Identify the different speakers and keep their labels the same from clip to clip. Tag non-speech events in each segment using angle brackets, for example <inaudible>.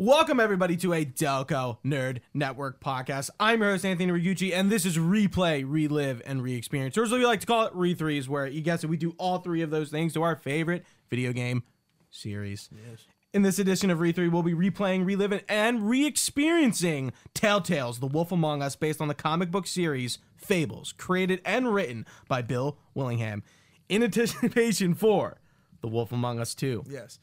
Speaker 1: Welcome, everybody, to a Delco Nerd Network podcast. I'm your host, Anthony Rigucci, and this is Replay, Relive, and Re-Experience, or as we like to call it, Re3s, where you guess it, we do all three of those things to our favorite video game series. Yes. In this edition of Re3, we'll be replaying, reliving, and re-experiencing Telltales, The Wolf Among Us, based on the comic book series Fables, created and written by Bill Willingham, in anticipation for The Wolf Among Us 2.
Speaker 2: Yes.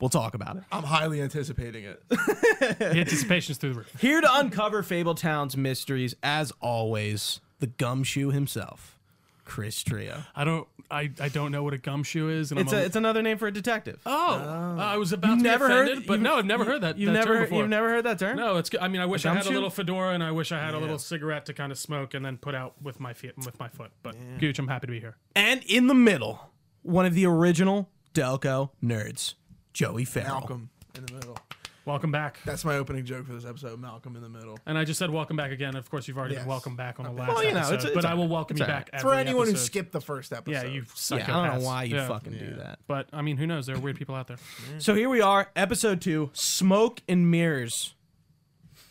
Speaker 1: We'll talk about it.
Speaker 2: I'm highly anticipating it.
Speaker 3: The anticipation's through the roof.
Speaker 1: Here to uncover Fabletown's mysteries, as always, the gumshoe himself, Chris Trio.
Speaker 3: I don't. I, I don't know what a gumshoe is. And
Speaker 1: It's,
Speaker 3: I'm
Speaker 1: a, it's another name for a detective.
Speaker 3: oh, I was about to
Speaker 1: never
Speaker 3: be
Speaker 1: heard-
Speaker 3: offended, but
Speaker 1: you've-
Speaker 3: no, I've never heard that.
Speaker 1: you've
Speaker 3: that
Speaker 1: never
Speaker 3: term before.
Speaker 1: you've never heard that term?
Speaker 3: No, it's. good. I mean, I wish I had a
Speaker 1: gumshoe?
Speaker 3: little fedora and I wish I had a little cigarette to kind of smoke and then put out with my feet with my foot. But Gooch, I'm happy to be here.
Speaker 1: And in the middle, one of the original Delco nerds, Joey Farrell.
Speaker 2: Malcolm in the middle.
Speaker 3: Welcome back.
Speaker 2: That's my opening joke for this episode. Malcolm in the middle.
Speaker 3: And I just said welcome back again. Of course, you've already
Speaker 2: Yes.
Speaker 3: been welcome back on the last
Speaker 1: Well, you know, it's-
Speaker 3: episode,
Speaker 1: it's
Speaker 3: but I
Speaker 1: all
Speaker 3: will
Speaker 1: right.
Speaker 3: welcome
Speaker 1: It's
Speaker 3: you
Speaker 1: all
Speaker 3: back
Speaker 1: right.
Speaker 2: For
Speaker 3: every
Speaker 2: anyone who
Speaker 3: episode.
Speaker 2: skipped the first episode.
Speaker 3: Yeah, you
Speaker 1: Yeah,
Speaker 3: psychopaths.
Speaker 1: I don't know why you
Speaker 3: Yeah.
Speaker 1: fucking do that.
Speaker 3: But I mean, who knows? There are weird people out there.
Speaker 1: So here we are, episode two, Smoke and Mirrors.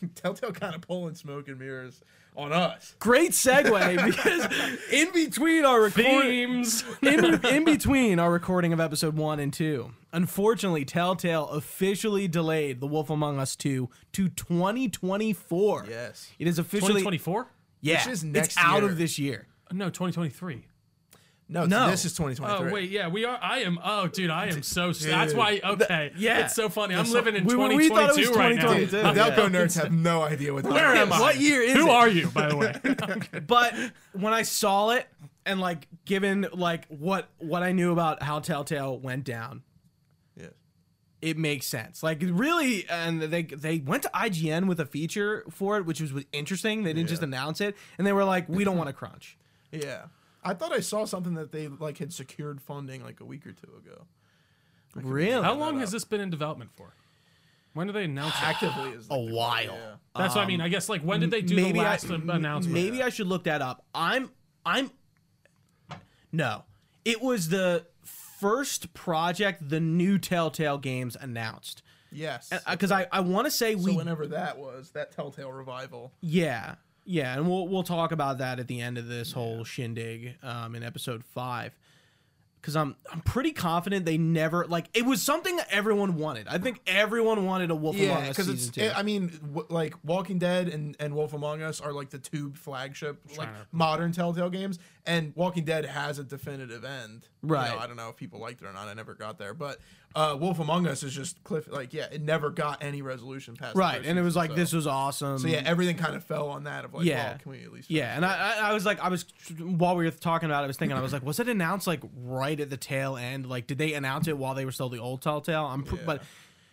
Speaker 2: <laughs> Telltale kind of pulling smoke and mirrors on us.
Speaker 1: Great segue <laughs> because in between our recording
Speaker 3: Themes.
Speaker 1: in, in between our recording of episode one and two, unfortunately, Telltale officially delayed The Wolf Among Us 2 to 2024.
Speaker 2: Yes.
Speaker 1: It is officially
Speaker 3: 2024?
Speaker 1: yeah,
Speaker 2: Which is next
Speaker 1: it's out
Speaker 2: year.
Speaker 1: of this year.
Speaker 3: No, 2023.
Speaker 2: No, it's-
Speaker 1: No.
Speaker 2: this is 2023.
Speaker 3: Oh wait, yeah, we are. I am. Oh, dude, I am so. That's why. Okay,
Speaker 1: yeah.
Speaker 3: it's so funny. I'm living in
Speaker 1: we- we
Speaker 3: 2022
Speaker 1: thought it was
Speaker 3: right now.
Speaker 1: 2022.
Speaker 2: The
Speaker 1: Yeah.
Speaker 2: Delco nerds have no idea what
Speaker 3: Where am I?
Speaker 1: What year is
Speaker 3: Who
Speaker 1: it?
Speaker 3: are you, by the
Speaker 1: <laughs>
Speaker 3: way?
Speaker 1: But when I saw it and like given like what what I knew about how Telltale went down,
Speaker 2: Yes.
Speaker 1: it makes sense. Like really, and they they went to IGN with a feature for it, which was interesting. They didn't just announce it, and they were like, "We don't want to crunch."
Speaker 2: Yeah. I thought I saw something that they like had secured funding like a week or two ago.
Speaker 1: Really?
Speaker 3: How long has this been in development for? When did they
Speaker 1: <sighs>
Speaker 3: announce it?
Speaker 2: Actively is
Speaker 1: a while?
Speaker 2: Yeah.
Speaker 3: That's what I mean. I guess like when did they do the last
Speaker 1: Um, m-
Speaker 3: announcement?
Speaker 1: Maybe I should look that up. I'm I'm No. It was the first project the new Telltale games announced.
Speaker 2: Yes.
Speaker 1: Because I, I want to say
Speaker 2: so
Speaker 1: we
Speaker 2: whenever that was, that Telltale revival.
Speaker 1: yeah yeah, and we'll we'll talk about that at the end of this whole shindig um, in episode five. Because I'm I'm pretty confident they never like it was something that everyone wanted. I think everyone wanted a Wolf Among
Speaker 2: Yeah,
Speaker 1: Us
Speaker 2: because
Speaker 1: season two.
Speaker 2: it's. I mean, w- like Walking Dead and, and Wolf Among Us are like the two flagship like
Speaker 3: to-
Speaker 2: modern Telltale games, and Walking Dead has a definitive end. You know,
Speaker 1: Right.
Speaker 2: I don't know if people liked it or not. I never got there, but uh, Wolf Among Us is just cliff. Like, yeah, it never got any resolution past. the
Speaker 1: right,
Speaker 2: first
Speaker 1: and it was
Speaker 2: season,
Speaker 1: like
Speaker 2: so-
Speaker 1: this was awesome.
Speaker 2: So yeah, everything kind of fell on that of like,
Speaker 1: Yeah.
Speaker 2: well, can we at least?
Speaker 1: Yeah, and I, I I was like, I was while we were talking about it, I was thinking, I was like, was it announced like right at the tail end? Like, did they announce it while they were still the old Telltale? I'm, pr- but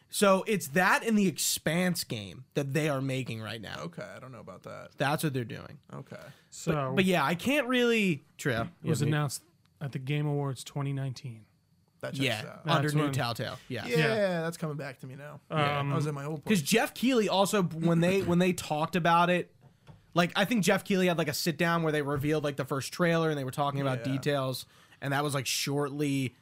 Speaker 1: so it's that in the Expanse game that they are making right now.
Speaker 2: Okay, I don't know about that.
Speaker 1: That's what they're doing.
Speaker 2: Okay.
Speaker 3: so
Speaker 2: Oh.
Speaker 1: But yeah, I can't really. Trip
Speaker 3: it was announced at the Game Awards 2019.
Speaker 2: That checks
Speaker 1: Yeah,
Speaker 2: out.
Speaker 1: under
Speaker 3: That's
Speaker 1: new
Speaker 3: when-
Speaker 1: Telltale. Yeah.
Speaker 2: Yeah, that's coming back to me now.
Speaker 3: Um,
Speaker 2: I was in my old
Speaker 1: Because
Speaker 2: place.
Speaker 1: Jeff Keeley also when they when they talked about it, like I think Jeff Keeley had like a sit down where they revealed like the first trailer and they were talking about
Speaker 2: Yeah.
Speaker 1: details, and that was like shortly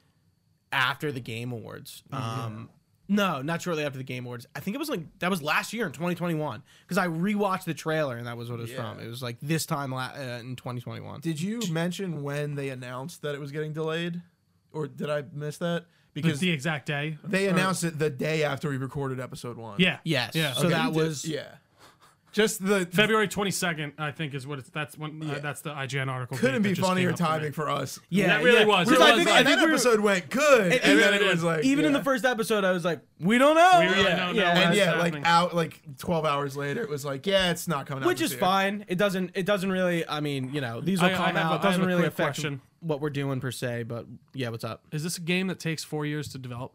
Speaker 1: after the Game Awards. Um, no, not shortly after the Game Awards. I think it was like that was last year in 2021 because I rewatched the trailer and that was what it was
Speaker 2: Yeah.
Speaker 1: from. It was like this time la- uh, in 2021.
Speaker 2: Did you mention when they announced that it was getting delayed, or did I miss that? Because
Speaker 3: the exact day.
Speaker 2: they announced it the day after we recorded episode one.
Speaker 3: Yeah.
Speaker 1: Yes.
Speaker 3: Yeah.
Speaker 1: So that was
Speaker 2: yeah. Just the
Speaker 3: February 22nd, I think, is what it's. That's when. Uh, that's the IGN article.
Speaker 2: couldn't
Speaker 3: date that
Speaker 2: be
Speaker 3: just
Speaker 2: funnier
Speaker 3: came up for me.
Speaker 2: timing for us.
Speaker 1: yeah.
Speaker 3: That really
Speaker 1: yeah.
Speaker 3: was.
Speaker 1: Because
Speaker 3: It
Speaker 1: I
Speaker 3: was
Speaker 1: think,
Speaker 3: like-
Speaker 1: I
Speaker 2: and
Speaker 1: think
Speaker 2: that
Speaker 1: we were-
Speaker 2: episode went good, and,
Speaker 1: even-
Speaker 2: then it was like
Speaker 1: even in
Speaker 2: yeah.
Speaker 1: the first episode, I was like, we don't know.
Speaker 3: We really
Speaker 1: yeah.
Speaker 3: don't know
Speaker 1: yeah.
Speaker 3: what
Speaker 2: and
Speaker 3: That's
Speaker 2: yeah,
Speaker 3: happening.
Speaker 2: like out like twelve hours later, it was like yeah, it's not coming out,
Speaker 1: which
Speaker 2: this
Speaker 1: is
Speaker 2: year.
Speaker 1: fine. It doesn't. It doesn't really. I mean, you know, these will
Speaker 3: I- I
Speaker 1: come
Speaker 3: have a-
Speaker 1: out. It
Speaker 3: I have
Speaker 1: doesn't
Speaker 3: a
Speaker 1: really
Speaker 3: quick
Speaker 1: affect
Speaker 3: question.
Speaker 1: what we're doing per se. But yeah, what's up?
Speaker 3: Is this a game that takes four years to develop?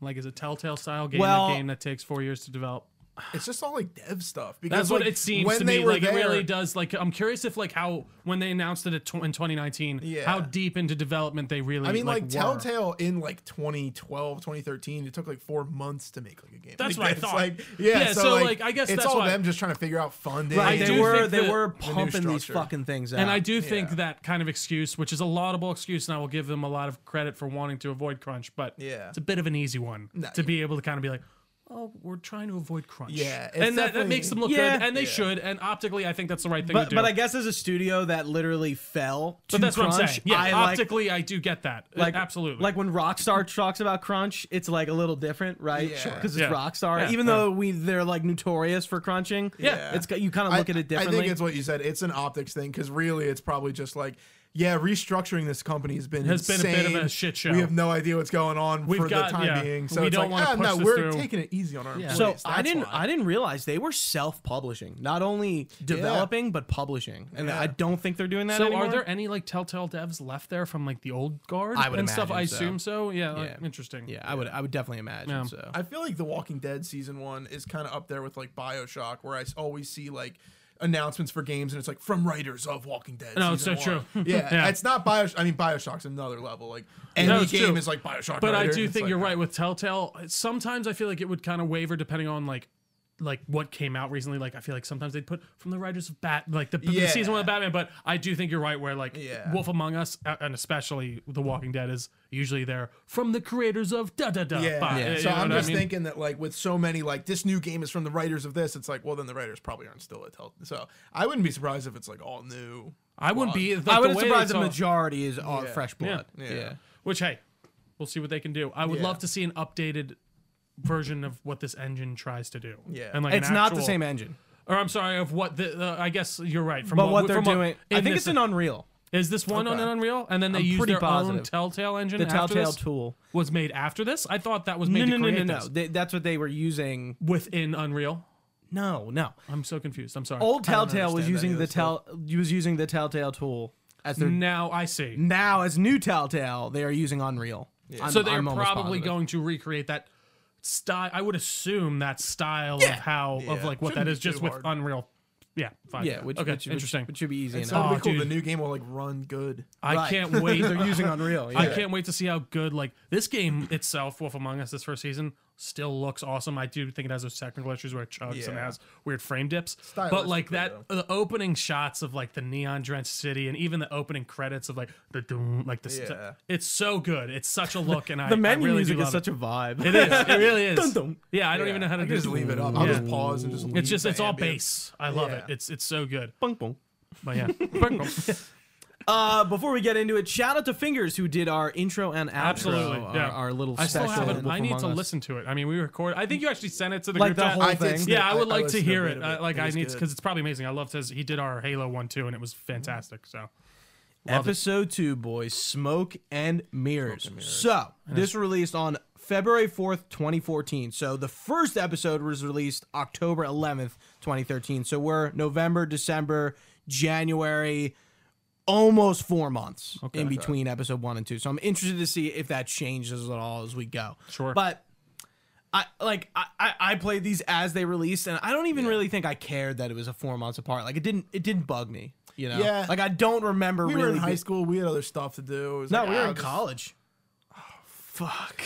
Speaker 3: Like, is a Telltale style game
Speaker 1: Well-
Speaker 3: a game that takes four years to develop?
Speaker 2: It's just all like dev stuff. Because
Speaker 3: That's
Speaker 2: like,
Speaker 3: what it seems
Speaker 2: when
Speaker 3: to
Speaker 2: they
Speaker 3: me.
Speaker 2: were
Speaker 3: Like,
Speaker 2: there,
Speaker 3: it really does. Like, I'm curious if, like, how when they announced it at tw- in 2019,
Speaker 2: Yeah.
Speaker 3: how deep into development they really.
Speaker 2: I mean, like,
Speaker 3: were.
Speaker 2: Telltale in like 2012, 2013, it took like four months to make like a game.
Speaker 3: That's
Speaker 2: like,
Speaker 3: what I
Speaker 2: it's
Speaker 3: thought.
Speaker 2: Like, yeah,
Speaker 3: Yeah,
Speaker 2: so,
Speaker 3: so,
Speaker 2: like,
Speaker 3: like, I guess
Speaker 2: it's
Speaker 3: that's
Speaker 2: all
Speaker 3: why-
Speaker 2: them just trying to figure out funding.
Speaker 1: Right, they
Speaker 3: I do
Speaker 1: were
Speaker 3: think
Speaker 1: they
Speaker 3: that-
Speaker 1: were
Speaker 2: the new
Speaker 1: pumping these
Speaker 2: structure.
Speaker 1: fucking things out.
Speaker 3: And I do think
Speaker 2: Yeah.
Speaker 3: that kind of excuse, which is a laudable excuse, and I will give them a lot of credit for wanting to avoid crunch, but
Speaker 2: Yeah.
Speaker 3: it's a bit of an easy one to be able to kind of be like, oh, we're trying to avoid crunch.
Speaker 2: Yeah, it's
Speaker 3: and that, that
Speaker 2: definitely-
Speaker 3: makes them look
Speaker 1: Yeah.
Speaker 3: good, and they
Speaker 2: Yeah.
Speaker 3: should. And optically, I think that's the right thing
Speaker 1: But,
Speaker 3: to do.
Speaker 1: but I guess as a studio that literally fell to
Speaker 3: But that's
Speaker 1: crunch,
Speaker 3: what I'm saying. Yeah,
Speaker 1: I like-
Speaker 3: optically, I do get that. Like absolutely.
Speaker 1: Like when Rockstar talks about crunch, it's like a little different, right?
Speaker 2: Yeah.
Speaker 1: Because
Speaker 2: Sure.
Speaker 1: it's
Speaker 3: Yeah.
Speaker 1: Rockstar.
Speaker 3: Yeah.
Speaker 1: Even though we they're like notorious for crunching.
Speaker 2: Yeah.
Speaker 1: It's you kind of look at it
Speaker 2: I-
Speaker 1: differently.
Speaker 2: I think it's what you said. It's an optics thing because really, it's probably just like, yeah, restructuring this company has been
Speaker 3: Has been a bit of
Speaker 2: insane.
Speaker 3: a shit show.
Speaker 2: We have no idea what's going on
Speaker 3: We've
Speaker 2: for
Speaker 3: got-
Speaker 2: the time
Speaker 3: yeah,
Speaker 2: being. So
Speaker 3: we
Speaker 2: it's
Speaker 3: don't
Speaker 2: like,
Speaker 3: wanna
Speaker 2: ah,
Speaker 3: push
Speaker 2: no,
Speaker 3: this
Speaker 2: we're
Speaker 3: through."
Speaker 2: taking it easy on our employees.
Speaker 1: so
Speaker 2: That's
Speaker 1: I didn't
Speaker 2: why.
Speaker 1: I didn't realize they were self publishing, not only developing but publishing, and
Speaker 2: Yeah.
Speaker 1: I don't think they're doing that
Speaker 3: so
Speaker 1: anymore.
Speaker 3: are there any like Telltale devs left there from like the old guard
Speaker 1: I would
Speaker 3: and stuff? I
Speaker 1: imagine so.
Speaker 3: assume so. Yeah, like,
Speaker 1: Yeah.
Speaker 3: uh, interesting.
Speaker 1: Yeah, I would I would definitely imagine
Speaker 3: Yeah.
Speaker 1: so.
Speaker 2: I feel like The Walking Dead season one is kind of up there with like Bioshock, where I s- always see like announcements for games and it's like from writers of Walking Dead.
Speaker 3: No, it's
Speaker 2: season
Speaker 3: so
Speaker 2: one.
Speaker 3: true.
Speaker 2: yeah,
Speaker 3: <laughs> Yeah.
Speaker 2: it's not Bioshock. I mean, Bioshock's another level. Like any
Speaker 3: it's
Speaker 2: game
Speaker 3: true.
Speaker 2: is like Bioshock.
Speaker 3: But I
Speaker 2: writer.
Speaker 3: do
Speaker 2: It's
Speaker 3: think
Speaker 2: like,
Speaker 3: you're
Speaker 2: no.
Speaker 3: right with Telltale. Sometimes I feel like it would kind of waver depending on like like what came out recently. Like I feel like sometimes they'd put from the writers of Bat like the, the
Speaker 2: Yeah.
Speaker 3: season one of Batman. But I do think you're right where like
Speaker 2: Yeah.
Speaker 3: Wolf Among Us uh, and especially The Walking Dead is usually there from the creators of da da da.
Speaker 2: <laughs> Yeah.
Speaker 3: Bah,
Speaker 1: Yeah.
Speaker 3: you
Speaker 2: So
Speaker 3: know
Speaker 2: I'm
Speaker 3: what I
Speaker 2: just
Speaker 3: mean?
Speaker 2: thinking that like with so many like this new game is from the writers of this, it's like well then the writers probably aren't still at Telltale. So I wouldn't be surprised if it's like all new.
Speaker 3: I wouldn't be. Like,
Speaker 1: I
Speaker 3: the
Speaker 1: wouldn't
Speaker 3: way
Speaker 1: surprise
Speaker 3: it's
Speaker 1: the
Speaker 3: all-
Speaker 1: majority is all
Speaker 2: Yeah.
Speaker 1: fresh blood.
Speaker 2: Yeah.
Speaker 1: Yeah. yeah.
Speaker 3: Which hey, we'll see what they can do. I would
Speaker 2: Yeah.
Speaker 3: love to see an updated version of what this engine tries to do.
Speaker 2: Yeah.
Speaker 3: and like an
Speaker 1: It's not the
Speaker 3: actual-
Speaker 1: same engine.
Speaker 3: Or I'm sorry, of what the uh, I guess you're right. From
Speaker 1: But what,
Speaker 3: we-
Speaker 1: they're
Speaker 3: from
Speaker 1: doing, I
Speaker 3: in
Speaker 1: think
Speaker 3: this-
Speaker 1: it's an Unreal,
Speaker 3: Is this one on
Speaker 2: Okay.
Speaker 3: an Unreal? And then they
Speaker 1: I'm
Speaker 3: use
Speaker 1: pretty
Speaker 3: their own
Speaker 1: positive.
Speaker 3: Telltale engine.
Speaker 1: the
Speaker 3: after
Speaker 1: Telltale
Speaker 3: this
Speaker 1: tool.
Speaker 3: was made after this. I thought that was
Speaker 1: No, no,
Speaker 3: made to
Speaker 1: no, no,
Speaker 3: create
Speaker 1: no.
Speaker 3: this
Speaker 1: They, that's what they were using.
Speaker 3: within Unreal.
Speaker 1: No, no.
Speaker 3: I'm so confused. I'm sorry.
Speaker 1: Old
Speaker 2: I don't
Speaker 1: Telltale was
Speaker 2: understand any
Speaker 1: using
Speaker 2: of
Speaker 1: the
Speaker 2: this stuff.
Speaker 1: tell was using the Telltale tool as their
Speaker 3: now I see.
Speaker 1: now as new Telltale they are using Unreal. I'm-
Speaker 3: so they're
Speaker 1: I'm almost
Speaker 3: probably
Speaker 1: positive.
Speaker 3: going to recreate that style. I would assume that style of how of
Speaker 2: Yeah.
Speaker 3: like what
Speaker 2: Shouldn't
Speaker 3: that
Speaker 2: be
Speaker 3: is just
Speaker 2: too
Speaker 3: with
Speaker 2: hard.
Speaker 3: Unreal. Yeah, fine.
Speaker 1: Yeah, which,
Speaker 3: okay,
Speaker 1: which- which-
Speaker 3: interesting.
Speaker 1: Which should be easy
Speaker 2: So
Speaker 1: enough.
Speaker 2: it'll
Speaker 3: Oh,
Speaker 2: be cool. The
Speaker 3: dude.
Speaker 2: new game will like run good.
Speaker 3: I
Speaker 1: Right. <laughs>
Speaker 3: can't wait.
Speaker 1: they're using Unreal. Yeah.
Speaker 3: I can't wait to see how good like this game itself, Wolf Among Us, this first season still looks awesome. I do think it has those technical issues where it chugs and it
Speaker 2: Yeah.
Speaker 3: has weird frame dips, but
Speaker 2: Stylistically,
Speaker 3: like that the opening shots of like the neon drenched city and even the opening credits of like the doom, like the
Speaker 2: Yeah.
Speaker 3: it's so good. It's such a look,
Speaker 1: <laughs>
Speaker 3: and I
Speaker 1: The menu
Speaker 3: I really
Speaker 1: music
Speaker 3: do
Speaker 1: is
Speaker 3: love
Speaker 1: such
Speaker 3: it.
Speaker 1: a vibe.
Speaker 3: It is.
Speaker 1: <laughs>
Speaker 3: It really is.
Speaker 1: Dun, dun.
Speaker 3: Yeah, I don't even know how to
Speaker 2: I
Speaker 3: do
Speaker 2: can just
Speaker 3: it.
Speaker 2: leave it up. I'll
Speaker 3: Yeah.
Speaker 2: just pause and just. Leave
Speaker 3: It's just
Speaker 2: the
Speaker 3: it's all
Speaker 2: ambient.
Speaker 3: bass. I love it.
Speaker 2: Yeah.
Speaker 3: It's it's so good.
Speaker 1: Bung, bung.
Speaker 3: But yeah.
Speaker 1: <laughs> Uh, before we get into it, shout out to Fingers who did our intro and outro,
Speaker 3: Absolutely,
Speaker 1: our,
Speaker 3: yeah.
Speaker 1: our little
Speaker 3: I still
Speaker 1: special.
Speaker 3: have it.
Speaker 1: in
Speaker 3: I need
Speaker 1: Wolf
Speaker 3: to
Speaker 1: Among Us.
Speaker 3: listen to it. I mean, we record. I think you actually sent it to the
Speaker 1: Like
Speaker 3: group
Speaker 1: the
Speaker 3: chat.
Speaker 1: whole
Speaker 2: I did
Speaker 1: thing.
Speaker 2: snip-
Speaker 3: yeah, I would like to
Speaker 2: listened
Speaker 3: hear
Speaker 2: a bit
Speaker 3: it.
Speaker 2: of
Speaker 3: I, like I
Speaker 2: was
Speaker 3: need
Speaker 2: good.
Speaker 3: because it's probably amazing. I love his. He did our Halo one too, and it was fantastic. So it.
Speaker 1: Episode two, boys, smoke and mirrors. So this released on February fourth, twenty fourteen. So the first episode was released October eleventh, twenty thirteen. So we're November, December, January, almost four months in between episode one and two. So I'm interested to see if that changes at all as we go.
Speaker 3: Sure.
Speaker 1: but. I like I, I I played these as they released, and I don't even really think I cared that it was a four months apart. Like it didn't it didn't bug me, you know.
Speaker 2: Yeah.
Speaker 1: Like I don't remember
Speaker 2: We
Speaker 1: really
Speaker 2: were in high
Speaker 1: be-
Speaker 2: school. We had other stuff to do. It was
Speaker 1: no,
Speaker 2: like,
Speaker 1: we
Speaker 2: ah,
Speaker 1: were in
Speaker 2: just-
Speaker 1: college. fuck.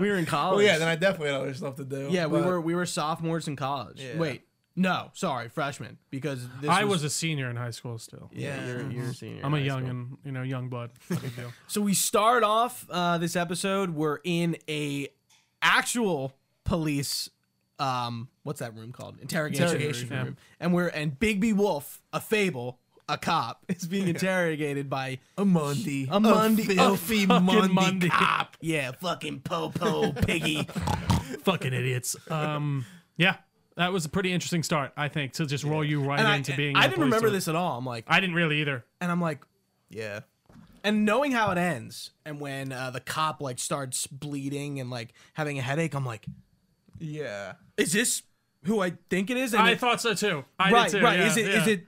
Speaker 1: <laughs> we were in college.
Speaker 2: Well, yeah, then I definitely had other stuff to do.
Speaker 1: yeah, we
Speaker 2: but-
Speaker 1: were we were sophomores in college.
Speaker 2: Yeah.
Speaker 1: Wait, no, sorry, freshmen because this
Speaker 3: I was a senior in high school still.
Speaker 1: yeah, you're, you're a senior.
Speaker 3: I'm a
Speaker 1: in high
Speaker 3: young
Speaker 1: school.
Speaker 3: and you know young blood. No big deal. <laughs>
Speaker 1: So we start off uh, this episode. We're in a actual police. Um, what's that room called? Interrogation,
Speaker 2: Interrogation
Speaker 1: room. And we're and Bigby Wolf, a fable, a cop, is being
Speaker 2: <laughs>
Speaker 1: interrogated by
Speaker 2: a Monday, Ah,
Speaker 1: A Monday- a
Speaker 2: filthy
Speaker 3: fucking
Speaker 1: <laughs>
Speaker 2: Monday
Speaker 3: Monday.
Speaker 2: cop.
Speaker 1: yeah, fucking popo piggy.
Speaker 3: Fucking idiots. Um, yeah, that was a pretty interesting start. I think to just roll you right
Speaker 1: And I,
Speaker 3: into being.
Speaker 1: I
Speaker 3: a
Speaker 1: didn't
Speaker 3: police
Speaker 1: remember
Speaker 3: officer.
Speaker 1: this at all. I'm like,
Speaker 3: I didn't really either.
Speaker 1: and I'm like,
Speaker 2: Yeah,
Speaker 1: and knowing how it ends, and when uh, the cop like starts bleeding and like having a headache, I'm like,
Speaker 2: yeah.
Speaker 1: is this who I think it is? And
Speaker 3: I
Speaker 1: it-
Speaker 3: thought so too. I
Speaker 1: right,
Speaker 3: did too.
Speaker 1: right.
Speaker 3: Yeah,
Speaker 1: is it is
Speaker 3: yeah.
Speaker 1: it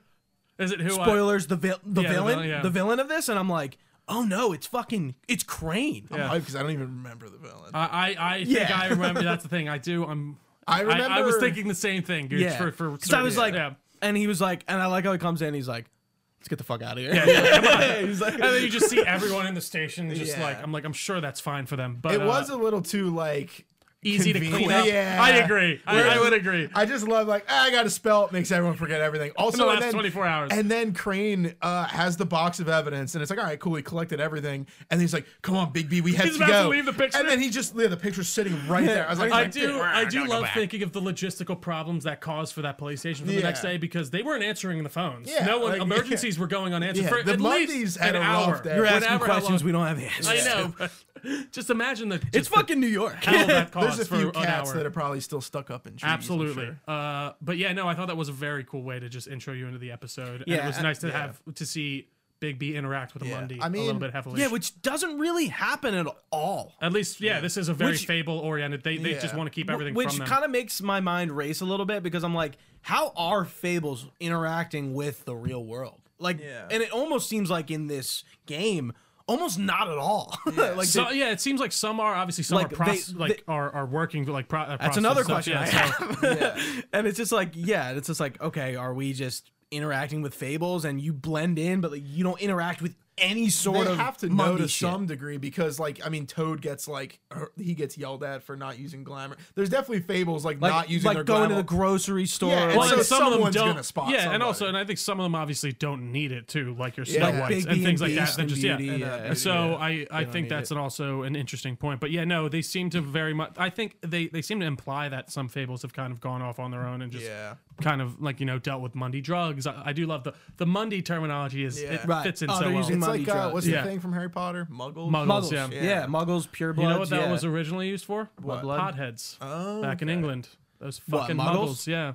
Speaker 3: is it who? I-
Speaker 1: spoilers the vil- the
Speaker 3: Yeah, the
Speaker 1: villain
Speaker 3: villain, yeah.
Speaker 1: the villain of this? And I'm like, oh no, it's fucking it's Crane.
Speaker 2: I'm hyped because I don't even remember the villain.
Speaker 3: I I, I think
Speaker 1: Yeah.
Speaker 3: I remember. That's the thing. I do. I'm.
Speaker 2: I remember.
Speaker 3: I, was thinking the same thing, dude.
Speaker 1: Yeah,
Speaker 3: For for
Speaker 1: 'Cause I was like,
Speaker 3: certain- yeah.
Speaker 1: and he was like, and I like how he comes in. He's like, let's get the fuck out of here. <laughs> He's like-
Speaker 3: and then you just see everyone in the station just
Speaker 2: Yeah.
Speaker 3: like I'm like I'm sure that's fine for them, but
Speaker 2: it
Speaker 3: uh,
Speaker 2: was a little too like
Speaker 3: easy to clean
Speaker 2: Convenient.
Speaker 3: up.
Speaker 2: Yeah.
Speaker 3: I agree. I, I would agree.
Speaker 2: I just love like ah, I got to spell it makes everyone forget everything. Also,
Speaker 3: the
Speaker 2: and
Speaker 3: last
Speaker 2: then-
Speaker 3: 24 hours.
Speaker 2: And then Crane uh, has the box of evidence, and it's like, all right, cool, he collected everything, and he's like, come on, Big B, we have
Speaker 3: He's
Speaker 2: to
Speaker 3: about to
Speaker 2: go.
Speaker 3: leave the picture.
Speaker 2: And then he just yeah, the picture's sitting right there. I was like,
Speaker 3: I
Speaker 2: like,
Speaker 3: do. I do
Speaker 2: gotta go
Speaker 3: love
Speaker 2: back.
Speaker 3: thinking of the logistical problems that caused for that police station for
Speaker 2: Yeah.
Speaker 3: the next day because they weren't answering the phones.
Speaker 2: Yeah,
Speaker 3: no one.
Speaker 2: like, <laughs>
Speaker 3: emergencies were going unanswered
Speaker 2: Yeah,
Speaker 3: for
Speaker 2: the
Speaker 3: at
Speaker 2: Mondays
Speaker 3: least
Speaker 2: had
Speaker 3: an
Speaker 2: a rough
Speaker 3: hour.
Speaker 2: day.
Speaker 1: You're
Speaker 3: Whatever
Speaker 1: asking
Speaker 3: how long-
Speaker 1: questions we don't have the <laughs> answers.
Speaker 3: I
Speaker 1: to.
Speaker 3: know. but <laughs> just imagine the.
Speaker 1: It's
Speaker 3: just the
Speaker 1: fucking New York. <laughs>
Speaker 3: hell that
Speaker 2: There's a
Speaker 3: caused
Speaker 2: few
Speaker 3: for an
Speaker 2: cats
Speaker 3: hour.
Speaker 2: that are probably still stuck up in trees. I'm
Speaker 3: Absolutely.
Speaker 2: sure.
Speaker 3: Uh, but yeah, no, I thought that was a very cool way to just intro you into the episode. and
Speaker 1: Yeah,
Speaker 3: it was
Speaker 1: I-
Speaker 3: nice to
Speaker 2: yeah.
Speaker 3: have to see Big B interact with a
Speaker 2: Yeah,
Speaker 3: Mundy
Speaker 2: I
Speaker 3: a
Speaker 2: mean,
Speaker 3: little bit heavily.
Speaker 1: Yeah, which doesn't really happen at all.
Speaker 3: at least, yeah, this is a very
Speaker 1: Which-
Speaker 3: fable oriented. They, they just
Speaker 2: Yeah.
Speaker 3: want to keep everything
Speaker 1: Which
Speaker 3: from them.
Speaker 1: kind of makes my mind race a little bit because I'm like, how are fables interacting with the real world? Like,
Speaker 2: Yeah.
Speaker 1: and it almost seems like in this game, almost not at all. <laughs> like,
Speaker 3: so <laughs> yeah, it seems like some are obviously some
Speaker 1: Like,
Speaker 3: are proce-
Speaker 1: they-
Speaker 3: like are, are working like pro- uh,
Speaker 1: that's
Speaker 3: process
Speaker 1: another
Speaker 3: stuff,
Speaker 1: question.
Speaker 3: yeah,
Speaker 1: I
Speaker 3: so-
Speaker 1: have. <laughs> and it's just like, yeah, it's just like, okay, are we just interacting with fables and you blend in, but like you don't interact with any sort
Speaker 2: they
Speaker 1: of
Speaker 2: have to
Speaker 1: Mundy
Speaker 2: know to
Speaker 1: shit.
Speaker 2: some degree because like i mean toad gets like her- he gets yelled at for not using glamour there's definitely fables like,
Speaker 1: like,
Speaker 2: not using
Speaker 1: like
Speaker 2: their
Speaker 1: going to
Speaker 2: glamour
Speaker 1: the grocery store.
Speaker 2: Yeah,
Speaker 1: or
Speaker 2: and
Speaker 3: Well,
Speaker 2: so
Speaker 3: and some of them
Speaker 2: someone's
Speaker 3: don't.
Speaker 2: gonna spot
Speaker 3: yeah, and
Speaker 2: somebody.
Speaker 3: also, and I think some of them obviously don't need it too, like your Snow
Speaker 2: Like
Speaker 3: Whites
Speaker 1: Big
Speaker 3: and
Speaker 1: B
Speaker 3: things
Speaker 1: and
Speaker 3: like that.
Speaker 1: Beast
Speaker 3: That
Speaker 1: and
Speaker 3: just yeah.
Speaker 1: Beauty,
Speaker 2: yeah.
Speaker 1: yeah.
Speaker 3: So I, I
Speaker 1: need
Speaker 3: think that's an also an interesting point. But yeah, no, they seem to very much. I think they they seem to imply that some fables have kind of gone off on their own and just
Speaker 2: yeah
Speaker 3: kind of like you know dealt with Monday drugs. I, I do love the the Monday terminology is
Speaker 2: Yeah.
Speaker 3: it
Speaker 1: Right.
Speaker 3: fits in
Speaker 1: Oh,
Speaker 3: so
Speaker 1: they're
Speaker 3: well.
Speaker 1: using
Speaker 2: it's
Speaker 1: Money
Speaker 2: like uh,
Speaker 1: drugs.
Speaker 2: what's
Speaker 3: Yeah.
Speaker 2: the thing from harry potter muggles
Speaker 3: Muggles,
Speaker 1: Muggles,
Speaker 3: yeah.
Speaker 1: yeah. Muggles, pure blood.
Speaker 3: You know what that
Speaker 1: yeah.
Speaker 3: was originally used for?
Speaker 1: What?
Speaker 3: Potheads
Speaker 2: Oh,
Speaker 3: back in
Speaker 2: okay.
Speaker 3: England. Those
Speaker 1: What,
Speaker 3: fucking
Speaker 1: muggles?
Speaker 3: muggles. Yeah,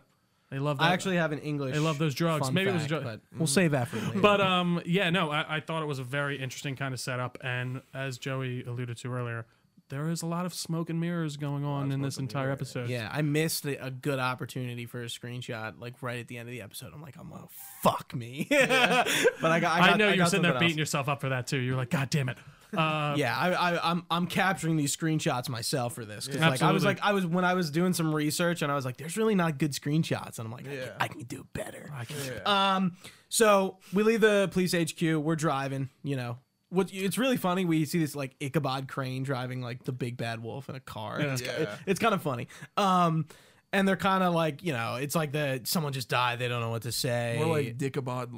Speaker 3: they love. That.
Speaker 1: I actually have an English.
Speaker 3: They love those drugs.
Speaker 1: fun
Speaker 3: Maybe it was a
Speaker 1: fact,
Speaker 3: drug-
Speaker 1: but we'll save that for later.
Speaker 3: But um, yeah, no, I, I thought it was a very interesting kind of setup, and as Joey alluded to earlier, there is a lot of smoke and mirrors going on in this entire episode.
Speaker 1: yeah, I missed a, a good opportunity for a screenshot, like right at the end of the episode. I'm like, I'm gonna fuck me. <laughs> but I got. I,
Speaker 3: I,
Speaker 1: got,
Speaker 3: know
Speaker 1: I
Speaker 3: you're
Speaker 1: got
Speaker 3: sitting there
Speaker 1: something
Speaker 3: beating
Speaker 1: else.
Speaker 3: yourself up for that too. You're like, God
Speaker 1: <laughs>
Speaker 3: damn it. Uh,
Speaker 1: Yeah, I, I, I'm I'm capturing these screenshots myself for this 'cause, like I was
Speaker 3: Absolutely.
Speaker 1: like I was when I was doing some research and I was like, there's really not good screenshots, and I'm like, I, can,
Speaker 2: Yeah.
Speaker 1: I can do better.
Speaker 3: I can-
Speaker 1: Um, so we leave the police HQ. We're driving. You know, what? It's really funny. We see this like Ichabod Crane driving like the big bad wolf in a car. And it's,
Speaker 2: Yeah.
Speaker 1: it's kind of funny. Um, and they're kind of like you know, it's like the someone just died. They don't know what to say.
Speaker 2: more like dickabod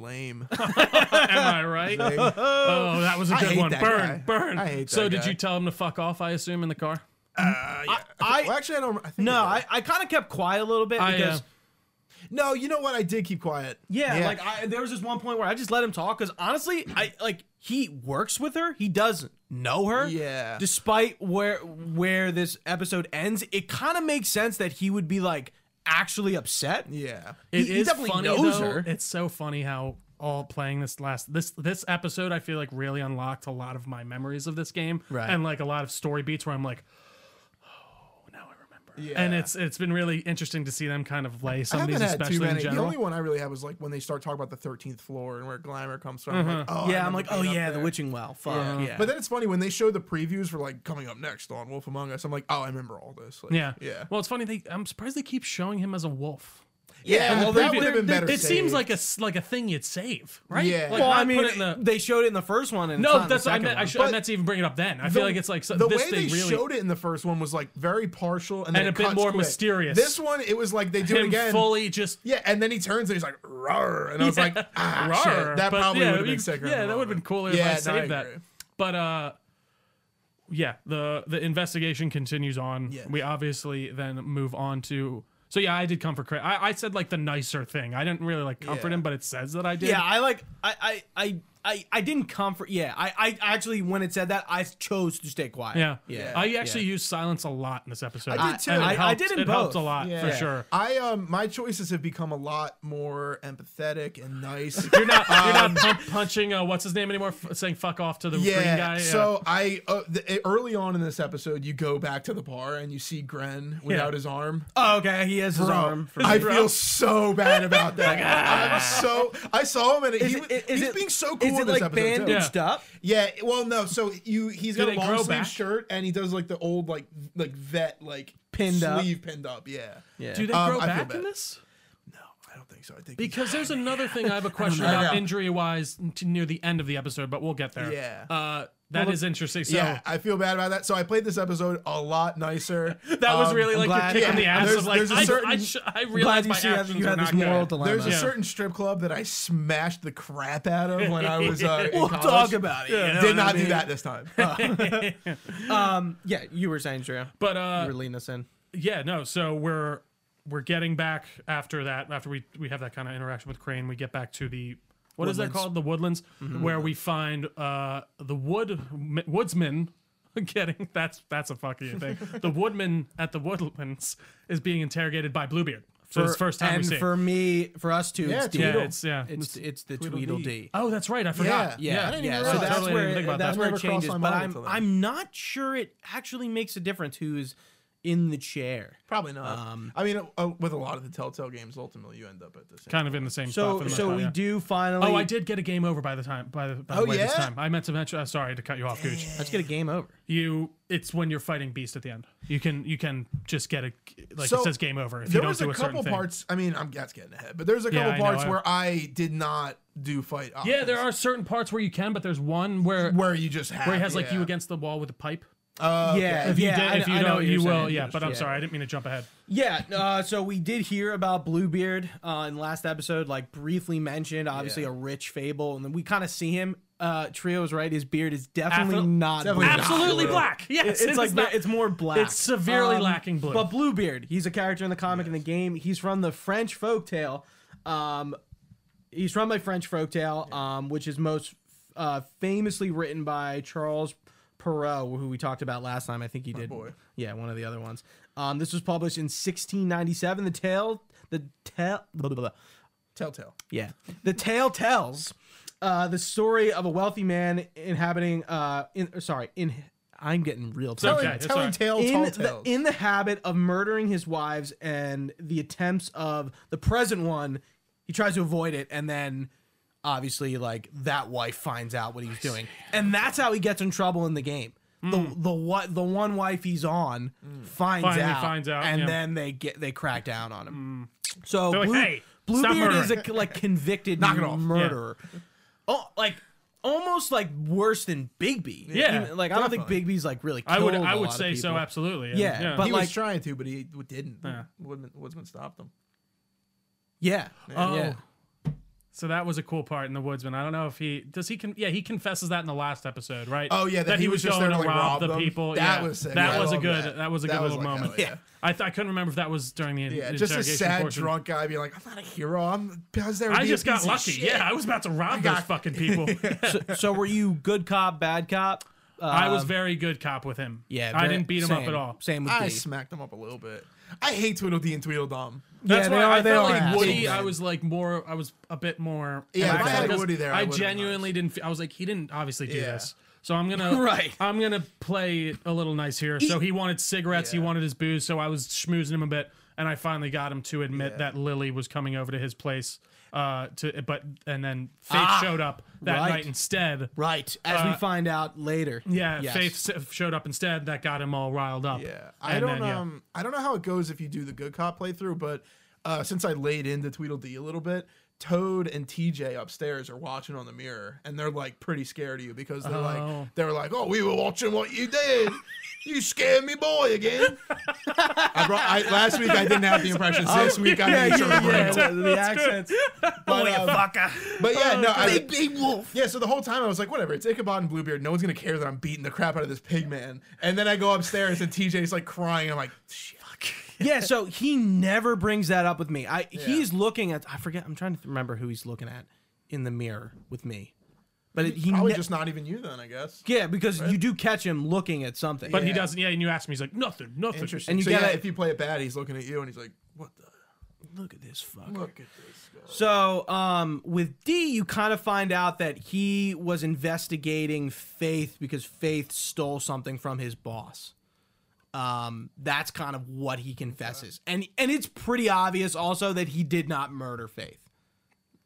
Speaker 1: <laughs>
Speaker 2: lame
Speaker 3: Am I right?
Speaker 1: Uh,
Speaker 3: oh, that was a
Speaker 2: I
Speaker 3: good
Speaker 2: hate
Speaker 3: one.
Speaker 2: that
Speaker 3: Burn,
Speaker 2: guy.
Speaker 3: burn.
Speaker 2: I hate
Speaker 3: so
Speaker 2: that
Speaker 3: did
Speaker 2: guy.
Speaker 3: you tell him to fuck off? I assume in the car.
Speaker 2: Uh, yeah.
Speaker 1: I-
Speaker 2: well, actually i don't I think
Speaker 1: no,
Speaker 2: I
Speaker 1: I, I kind of kept quiet a little bit
Speaker 3: I, uh,
Speaker 1: because
Speaker 2: did. no you know what i did keep quiet
Speaker 1: yeah, like I, there was this one point where I just let him talk because honestly, I like he works with her. He doesn't know her.
Speaker 2: Yeah.
Speaker 1: Despite where where this episode ends, it kind of makes sense that he would be like actually upset.
Speaker 2: yeah
Speaker 3: It is
Speaker 1: he definitely
Speaker 3: funny
Speaker 1: knows
Speaker 3: though.
Speaker 1: her.
Speaker 3: It's so funny how all playing this last this this episode I feel like really unlocked a lot of my memories of this game
Speaker 1: Right.
Speaker 3: and like a lot of story beats where I'm like oh now I remember
Speaker 2: Yeah.
Speaker 3: and it's it's been really interesting to see them kind of lay
Speaker 2: I
Speaker 3: some of
Speaker 2: haven't
Speaker 3: these
Speaker 2: had too
Speaker 3: especially in
Speaker 2: many. The
Speaker 3: general.
Speaker 2: only one I really had was like when they start talking about the 13th floor and where glamour comes from. I'm like, oh, I
Speaker 1: yeah, I'm
Speaker 2: remember
Speaker 1: like, oh
Speaker 2: being up
Speaker 1: yeah, the
Speaker 2: there.
Speaker 1: witching well. Fuck yeah.
Speaker 2: But then it's funny when they show the previews for like coming up next on Wolf Among Us. I'm like, oh, I remember all this. Like,
Speaker 3: yeah
Speaker 2: yeah,
Speaker 3: well it's funny they I'm surprised they keep showing him as a wolf
Speaker 2: yeah.
Speaker 1: well,
Speaker 2: that
Speaker 1: they-
Speaker 2: would have been
Speaker 1: they-
Speaker 2: better.
Speaker 3: it seems
Speaker 2: saved.
Speaker 3: like a s- like a thing you'd save right
Speaker 2: Yeah.
Speaker 3: like,
Speaker 1: well,
Speaker 3: not
Speaker 1: I mean,
Speaker 3: put it in the,
Speaker 1: they showed it in the first one, and it's not in
Speaker 3: no
Speaker 1: the
Speaker 3: that's what I
Speaker 1: second
Speaker 3: meant I,
Speaker 1: one.
Speaker 3: should, I
Speaker 2: But
Speaker 3: meant to even bring it up then I feel like it's like so,
Speaker 2: the
Speaker 3: this
Speaker 2: way they
Speaker 3: thing really
Speaker 2: showed it in the first one was like very partial and, then
Speaker 3: And a
Speaker 2: it
Speaker 3: bit
Speaker 2: cuts
Speaker 3: more
Speaker 2: quick.
Speaker 3: mysterious.
Speaker 2: This one, it was like they do it
Speaker 3: him
Speaker 2: again.
Speaker 3: fully just
Speaker 2: yeah, and then he turns and he's like, "Rawr," and I was like,
Speaker 3: <laughs>
Speaker 2: "Ah,
Speaker 3: Rawr.
Speaker 2: shit, that
Speaker 3: But
Speaker 2: probably
Speaker 3: yeah,
Speaker 2: would have
Speaker 3: you-
Speaker 2: been sicker." in
Speaker 3: Yeah,
Speaker 2: the
Speaker 3: that would have been
Speaker 2: moment.
Speaker 3: cooler
Speaker 2: Yeah,
Speaker 3: if I
Speaker 2: no, I
Speaker 3: saved that.
Speaker 2: agree.
Speaker 3: But uh, yeah, the the investigation continues on.
Speaker 2: Yeah.
Speaker 3: We obviously then move on to. So yeah, I did comfort Craig. I, I said like the nicer thing. I didn't really like comfort
Speaker 2: Yeah.
Speaker 3: him, but it says that I did.
Speaker 1: Yeah, I like I I I I, I didn't comfort. Yeah, I I actually when it said that I chose to stay quiet.
Speaker 3: yeah.
Speaker 1: yeah.
Speaker 3: I actually used silence a lot in this episode.
Speaker 2: I did, too.
Speaker 3: And it
Speaker 2: I- I
Speaker 3: helped-
Speaker 1: did in
Speaker 3: It helped a
Speaker 1: both.
Speaker 3: lot
Speaker 2: Yeah.
Speaker 3: for sure.
Speaker 2: I um, my choices have become a lot more empathetic and nice.
Speaker 3: <laughs> You're not you're
Speaker 2: Um,
Speaker 3: not pun- punching uh, what's his name anymore, f- saying fuck off to the green guy. yeah.
Speaker 2: So I uh, the, early on in this episode, you go back to the bar and you see Gren without
Speaker 3: Yeah.
Speaker 2: his arm.
Speaker 1: Oh, okay. He has his
Speaker 2: Bro,
Speaker 1: arm. for-
Speaker 2: I
Speaker 3: Bro.
Speaker 2: feel so bad about that. I'm so I saw him and he, was-
Speaker 1: it-
Speaker 2: he's
Speaker 1: it-
Speaker 2: being so
Speaker 1: Is
Speaker 2: cool in
Speaker 1: it
Speaker 2: this
Speaker 1: like
Speaker 2: episode. too.
Speaker 1: bandaged up?
Speaker 2: Yeah, well, no. So you, he's
Speaker 3: Do
Speaker 2: got a
Speaker 3: they
Speaker 2: long
Speaker 3: grow
Speaker 2: sleeve
Speaker 3: back?
Speaker 2: shirt, and he does like the old like v- like vet like
Speaker 1: Pinned up.
Speaker 2: sleeve pinned up. Yeah.
Speaker 1: Yeah.
Speaker 3: do they
Speaker 2: Um,
Speaker 3: grow
Speaker 2: I feel
Speaker 3: back
Speaker 2: bad.
Speaker 3: in this?
Speaker 2: No, I don't think so. I think he's-
Speaker 3: Because there's another thing I
Speaker 1: <laughs>
Speaker 3: have a question
Speaker 2: know.
Speaker 3: about
Speaker 2: Yeah.
Speaker 3: injury wise near the end of the episode, but we'll get there.
Speaker 2: Yeah.
Speaker 3: Uh, that is interesting. So
Speaker 2: yeah, I feel bad about that. So I played this episode a lot nicer.
Speaker 3: that was
Speaker 2: Um,
Speaker 3: really
Speaker 1: I'm
Speaker 3: like your
Speaker 1: glad-
Speaker 3: kick in the
Speaker 2: yeah,
Speaker 3: ass
Speaker 2: there's-
Speaker 3: of like,
Speaker 2: there's a
Speaker 3: I,
Speaker 2: certain-
Speaker 3: I, sh- I
Speaker 1: Glad
Speaker 3: realized
Speaker 1: you
Speaker 3: my
Speaker 1: see that
Speaker 3: actions
Speaker 1: you
Speaker 3: were
Speaker 1: had
Speaker 3: not
Speaker 1: this moral
Speaker 3: good.
Speaker 1: dilemma.
Speaker 2: There's a
Speaker 3: Yeah.
Speaker 2: certain strip club that I smashed the crap out of when I was
Speaker 3: <laughs>
Speaker 2: uh, in
Speaker 1: we'll
Speaker 2: college.
Speaker 1: talk about it. you know
Speaker 2: Did
Speaker 1: what I
Speaker 2: not do
Speaker 1: mean?
Speaker 2: that this time. Uh,
Speaker 1: Um, yeah, you were saying, Drew.
Speaker 3: But uh,
Speaker 1: you were leading us in.
Speaker 3: yeah no so we're we're getting back after that after we we have that kind of interaction with crane we get back to the what is that
Speaker 2: Woodlands.
Speaker 3: called the woodlands Mm-hmm. where we find uh the wood woodsman <laughs> getting that's that's a fucking
Speaker 1: <laughs>
Speaker 3: thing the woodman at the woodlands is being interrogated by bluebeard so it's the first time
Speaker 1: and
Speaker 3: we see it.
Speaker 1: for me, for us too,
Speaker 2: Yeah,
Speaker 1: it's
Speaker 2: it's
Speaker 1: Tweedle.
Speaker 3: yeah it's yeah
Speaker 1: it's,
Speaker 3: it's,
Speaker 1: it's the
Speaker 2: Tweedledee. Uh,
Speaker 1: Tweedledee.
Speaker 3: oh that's right i forgot
Speaker 1: Yeah,
Speaker 2: I didn't even
Speaker 1: yeah.
Speaker 2: realize.
Speaker 1: So
Speaker 2: I
Speaker 1: that's
Speaker 3: totally didn't
Speaker 1: where
Speaker 3: think about
Speaker 1: that's
Speaker 3: that.
Speaker 1: where it
Speaker 2: Never crossed
Speaker 1: changes.
Speaker 2: my
Speaker 1: But
Speaker 2: mind
Speaker 1: I'm
Speaker 2: until then.
Speaker 1: I'm not sure it actually makes a difference who's in the chair.
Speaker 2: Probably not.
Speaker 3: Um,
Speaker 2: I mean, uh, with a lot of the Telltale games, ultimately you end up at the same.
Speaker 3: kind of in the same spot for
Speaker 1: So
Speaker 3: the most
Speaker 1: so
Speaker 3: part,
Speaker 1: we
Speaker 3: yeah.
Speaker 1: do finally.
Speaker 3: oh i did get a game over by the time by the, by the
Speaker 2: Oh,
Speaker 3: way this
Speaker 2: yeah?
Speaker 3: time i meant to mention uh, sorry to cut you off gooch
Speaker 1: Let's get a game over.
Speaker 3: you it's when you're fighting beast at the end you can you can just get a like
Speaker 2: So,
Speaker 3: it says game over if you
Speaker 2: there
Speaker 3: don't
Speaker 2: was
Speaker 3: do
Speaker 2: a
Speaker 3: a certain
Speaker 2: couple
Speaker 3: thing
Speaker 2: parts. I mean, I'm that's getting ahead, but there's a
Speaker 3: Yeah,
Speaker 2: couple
Speaker 3: I know,
Speaker 2: parts
Speaker 3: I-
Speaker 2: where I did not do fight.
Speaker 3: yeah
Speaker 2: options.
Speaker 3: there are certain parts where you can but there's one where where,
Speaker 2: where you just have
Speaker 3: he has like you
Speaker 2: yeah.
Speaker 3: against the wall with a pipe
Speaker 2: Uh,
Speaker 1: Yeah,
Speaker 3: if you
Speaker 1: yeah,
Speaker 3: did
Speaker 1: I-
Speaker 3: if you
Speaker 1: I know
Speaker 3: don't
Speaker 1: what
Speaker 3: you
Speaker 1: you're
Speaker 3: will
Speaker 1: saying.
Speaker 3: yeah but i'm
Speaker 1: Yeah.
Speaker 3: sorry i didn't mean to jump ahead
Speaker 1: Yeah, uh, so we did hear about Bluebeard uh, in last episode, like briefly mentioned, obviously
Speaker 2: Yeah.
Speaker 1: a rich fable, and then we kind of see him. Uh, Trio's right; his beard is definitely
Speaker 3: Afro-
Speaker 1: not
Speaker 2: Definitely
Speaker 1: blue.
Speaker 2: not
Speaker 3: absolutely
Speaker 2: blue.
Speaker 3: black yes
Speaker 1: It's,
Speaker 3: it is
Speaker 1: like
Speaker 3: not-
Speaker 1: it's more black. Um,
Speaker 3: it's severely lacking blue.
Speaker 1: But Bluebeard, he's a character in the comic and the game. He's from the French folktale. Um, he's from a French folktale, um, which is most uh, famously written by Charles Perrault, who we talked about last time. I think he did.
Speaker 2: boy.
Speaker 1: Yeah, one of the other ones. Um, this was published in 1697. The tale, the tale, blah, blah, blah.
Speaker 2: Telltale.
Speaker 1: yeah, the tale tells uh, the story of a wealthy man inhabiting. Uh, in, sorry, in I'm getting real.
Speaker 3: okay.
Speaker 2: Telling-
Speaker 3: it's
Speaker 2: telling
Speaker 3: alright.
Speaker 2: tale,
Speaker 1: In
Speaker 2: tall
Speaker 1: the,
Speaker 2: tales.
Speaker 1: in the habit of murdering his wives and the attempts of the present one, he tries to avoid it, and then obviously, like that wife finds out what he's doing, and that's how he gets in trouble in the game. The the what the one wife he's on finds
Speaker 3: Hmm. Finally
Speaker 1: out,
Speaker 3: finds out,
Speaker 1: and
Speaker 3: yeah. Hmm.
Speaker 1: then they get they crack down on him. So
Speaker 3: They're like,
Speaker 1: Blue,
Speaker 3: "Hey, stop
Speaker 1: Bluebeard is a like
Speaker 3: <laughs>
Speaker 1: convicted
Speaker 2: Knock it off." Yeah.
Speaker 1: murderer. Oh, like. Almost like worse than Bigby.
Speaker 3: Yeah,
Speaker 1: Even- like I don't think Bigby's like really.
Speaker 3: i would
Speaker 1: killed a
Speaker 3: i would
Speaker 1: lot of
Speaker 3: say so
Speaker 1: people.
Speaker 3: absolutely and,
Speaker 1: Yeah, but
Speaker 2: he
Speaker 1: like,
Speaker 2: was trying to, but he didn't.
Speaker 3: Yeah.
Speaker 2: Woodman, Woodsman stopped him.
Speaker 1: yeah,
Speaker 3: oh
Speaker 1: yeah.
Speaker 3: so that was a cool part in the woodsman i don't know if he does he con- yeah he confesses that in the last episode right
Speaker 2: Oh, yeah, that he was just
Speaker 3: going
Speaker 2: there
Speaker 3: to
Speaker 2: to, like, rob
Speaker 3: the
Speaker 2: them.
Speaker 3: people
Speaker 2: That
Speaker 3: yeah.
Speaker 2: was sick.
Speaker 3: that
Speaker 2: Yeah, I
Speaker 3: was a
Speaker 2: love
Speaker 3: good
Speaker 2: that.
Speaker 3: that was a
Speaker 2: That
Speaker 3: good
Speaker 2: was
Speaker 3: little
Speaker 2: like,
Speaker 3: moment
Speaker 2: hell yeah.
Speaker 3: I, th- I couldn't remember if that was during the
Speaker 2: Yeah,
Speaker 3: interrogation
Speaker 2: just a sad
Speaker 3: portion.
Speaker 2: drunk guy being like, "I'm not a hero. I'm I was there." To
Speaker 3: I
Speaker 2: be
Speaker 3: just
Speaker 2: a
Speaker 3: got
Speaker 2: piece of
Speaker 3: lucky.
Speaker 2: shit."
Speaker 3: Yeah, I was about to rob those
Speaker 2: got-
Speaker 3: fucking people.
Speaker 2: <laughs>
Speaker 1: So, so were you good cop, bad cop? Uh,
Speaker 3: I was very good cop with him.
Speaker 1: yeah.
Speaker 3: I
Speaker 1: very-
Speaker 3: didn't beat him up
Speaker 1: same,
Speaker 3: at all.
Speaker 1: Same with
Speaker 2: I
Speaker 1: me.
Speaker 2: smacked him up a little bit. I hate Tweedledee and Tweedledum.
Speaker 3: That's
Speaker 1: Yeah, they
Speaker 3: why
Speaker 1: are-
Speaker 3: I
Speaker 1: they
Speaker 3: felt
Speaker 1: are
Speaker 3: like
Speaker 1: assholes,
Speaker 3: Woody.
Speaker 2: man.
Speaker 3: I was like more. I was a bit more.
Speaker 2: Yeah, if I had
Speaker 3: because
Speaker 2: Woody there, I
Speaker 3: I,
Speaker 2: would've been
Speaker 3: genuinely didn't. Fe- I was like, he didn't obviously do
Speaker 2: Yeah.
Speaker 3: this. So I'm gonna
Speaker 1: <laughs> Right.
Speaker 3: I'm gonna play a little nice here. So he wanted cigarettes. He
Speaker 2: Yeah.
Speaker 3: wanted his booze. So I was schmoozing him a bit, and I finally got him to admit that Lily was coming over to his place. Uh, to but and then Faith
Speaker 1: Ah,
Speaker 3: showed up that
Speaker 1: right.
Speaker 3: night instead.
Speaker 1: Right, as we find out later.
Speaker 3: Uh, Yeah,
Speaker 1: Yes.
Speaker 3: Faith s- showed up instead. That got him all riled up.
Speaker 2: Yeah, I
Speaker 3: And
Speaker 2: don't
Speaker 3: then, yeah.
Speaker 2: um, I don't know how it goes if you do the good cop playthrough, but uh, since I laid into Tweedledee a little bit, Toad and TJ upstairs are watching on the mirror, and they're like pretty scared of you because they're
Speaker 3: Oh.
Speaker 2: like they're like, "Oh, we were watching what you did." You scared me, boy,
Speaker 3: <laughs>
Speaker 2: again. I brought, I, last week I didn't have the impressions.
Speaker 3: Oh,
Speaker 2: This week I made sure to bring
Speaker 1: yeah,
Speaker 2: it.
Speaker 1: the, the accents.
Speaker 2: But, um, but yeah, no, I,
Speaker 1: big wolf.
Speaker 2: yeah, so the whole time I was like, whatever, it's Ichabod and Bluebeard. No one's gonna care that I'm beating the crap out of this pig man. And then I go upstairs and TJ's like crying. I'm like, shit.
Speaker 1: Yeah, so he never brings that up with me. I he's looking at. I forget. I'm trying to remember who he's looking at in the mirror with me. But it, he
Speaker 2: Probably
Speaker 1: ne-
Speaker 2: just not even you then, I guess.
Speaker 1: yeah, because you do catch him looking at something.
Speaker 3: But he
Speaker 2: Yeah.
Speaker 3: doesn't. Yeah, and you asked him. He's like, nothing, nothing.
Speaker 2: Interesting.
Speaker 1: And you
Speaker 2: so yeah,
Speaker 1: gotta-
Speaker 2: if you play it bad, he's looking at you and he's like, what the
Speaker 1: look at this fucker.
Speaker 2: look at this
Speaker 1: So, um, with D, you kind of find out that he was investigating Faith because Faith stole something from his boss. Um, that's kind of what he confesses, and and it's pretty obvious also that he did not murder Faith.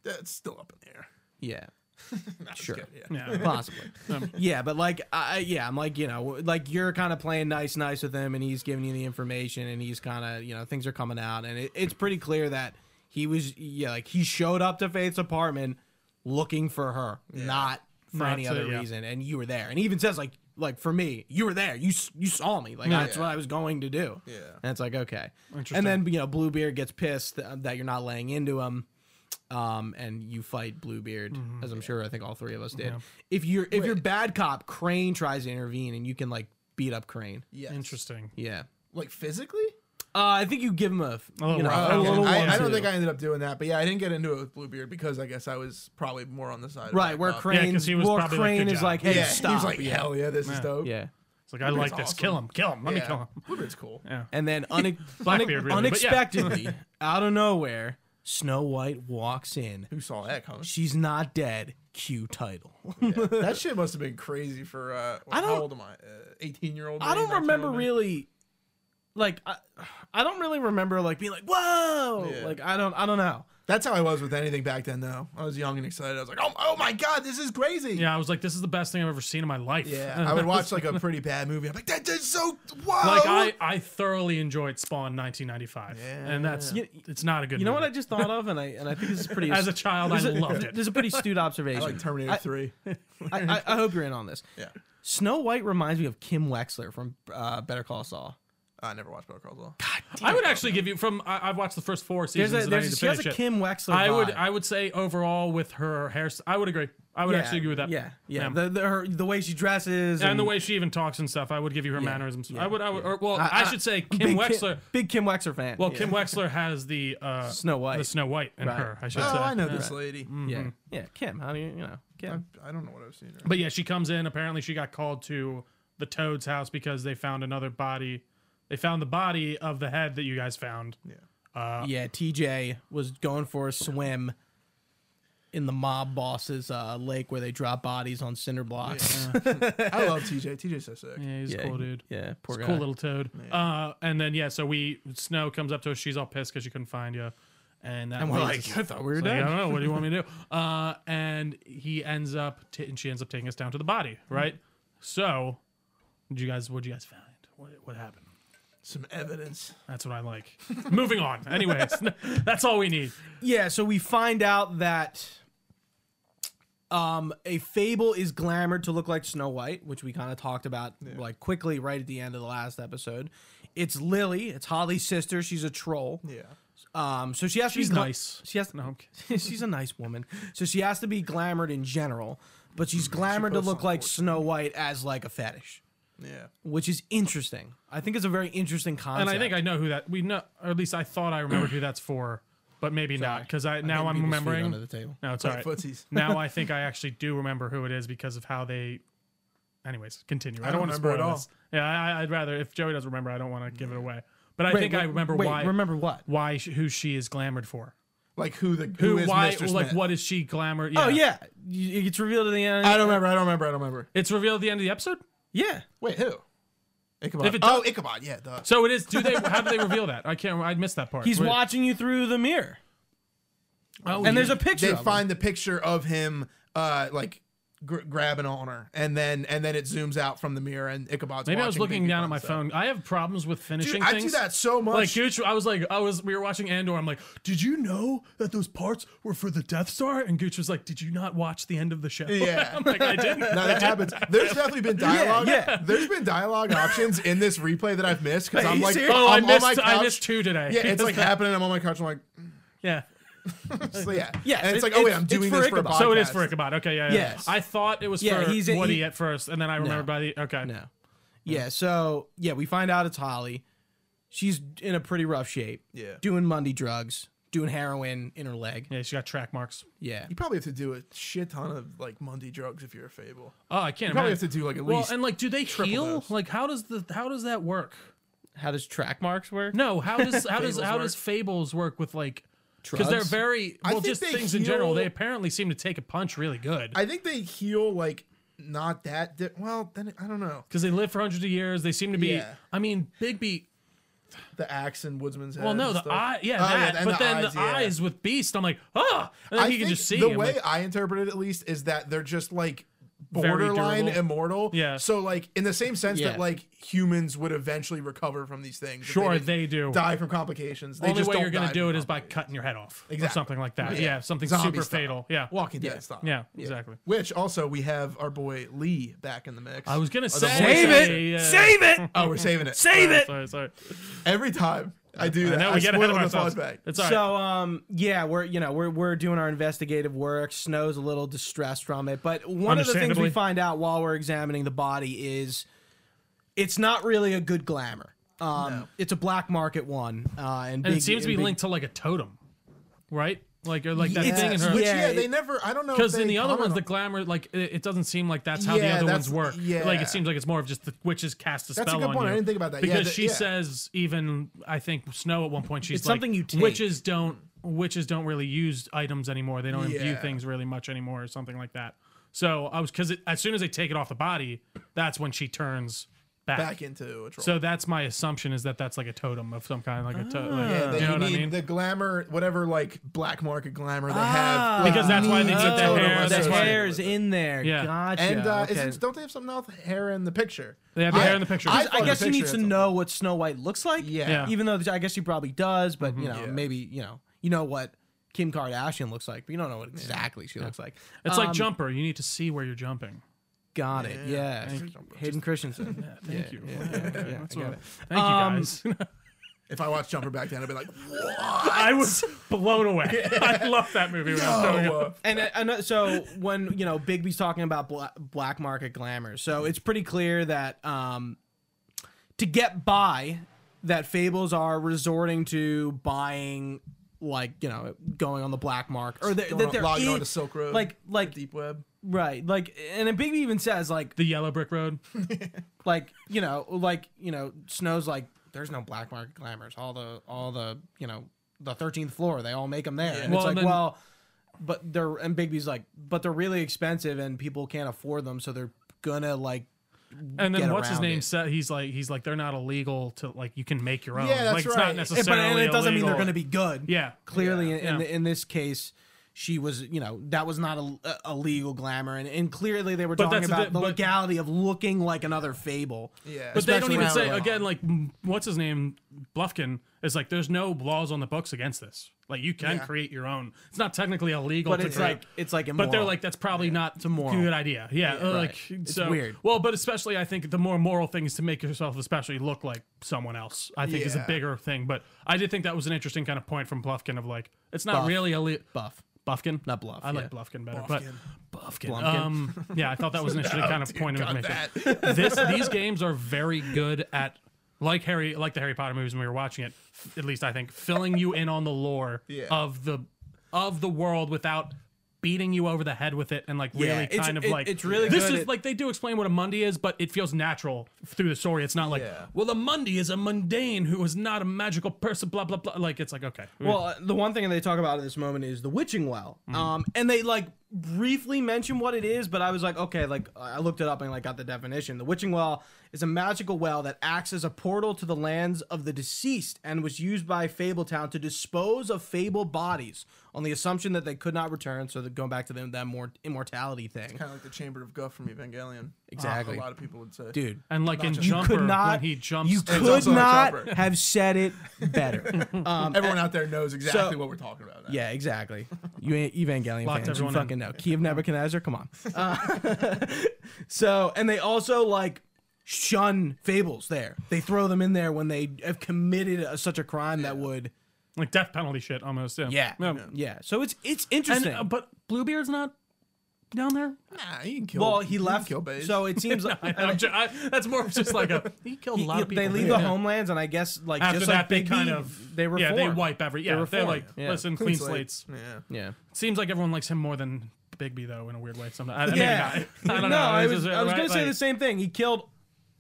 Speaker 2: guy? That's still up in the air.
Speaker 1: Yeah, sure,
Speaker 2: Yeah.
Speaker 3: Yeah.
Speaker 1: <laughs> possibly. yeah, but like, I, I- yeah, I'm like, you know, like you're kind of playing nice, nice with him, and he's giving you the information, and he's kind of, you know, things are coming out, and it, it's pretty clear that He was yeah, like he showed up to Faith's apartment looking for her, not for
Speaker 3: Not
Speaker 1: any
Speaker 3: to-
Speaker 1: other
Speaker 3: yeah.
Speaker 1: reason. And you were there. And he even says like like for me, you were there. You s- you saw me. Like that's what I was going to do.
Speaker 2: Yeah.
Speaker 1: And it's like okay.
Speaker 3: Interesting.
Speaker 1: And then you know Bluebeard gets pissed th- that you're not laying into him. Um, and you fight Bluebeard,
Speaker 3: Mm-hmm.
Speaker 1: as I'm sure I think all three of us did. If you're if you're bad cop, Crane tries to intervene, and you can like beat up Crane.
Speaker 2: Yes.
Speaker 3: Interesting.
Speaker 1: Yeah,
Speaker 2: Like physically?
Speaker 1: Uh, I think you give him a, f-
Speaker 3: A little
Speaker 1: you know,
Speaker 3: rough.
Speaker 1: a
Speaker 3: Okay.
Speaker 1: little
Speaker 2: Uh, I,
Speaker 1: one
Speaker 2: I don't
Speaker 1: too.
Speaker 2: think I ended up doing that, but yeah, I didn't get into it with Bluebeard because I guess I was probably more on the side. of
Speaker 1: right
Speaker 2: Black
Speaker 1: where
Speaker 2: Hawk.
Speaker 1: Crane,
Speaker 3: 'cause he was
Speaker 1: where
Speaker 3: probably like,
Speaker 1: Crane
Speaker 3: good
Speaker 1: is
Speaker 3: job.
Speaker 1: like, hey,
Speaker 2: yeah,
Speaker 1: stop.
Speaker 2: he was like,
Speaker 1: yeah.
Speaker 2: hell yeah, this is dope.
Speaker 1: yeah.
Speaker 3: It's like I like this.
Speaker 2: awesome.
Speaker 3: Kill him. Kill him. Let me
Speaker 2: Yeah.
Speaker 3: kill him.
Speaker 2: Bluebeard's cool.
Speaker 3: Yeah.
Speaker 1: And then une-
Speaker 3: <laughs> Blackbeard, really, but yeah. <laughs>
Speaker 1: unexpectedly, out of nowhere, Snow White walks in.
Speaker 2: Who saw that <laughs> coming?
Speaker 1: She's not dead. Cue title.
Speaker 2: that shit must have been crazy for uh
Speaker 1: I
Speaker 2: how
Speaker 1: don't-
Speaker 2: old am I? Uh, 18 year old.
Speaker 1: I don't remember really, like, I, I don't really remember like being like, whoa,
Speaker 2: Yeah.
Speaker 1: like I don't, I don't know.
Speaker 2: That's how I was with anything back then though. I was young and excited. I was like, "Oh, oh my god, this is crazy."
Speaker 3: Yeah, I was like, this is the best thing I've ever seen in my life. <laughs>
Speaker 2: Yeah, I would watch like a pretty bad movie. I'm like, "That is so wow."
Speaker 3: Like I, I thoroughly enjoyed Spawn 1995, and that's
Speaker 1: Yeah.
Speaker 3: it's not a good.
Speaker 1: You know what I
Speaker 3: movie.
Speaker 1: just thought of, and I and I think this is pretty.
Speaker 3: <laughs> As a child, I
Speaker 1: this is a-
Speaker 3: loved
Speaker 1: <laughs>
Speaker 3: it.
Speaker 1: This is a pretty
Speaker 3: <laughs>
Speaker 1: astute
Speaker 2: I
Speaker 1: observation.
Speaker 2: like Terminator
Speaker 1: I-
Speaker 2: 3.
Speaker 1: I, I, I hope you're in on this.
Speaker 2: yeah.
Speaker 1: Snow White reminds me of Kim Wexler from uh, Better Call Saul.
Speaker 2: I never watched Better Call Saul.
Speaker 3: I would actually give you from. I, I've watched the first four seasons.
Speaker 1: There's a,
Speaker 3: and I
Speaker 1: there's
Speaker 3: need
Speaker 1: a,
Speaker 3: to
Speaker 1: she has a
Speaker 3: finish it.
Speaker 1: Kim Wexler.
Speaker 3: I would,
Speaker 1: vibe.
Speaker 3: I would say overall with her hair, I would agree. I would
Speaker 1: Yeah,
Speaker 3: actually agree with that.
Speaker 1: Yeah, yeah.
Speaker 3: Yeah.
Speaker 1: The, the, her, the way she dresses
Speaker 3: And the way she even talks and stuff, I would give you her mannerisms. I would, I would, or, well, I,
Speaker 1: I- I-
Speaker 3: should say
Speaker 1: big
Speaker 3: Kim Wexler.
Speaker 1: big Kim Wexler fan.
Speaker 3: well,
Speaker 1: yeah.
Speaker 3: Kim Wexler has the uh,
Speaker 1: Snow White.
Speaker 3: the Snow White in
Speaker 1: Right.
Speaker 3: her. I should
Speaker 2: Oh,
Speaker 3: say.
Speaker 2: I know this lady.
Speaker 1: yeah, Mm. Mm-hmm. yeah. Kim, how do you you know Kim?
Speaker 2: I don't know what I've seen her.
Speaker 3: But yeah, she comes in. Apparently, she got called to the Toad's house because they found another body. They found the body of the head that you guys found.
Speaker 2: Yeah.
Speaker 3: Uh,
Speaker 1: yeah, TJ was going for a swim in the mob boss's uh, lake where they drop bodies on cinder blocks.
Speaker 2: I love TJ. TJ's so sick.
Speaker 3: Yeah, he's a cool dude.
Speaker 1: <laughs> Yeah, poor guy.
Speaker 3: Cool little toad. Uh, and then yeah, so we Snow comes up to us. She's all pissed because she couldn't find you. And, that
Speaker 1: And we're
Speaker 3: leads
Speaker 1: like,
Speaker 3: us-
Speaker 1: "I thought we were
Speaker 3: it's like,
Speaker 1: dead."
Speaker 3: I don't know. What do you want
Speaker 1: <laughs>
Speaker 3: me to do? Uh, and he ends up, ta- and she ends up taking us down to the body,
Speaker 1: Hmm.
Speaker 3: right? So, did you guys? What did you guys find? What, what happened?
Speaker 2: Some evidence.
Speaker 3: That's what I like.
Speaker 1: <laughs>
Speaker 3: Moving on. Anyways, <laughs> that's all we need.
Speaker 1: Yeah, so we find out that um a fable is glamored to look like Snow White, which we kind of talked about like quickly right at the end of the last episode. It's Lily, it's Holly's sister, she's a troll.
Speaker 2: Yeah.
Speaker 1: Um so she has
Speaker 3: She's
Speaker 1: to be gla-
Speaker 3: nice.
Speaker 1: She has
Speaker 3: No,
Speaker 1: <laughs>
Speaker 3: I'm
Speaker 1: she's a nice woman. So she has to be glamored in general, but she's
Speaker 3: Hmm.
Speaker 1: glamored to
Speaker 2: puts
Speaker 1: look
Speaker 2: on
Speaker 1: like
Speaker 2: fortune.
Speaker 1: Snow White as like a fetish,
Speaker 2: Yeah.
Speaker 1: which is interesting. I think it's a very interesting concept.
Speaker 3: and I think I know who that we know, or at least I thought I remembered who that's for, but maybe not because I now I am remembering.
Speaker 1: under the table.
Speaker 3: No, it's all
Speaker 2: <laughs>
Speaker 3: right.
Speaker 2: Footsies.
Speaker 3: now I think I actually do remember who it is because of how they. Anyways, continue. I,
Speaker 2: don't
Speaker 3: don't want to
Speaker 2: remember
Speaker 3: spoil
Speaker 2: at all.
Speaker 3: this. Yeah, I, I'd rather if Joey doesn't remember, I don't want to give it away. But I
Speaker 1: Wait,
Speaker 3: think I
Speaker 1: wait,
Speaker 3: remember
Speaker 1: wait,
Speaker 3: why
Speaker 1: Remember what?
Speaker 3: why sh- who she is glamored for.
Speaker 2: Like who the
Speaker 3: Who,
Speaker 2: who is
Speaker 3: why
Speaker 2: Mr.
Speaker 3: like
Speaker 2: Smith.
Speaker 3: what is she glamored?
Speaker 1: Oh yeah, Y- it gets revealed at the end.
Speaker 2: I don't remember. I don't remember. I don't remember.
Speaker 3: it's revealed at the end of the episode.
Speaker 1: Yeah,
Speaker 2: Wait, who? Ichabod.
Speaker 3: If it
Speaker 2: oh, Ichabod. Yeah. Duh.
Speaker 3: So it is. Do they? How do they reveal that? I can't. I missed that part.
Speaker 1: he's
Speaker 3: Wait.
Speaker 1: watching you through the mirror,
Speaker 3: Oh,
Speaker 1: and there's
Speaker 3: yeah.
Speaker 1: a picture.
Speaker 2: They
Speaker 1: of him.
Speaker 2: find the picture of him, uh, like gr- grabbing on her, and then and then it zooms out from the mirror, and Ichabod's.
Speaker 3: Maybe I was
Speaker 2: watching
Speaker 3: looking
Speaker 2: Baby
Speaker 3: down at my
Speaker 2: Bonsai.
Speaker 3: phone. I have problems with finishing
Speaker 2: Dude, I
Speaker 3: things.
Speaker 2: do that so much.
Speaker 3: <laughs> Like Gooch, I was like, I was. We were watching Andor. I'm like, did you know that those parts were for the Death Star? And Gooch was like, did you not watch the end of the show?
Speaker 2: Yeah.
Speaker 3: <laughs> I'm like, I didn't.
Speaker 2: No, that happens. There's definitely been dialogue.
Speaker 1: yeah.
Speaker 2: There's been dialogue options in this replay that I've missed because
Speaker 1: Wait,
Speaker 2: I'm
Speaker 1: you
Speaker 2: like,
Speaker 1: serious?
Speaker 3: <laughs> oh, I
Speaker 2: I'm on
Speaker 3: missed.
Speaker 2: my couch.
Speaker 3: I missed two today.
Speaker 2: <laughs> Yeah, it's
Speaker 3: <laughs>
Speaker 2: like happening. I'm on my couch. I'm like, <laughs>
Speaker 3: yeah.
Speaker 2: so yeah,
Speaker 1: Yes,
Speaker 2: And it's
Speaker 1: it-
Speaker 2: like, oh wait,
Speaker 1: it's-
Speaker 2: I'm
Speaker 1: it's
Speaker 2: doing
Speaker 1: for
Speaker 2: this for a
Speaker 1: Ichabod.
Speaker 2: podcast.
Speaker 3: So it is for Ichabod. Okay, yeah, yeah.
Speaker 1: Yes.
Speaker 3: I thought it was
Speaker 1: Yeah,
Speaker 3: for
Speaker 1: he's a-
Speaker 3: Woody
Speaker 1: he-
Speaker 3: at first, and then I remember by the okay.
Speaker 1: No. Yeah, so yeah, we find out it's Holly. She's in a pretty rough shape.
Speaker 2: Yeah.
Speaker 1: doing Monday drugs, doing heroin in her leg.
Speaker 3: Yeah, she got track marks.
Speaker 1: Yeah,
Speaker 2: You probably have to do a shit ton of like Monday drugs if you're a fable.
Speaker 3: Oh, I can't.
Speaker 2: You probably have
Speaker 3: imagine.
Speaker 2: to do like at
Speaker 3: well,
Speaker 2: least.
Speaker 3: and like, do they heal?
Speaker 2: those.
Speaker 3: Like, how does the how does that work?
Speaker 1: how does track marks work?
Speaker 3: No,
Speaker 2: <laughs>
Speaker 3: how does how does
Speaker 2: Fables
Speaker 3: how
Speaker 2: work.
Speaker 3: does fables work with like because they're
Speaker 1: Drugs?
Speaker 3: very
Speaker 2: I
Speaker 3: well
Speaker 2: think
Speaker 3: just
Speaker 2: they
Speaker 3: things in general.
Speaker 2: heal-
Speaker 3: They apparently seem to take a punch really good
Speaker 2: I think they heal like not that. Di- well, then it- I don't know.
Speaker 3: because they live for hundreds of years. They seem to be.
Speaker 2: Yeah.
Speaker 3: I mean, Bigby.
Speaker 2: The axe in Woodsman's head.
Speaker 3: Well, no,
Speaker 2: and
Speaker 3: the
Speaker 2: stuff.
Speaker 3: eye. Yeah,
Speaker 2: Oh,
Speaker 3: that.
Speaker 2: and
Speaker 3: but then the
Speaker 2: yeah.
Speaker 3: eyes with Beast. I'm like, ah, and then
Speaker 2: I
Speaker 3: he can
Speaker 2: think
Speaker 3: just see.
Speaker 2: The
Speaker 3: him,
Speaker 2: way
Speaker 3: like-
Speaker 2: I interpret it, at least, is that they're just like
Speaker 3: Very
Speaker 2: borderline
Speaker 3: durable.
Speaker 2: immortal.
Speaker 3: Yeah.
Speaker 2: So like in the same sense
Speaker 1: Yeah.
Speaker 2: that like humans would eventually recover from these things. if
Speaker 3: Sure,
Speaker 2: didn't
Speaker 3: they do.
Speaker 2: die from complications. They
Speaker 3: only
Speaker 2: just
Speaker 3: way
Speaker 2: don't
Speaker 3: you're gonna
Speaker 2: die
Speaker 3: do
Speaker 2: from
Speaker 3: it is by
Speaker 2: complications.
Speaker 3: cutting your head off or
Speaker 2: Exactly.
Speaker 3: something like that. Yeah, something
Speaker 2: Zombie
Speaker 3: super
Speaker 2: style.
Speaker 3: fatal. Yeah.
Speaker 2: Walking Dead style.
Speaker 3: Yeah, exactly.
Speaker 2: Which also we have our boy Lee back in the mix.
Speaker 3: I was gonna say
Speaker 1: Save
Speaker 3: yeah.
Speaker 1: it! Save
Speaker 3: <laughs>
Speaker 1: it!
Speaker 2: Oh, we're saving it.
Speaker 1: Save it!
Speaker 3: uh, Sorry, sorry.
Speaker 2: Every time I do that,
Speaker 3: Now
Speaker 2: I
Speaker 3: we get ahead
Speaker 2: spoil
Speaker 3: of
Speaker 2: the
Speaker 3: ourselves.
Speaker 2: flashback.
Speaker 3: It's all right.
Speaker 1: So um yeah, we're you know, we're we're doing our investigative work. Snow's a little distressed from it, but one of the things we
Speaker 3: Understandably.
Speaker 1: find out while we're examining the body is it's not really a good glamour. Um it's a black market one. Uh and,
Speaker 3: and
Speaker 1: big-
Speaker 3: it seems to be
Speaker 1: big-
Speaker 3: linked to like a totem, right? Like or like that
Speaker 1: Yeah,
Speaker 3: thing in her.
Speaker 2: Which,
Speaker 1: Yeah,
Speaker 2: yeah,
Speaker 1: it-
Speaker 2: they never. I don't know. if
Speaker 3: Because in
Speaker 2: they
Speaker 3: the other
Speaker 2: comment
Speaker 3: ones, the
Speaker 2: on-
Speaker 3: glamour, like it, it doesn't seem like that's how
Speaker 2: Yeah,
Speaker 3: the other ones
Speaker 2: that's-
Speaker 3: work.
Speaker 2: yeah.
Speaker 3: Like it seems like it's more of just the witches cast a
Speaker 2: That's a
Speaker 3: spell
Speaker 2: good
Speaker 3: on
Speaker 2: point. I
Speaker 3: you.
Speaker 2: didn't think about that. Yeah,
Speaker 3: Because
Speaker 2: the-
Speaker 3: she
Speaker 2: yeah.
Speaker 3: says even I think Snow at one point she's
Speaker 1: It's
Speaker 3: like
Speaker 1: something you take.
Speaker 3: witches don't witches don't really use items anymore. They don't imbue
Speaker 2: Yeah.
Speaker 3: things really much anymore or something like that. So I was because as soon as they take it off the body, that's when she turns back.
Speaker 2: back into a troll.
Speaker 3: so that's my assumption is that that's like a totem of some kind, like a totem. like,
Speaker 2: Ah. Yeah, they
Speaker 3: uh, you know what I
Speaker 2: need
Speaker 3: mean?
Speaker 2: the glamour, whatever like black market glamour they
Speaker 1: Ah.
Speaker 2: have. like,
Speaker 3: Because that's why they
Speaker 2: needs
Speaker 3: get
Speaker 2: a
Speaker 3: the
Speaker 2: totem
Speaker 3: hair,
Speaker 1: The
Speaker 3: that's why-
Speaker 2: associated
Speaker 1: hair's
Speaker 2: with it.
Speaker 1: in there.
Speaker 3: Yeah.
Speaker 1: Gotcha.
Speaker 2: And uh,
Speaker 1: okay.
Speaker 2: isn't, don't they have something else? Hair in the picture.
Speaker 3: They have
Speaker 2: I-
Speaker 3: hair in the picture.
Speaker 2: I,
Speaker 3: I
Speaker 1: I
Speaker 2: thought
Speaker 1: guess
Speaker 2: the
Speaker 1: she
Speaker 2: picture
Speaker 1: needs to
Speaker 2: had
Speaker 1: know what Snow White looks like.
Speaker 2: Yeah. Mm-hmm.
Speaker 3: Yeah.
Speaker 1: Even though I guess she probably does, but you know,
Speaker 2: Yeah.
Speaker 1: maybe you know, you know what Kim Kardashian looks like, but you don't know what exactly she looks like.
Speaker 3: It's
Speaker 1: Um,
Speaker 3: like jumper. You need to see where you're jumping.
Speaker 1: Got it. Yeah.
Speaker 3: Thank
Speaker 1: Hayden
Speaker 3: <laughs>
Speaker 1: Christensen.
Speaker 3: Thank you.
Speaker 1: That's what-
Speaker 3: Thank
Speaker 1: Um,
Speaker 3: you guys. <laughs>
Speaker 2: something. If I watched Jumper back then, I'd be like,
Speaker 3: I was blown
Speaker 1: <laughs>
Speaker 3: away. I loved that movie. When I was growing
Speaker 2: No.
Speaker 3: up.
Speaker 1: and, uh, and uh, so when you know Bigby's talking about bla- black market glamour, so it's pretty clear that um, to get by, that fables are resorting to buying, like you know, going on the black market, or that,
Speaker 2: going
Speaker 1: that
Speaker 2: on-
Speaker 1: they're
Speaker 2: logging
Speaker 1: in-
Speaker 2: onto Silk Road,
Speaker 1: like like
Speaker 2: deep web.
Speaker 1: right, like and then Bigby even says like
Speaker 3: The Yellow Brick Road.
Speaker 1: like you know like you know Snow's like there's no black market glamours, all the all the you know the 13th floor, they all make them there, and
Speaker 3: Well,
Speaker 1: it's like
Speaker 3: and then-
Speaker 1: well but they're and Bigby's like, but they're really expensive and people can't afford them, so they're gonna like eh,
Speaker 3: And
Speaker 1: Get
Speaker 3: then what's his
Speaker 1: around
Speaker 3: name
Speaker 1: it.
Speaker 3: said? He's like, he's like, they're not illegal to like. You can make your own.
Speaker 2: Yeah, that's
Speaker 3: like, it's
Speaker 2: right.
Speaker 3: not
Speaker 2: And- but-
Speaker 1: but
Speaker 3: necessarily.
Speaker 1: and it doesn't mean they're
Speaker 3: illegal.
Speaker 1: gonna be good.
Speaker 3: Yeah.
Speaker 1: Clearly in in,
Speaker 3: Yeah.
Speaker 1: in this case she was, you know, that was not a, a- a legal glamour, and, and clearly they were
Speaker 3: But
Speaker 1: talking
Speaker 3: that's the
Speaker 1: about
Speaker 3: di-
Speaker 1: the
Speaker 3: but-
Speaker 1: legality of looking like another fable.
Speaker 2: Yeah.
Speaker 3: But they don't
Speaker 1: especially
Speaker 3: even
Speaker 1: now
Speaker 3: say
Speaker 1: we're
Speaker 3: again. Like, m- what's his name? Bluffkin is like, there's no laws on the books against this. Like, you can
Speaker 2: Yeah.
Speaker 3: create your own. It's not technically illegal.
Speaker 1: But
Speaker 3: to
Speaker 1: it's
Speaker 3: create-
Speaker 1: like it's like immoral.
Speaker 3: But they're like, that's probably not a
Speaker 1: moral.
Speaker 3: good idea. Yeah, uh, like
Speaker 1: It's
Speaker 3: so
Speaker 1: weird.
Speaker 3: Well, but especially I think the more moral thing is to make yourself especially look like someone else. I think is a
Speaker 2: Yeah.
Speaker 3: bigger thing. But I did think that was an interesting kind of point from Bluffkin of like, it's not
Speaker 1: Buff.
Speaker 3: really elite.
Speaker 1: buff.
Speaker 3: Buffkin,
Speaker 1: Not Bluff,
Speaker 3: I
Speaker 1: yeah.
Speaker 3: like Bluffkin better, but Buffkin.
Speaker 1: Blumpkin.
Speaker 3: Um, yeah, I thought that was an
Speaker 2: <laughs>
Speaker 3: interesting kind of point of
Speaker 2: Oh, got
Speaker 3: information
Speaker 1: <laughs>
Speaker 3: this these games are very good at like Harry like the Harry Potter movies when we were watching it f- at least I think filling you in on the lore
Speaker 2: Yeah.
Speaker 3: of the of the world without beating you over the head with it and like
Speaker 1: Yeah,
Speaker 3: really
Speaker 1: it's-
Speaker 3: kind of
Speaker 1: it-
Speaker 3: like
Speaker 1: it's really
Speaker 3: this
Speaker 1: good
Speaker 3: is
Speaker 1: at-
Speaker 3: like they do explain what a Mundi is but it feels natural through the story it's not like
Speaker 2: Yeah.
Speaker 3: well the Mundi is a mundane who is not a magical person blah blah blah like it's like okay
Speaker 1: Well, uh, the one thing they talk about at this moment is the witching well.
Speaker 2: Mm-hmm.
Speaker 1: Um, and they like briefly mention what it is, but I was like, okay, like I looked it up and like got the definition. The witching well is a magical well that acts as a portal to the lands of the deceased and was used by Fabletown to dispose of fable bodies on the assumption that they could not return. So that going back to them that more immortality thing,
Speaker 2: Kind of like the Chamber of Guff from Evangelion.
Speaker 1: Exactly.
Speaker 2: A lot of people would say.
Speaker 1: dude.
Speaker 3: and like in
Speaker 2: you
Speaker 1: You
Speaker 3: Jumper
Speaker 1: could not.
Speaker 3: when he jumps
Speaker 1: you
Speaker 3: to-
Speaker 1: could
Speaker 2: also a
Speaker 1: not
Speaker 2: chopper.
Speaker 1: have said it
Speaker 2: <laughs>
Speaker 1: better. um,
Speaker 2: Everyone out there knows exactly what we're talking about. now.
Speaker 1: Yeah, exactly. You ain't Evangelion
Speaker 3: Locked
Speaker 1: fans. You
Speaker 3: everyone in.
Speaker 1: fucking know. Key of Nebuchadnezzar. Come on. <laughs> Uh, so, and they also like shun fables. There, they throw them in there when they have committed a, such a crime that would.
Speaker 3: like death penalty shit almost yeah
Speaker 1: Yeah.
Speaker 3: yeah.
Speaker 1: Yeah. So it's it's
Speaker 3: And,
Speaker 1: interesting.
Speaker 3: uh, but Bluebeard's not down there
Speaker 2: Nah, you can kill.
Speaker 1: well,
Speaker 2: you
Speaker 1: he
Speaker 2: can
Speaker 1: left.
Speaker 2: Kill Baze.
Speaker 1: So it seems like.
Speaker 3: <laughs> I, am ju- I, that's more of just like a <laughs> he killed a lot of people.
Speaker 1: they leave
Speaker 3: Yeah.
Speaker 1: the homelands, and I guess like
Speaker 3: After
Speaker 1: just
Speaker 3: that,
Speaker 1: like
Speaker 3: they
Speaker 1: Big
Speaker 3: kind
Speaker 1: B,
Speaker 3: of
Speaker 1: they reform.
Speaker 3: yeah they wipe every yeah they are
Speaker 1: reform.
Speaker 3: like
Speaker 1: Yeah.
Speaker 3: listen clean, slates.
Speaker 2: Yeah.
Speaker 1: Yeah.
Speaker 3: Seems like everyone likes him more than Bigby though in a weird way. Sometimes I,
Speaker 1: Yeah.
Speaker 3: yeah,
Speaker 1: <laughs>
Speaker 3: I don't
Speaker 1: no,
Speaker 3: know.
Speaker 1: I
Speaker 3: It's
Speaker 1: was,
Speaker 3: just,
Speaker 1: I was
Speaker 3: right,
Speaker 1: gonna say
Speaker 3: like-
Speaker 1: the same thing. He killed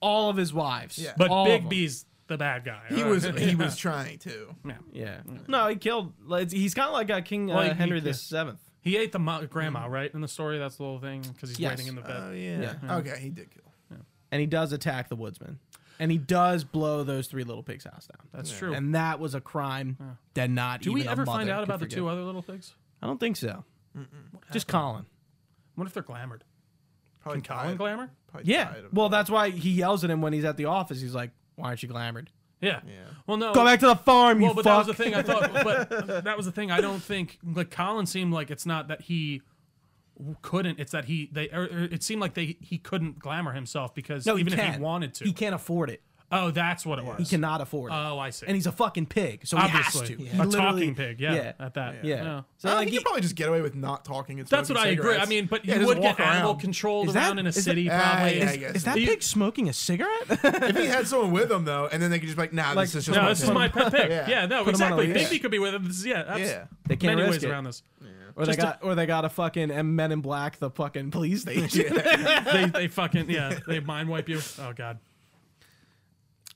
Speaker 1: all of his wives.
Speaker 2: Yeah.
Speaker 3: But
Speaker 1: All of them.
Speaker 3: Bigby's the bad guy.
Speaker 2: He
Speaker 3: All
Speaker 2: was
Speaker 1: <laughs>
Speaker 3: right.
Speaker 2: he was trying
Speaker 1: Oh,
Speaker 2: to.
Speaker 1: Yeah. No, he killed. like, He's kind of like uh, King uh,
Speaker 3: Well, he-
Speaker 1: Henry
Speaker 3: he-
Speaker 1: the Seventh.
Speaker 3: he ate the mo- grandma right in the story. That's the little thing because he's
Speaker 1: Yes. Uh,
Speaker 3: waiting in the bed.
Speaker 2: yeah. Okay, he did kill.
Speaker 1: and he does attack the woodsman, and he does blow those three little pigs' house down.
Speaker 3: That's true.
Speaker 1: And that was a crime that not.
Speaker 3: Do we
Speaker 1: even a
Speaker 3: ever
Speaker 1: mother
Speaker 3: find out
Speaker 1: could
Speaker 3: about the
Speaker 1: forgive.
Speaker 3: two other little pigs?
Speaker 1: I don't think so. Just Colin.
Speaker 3: I wonder if they're glamored.
Speaker 2: Probably
Speaker 3: Can Colin
Speaker 2: tired-
Speaker 3: glamour?
Speaker 2: probably
Speaker 1: Yeah.
Speaker 2: tired of-
Speaker 1: Well, that's why he yells at him when he's at the office. He's like, "Why aren't you glamored?
Speaker 3: Yeah.
Speaker 2: Yeah.
Speaker 3: Well, no.
Speaker 1: Go back to the farm, you
Speaker 3: well, Oh, but that
Speaker 1: fuck."
Speaker 3: was the thing I
Speaker 1: <laughs>
Speaker 3: thought. But that was the thing. I don't think like Colin seemed like it's not that he w- couldn't. It's that he they. Or, or it seemed like they he couldn't glamour himself because
Speaker 1: no,
Speaker 3: even
Speaker 1: he
Speaker 3: if
Speaker 1: can.
Speaker 3: he wanted to.
Speaker 1: he can't afford it.
Speaker 3: Oh, that's what it was.
Speaker 1: He cannot afford it.
Speaker 3: Oh, I see.
Speaker 1: and he's a fucking pig, so
Speaker 3: obviously
Speaker 1: he has to. He
Speaker 3: a
Speaker 1: literally-
Speaker 3: talking pig. Yeah,
Speaker 1: yeah.
Speaker 3: At that. Oh,
Speaker 1: Yeah.
Speaker 3: No.
Speaker 1: So
Speaker 2: I
Speaker 1: like,
Speaker 2: think
Speaker 1: uh, he,
Speaker 2: you probably just get away with not talking. And
Speaker 3: That's what I
Speaker 2: smoking
Speaker 3: agree. I
Speaker 2: cigarettes.
Speaker 3: mean, but
Speaker 2: Yeah,
Speaker 3: you
Speaker 2: just
Speaker 3: would
Speaker 2: walk
Speaker 3: get animal
Speaker 2: around.
Speaker 3: controlled
Speaker 1: Is that-
Speaker 3: around in a
Speaker 1: is that-
Speaker 3: city,
Speaker 2: Ah,
Speaker 3: probably.
Speaker 2: yeah, I
Speaker 3: It's-
Speaker 2: guess.
Speaker 1: is that
Speaker 3: You-
Speaker 1: pig smoking a <laughs> cigarette?
Speaker 2: if he had someone with him though, and then they could just be like, nah,
Speaker 1: Like,
Speaker 2: this is just
Speaker 1: no,
Speaker 3: No,
Speaker 2: my
Speaker 3: this is
Speaker 2: pig.
Speaker 3: my pet pig.
Speaker 2: Yeah.
Speaker 3: Yeah, no,
Speaker 1: Put 'em on a
Speaker 3: exactly.
Speaker 1: leash.
Speaker 3: Bigby could be with him. This is- Yeah, that's
Speaker 2: Yeah.
Speaker 1: They can't
Speaker 3: many
Speaker 1: risk
Speaker 3: ways
Speaker 1: it.
Speaker 3: around this.
Speaker 1: or they
Speaker 3: Just a-
Speaker 1: got, or they got a fucking M- Men in Black, the fucking <laughs> police station.
Speaker 3: they, they fucking yeah they mind wipe you oh god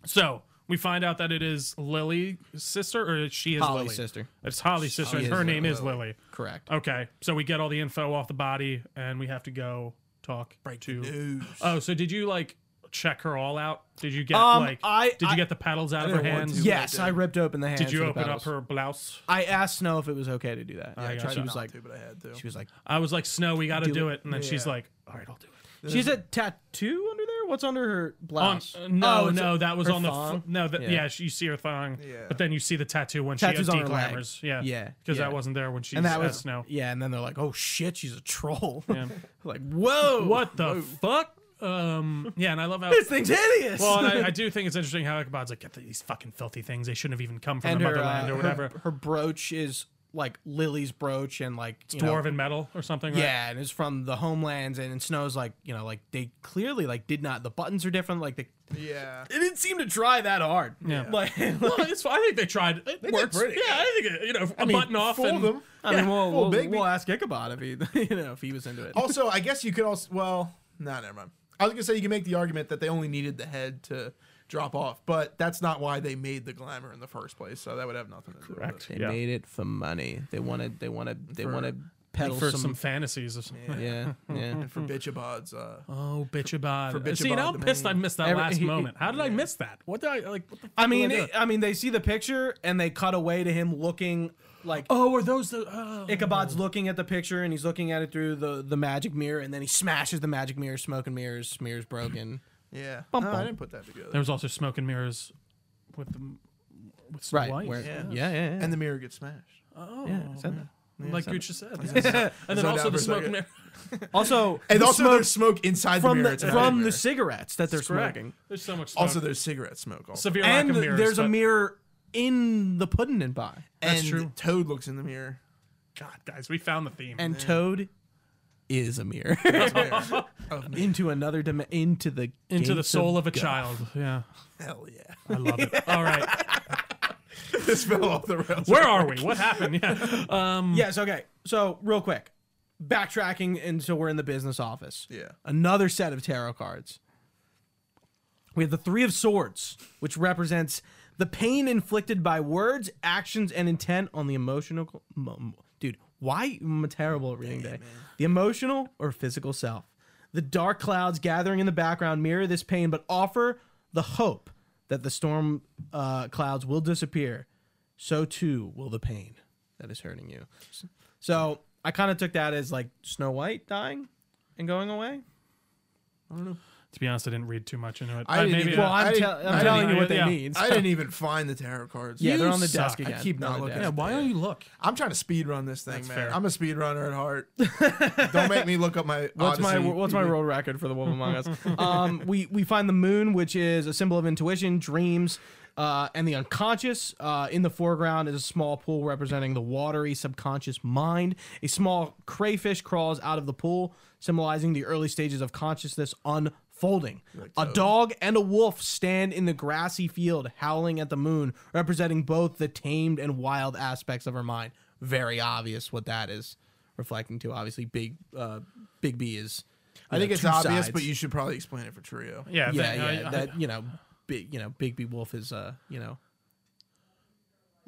Speaker 3: so we find out that it is lily's sister or she is
Speaker 1: Holly's
Speaker 3: lily
Speaker 1: sister.
Speaker 3: it's holly's sister Oh, and
Speaker 1: is
Speaker 3: her
Speaker 1: Lily.
Speaker 3: name is lily
Speaker 1: Correct.
Speaker 3: okay so we get all the info off the body and we have to go talk right to
Speaker 2: News.
Speaker 3: oh so did you like check her all out did you get
Speaker 1: Um,
Speaker 3: like
Speaker 1: I-
Speaker 3: did you
Speaker 1: I-
Speaker 3: get the paddles out of her
Speaker 2: didn't want
Speaker 3: hands
Speaker 2: to.
Speaker 1: Yes, I ripped open the hands.
Speaker 3: did you
Speaker 1: with the
Speaker 3: open up
Speaker 1: paddles.
Speaker 3: her Oh, blouse
Speaker 1: I asked Snow if it was okay to do that.
Speaker 2: I
Speaker 3: gotcha.
Speaker 2: tried
Speaker 1: she
Speaker 2: to
Speaker 1: was
Speaker 2: not
Speaker 1: like,
Speaker 2: to, but I had to.
Speaker 1: she was like,
Speaker 3: i was like snow we gotta
Speaker 1: Do
Speaker 3: do,
Speaker 1: it.
Speaker 3: it. and then she's
Speaker 2: Yeah.
Speaker 3: like all right i'll do it
Speaker 1: she's a tattoo under there. What's under her
Speaker 3: on,
Speaker 1: blouse?
Speaker 3: uh, no,
Speaker 1: Oh, it's
Speaker 3: no,
Speaker 1: a-
Speaker 3: that was
Speaker 1: her
Speaker 3: on the
Speaker 1: thong?
Speaker 3: f- no, that,
Speaker 1: Yeah.
Speaker 3: yeah. she, you see her thong,
Speaker 2: Yeah.
Speaker 3: but then you see the tattoo when
Speaker 1: Tattoo's
Speaker 3: she
Speaker 1: on her leg.
Speaker 3: declammers, yeah,
Speaker 1: Yeah,
Speaker 3: because
Speaker 1: yeah.
Speaker 3: that wasn't there when she
Speaker 1: and that
Speaker 3: was
Speaker 1: was
Speaker 3: snow.
Speaker 1: yeah. And then they're like, oh shit, she's a troll.
Speaker 3: Yeah.
Speaker 1: <laughs> like whoa, <laughs>
Speaker 3: What the fuck? Um, yeah, and I love how.
Speaker 1: This thing's hideous.
Speaker 3: well, and I, I do think it's interesting how Ichabod's like, get these fucking filthy things. They shouldn't have even come from
Speaker 1: and
Speaker 3: the
Speaker 1: her, uh,
Speaker 3: motherland or whatever.
Speaker 1: her her brooch is like Lily's brooch and like you know,
Speaker 3: <laughs> Dwarven metal or something. Right?
Speaker 1: Yeah, and it's from the homelands, and, and Snow's like, you know, like they clearly like did not. The buttons are different. Like they,
Speaker 2: yeah.
Speaker 1: they didn't seem to try that hard.
Speaker 3: Yeah.
Speaker 1: <laughs> like,
Speaker 3: <laughs> Well, it's, fine. I think they tried. It works.
Speaker 2: pretty.
Speaker 3: Yeah, I think it, you know, a
Speaker 1: mean,
Speaker 3: button off
Speaker 2: Fool
Speaker 3: and <laughs>
Speaker 2: them.
Speaker 1: I mean, we'll
Speaker 2: Well,
Speaker 1: we'll,
Speaker 2: maybe-
Speaker 1: we'll ask Ichabod if he, <laughs> you know, if he was into it.
Speaker 2: Also, I guess you could also. Well, no, never mind. I was gonna say you can make the argument that they only needed the head to drop off, but that's not why they made the glamour in the first place. So that would have nothing to do
Speaker 3: Correct.
Speaker 2: with
Speaker 1: They
Speaker 3: Yeah.
Speaker 1: made it for money. They wanted. They wanted. They
Speaker 2: For-
Speaker 1: wanted peddle
Speaker 3: for
Speaker 1: some.
Speaker 3: some, fantasies. Of something.
Speaker 1: yeah, yeah.
Speaker 2: it. For bitchabod's, uh,
Speaker 3: Oh, bitch about
Speaker 2: For
Speaker 3: it.
Speaker 2: bitch
Speaker 3: See, now
Speaker 2: about
Speaker 3: I'm
Speaker 2: the
Speaker 3: pissed. I
Speaker 2: man.
Speaker 3: missed that
Speaker 1: Every-
Speaker 3: last
Speaker 1: he- he-
Speaker 3: moment. How did I miss that? What did I like? What the
Speaker 1: <laughs> I mean,
Speaker 3: did
Speaker 1: it, I mean, they see the picture and they cut away to him looking like
Speaker 3: Oh, are those the? Oh.
Speaker 1: Ichabod's looking at the picture and he's looking at it through the the magic mirror, and then he smashes the magic mirror. Smoke and mirrors. Mirrors
Speaker 3: <clears throat>
Speaker 1: broken.
Speaker 2: yeah.
Speaker 1: Bum,
Speaker 2: No, I
Speaker 1: bum.
Speaker 2: didn't put that together.
Speaker 3: There was also smoke and mirrors, with the with some
Speaker 1: right.
Speaker 3: lights.
Speaker 1: where- yeah.
Speaker 2: Yeah.
Speaker 1: Yeah. Yeah.
Speaker 2: and the mirror gets smashed.
Speaker 3: oh,
Speaker 1: yeah, is that-
Speaker 3: like Gucci said. this is- and then
Speaker 2: Zoned
Speaker 3: also
Speaker 2: out
Speaker 3: the
Speaker 2: for a
Speaker 3: smoke and
Speaker 2: second.
Speaker 3: mirrors.
Speaker 1: Also,
Speaker 2: And
Speaker 1: the
Speaker 2: also,
Speaker 1: smoke
Speaker 2: there's smoke inside the
Speaker 1: from
Speaker 2: mirror.
Speaker 1: the
Speaker 2: It's not in
Speaker 1: from
Speaker 2: mirror.
Speaker 1: the cigarettes that they're smoking,
Speaker 3: There's so much. Smoke.
Speaker 2: Also, there's cigarette smoke. Also.
Speaker 3: severe
Speaker 1: and
Speaker 3: lack of mirrors.
Speaker 1: there's a
Speaker 3: but-
Speaker 1: mirror in the pudding and pie,
Speaker 2: and
Speaker 3: That's true.
Speaker 2: Toad looks in the
Speaker 1: <laughs>
Speaker 2: mirror.
Speaker 3: God, guys, we found the theme.
Speaker 1: and Toad is a
Speaker 3: <laughs>
Speaker 1: mirror into another dim- into the
Speaker 3: into the
Speaker 1: gates
Speaker 3: soul of a
Speaker 1: God.
Speaker 3: child. Yeah,
Speaker 2: Hell yeah! <laughs>
Speaker 3: I love it. <laughs> All right,
Speaker 2: this fell off the rails.
Speaker 3: where are we? What happened? Yeah,
Speaker 1: Yes. Okay. So real quick, backtracking until we're in the business office.
Speaker 2: Yeah.
Speaker 1: Another set of tarot cards. We have the Three of Swords, which represents the pain inflicted by words, actions, and intent on the emotional. mo- mo- dude, why am I terrible at reading today? The emotional or physical self. The dark clouds gathering in the background mirror this pain, but offer the hope that the storm uh, clouds will disappear. So too will the pain that is hurting you. So I kind of took that as like Snow White dying and going away.
Speaker 3: to be honest, I didn't read too much into it.
Speaker 2: I
Speaker 3: Uh,
Speaker 2: didn't
Speaker 3: maybe
Speaker 2: even-
Speaker 1: Well,
Speaker 3: uh,
Speaker 1: I'm,
Speaker 2: I
Speaker 1: tell-
Speaker 2: didn't-
Speaker 1: I'm
Speaker 2: I
Speaker 1: telling
Speaker 3: didn't-
Speaker 1: you what they
Speaker 3: yeah.
Speaker 1: mean.
Speaker 2: I didn't even find the tarot cards.
Speaker 1: yeah, they're
Speaker 3: You
Speaker 1: on the
Speaker 3: suck.
Speaker 1: desk
Speaker 3: I
Speaker 1: again.
Speaker 2: keep
Speaker 1: They're on
Speaker 2: not
Speaker 1: the
Speaker 2: looking
Speaker 1: desk.
Speaker 2: at
Speaker 3: why don't you look?
Speaker 2: I'm trying to speed run this thing, man.
Speaker 3: fair.
Speaker 2: I'm a speed runner
Speaker 1: <laughs>
Speaker 2: at heart. Don't make me look up my.
Speaker 1: What's my
Speaker 2: Odyssey.
Speaker 1: what's my world record for the Wolf Among Us? Um, we we find the moon, which is a symbol of intuition, dreams, uh, and the unconscious. Uh, in the foreground is a small pool representing the watery subconscious mind. A small crayfish crawls out of the pool, symbolizing the early stages of consciousness unfolding. A dog and a wolf stand in the grassy field, howling at the moon, representing both the tamed and wild aspects of her mind. Very obvious what that is reflecting to. Obviously, big uh, Big B is.
Speaker 2: I think
Speaker 1: know,
Speaker 2: it's
Speaker 1: two
Speaker 2: obvious,
Speaker 1: sides.
Speaker 2: but you should probably explain it for Trio.
Speaker 3: Yeah,
Speaker 1: Yeah,
Speaker 3: that- I-
Speaker 1: yeah,
Speaker 3: I-
Speaker 1: that you know, big you know, Big B Wolf is uh you know,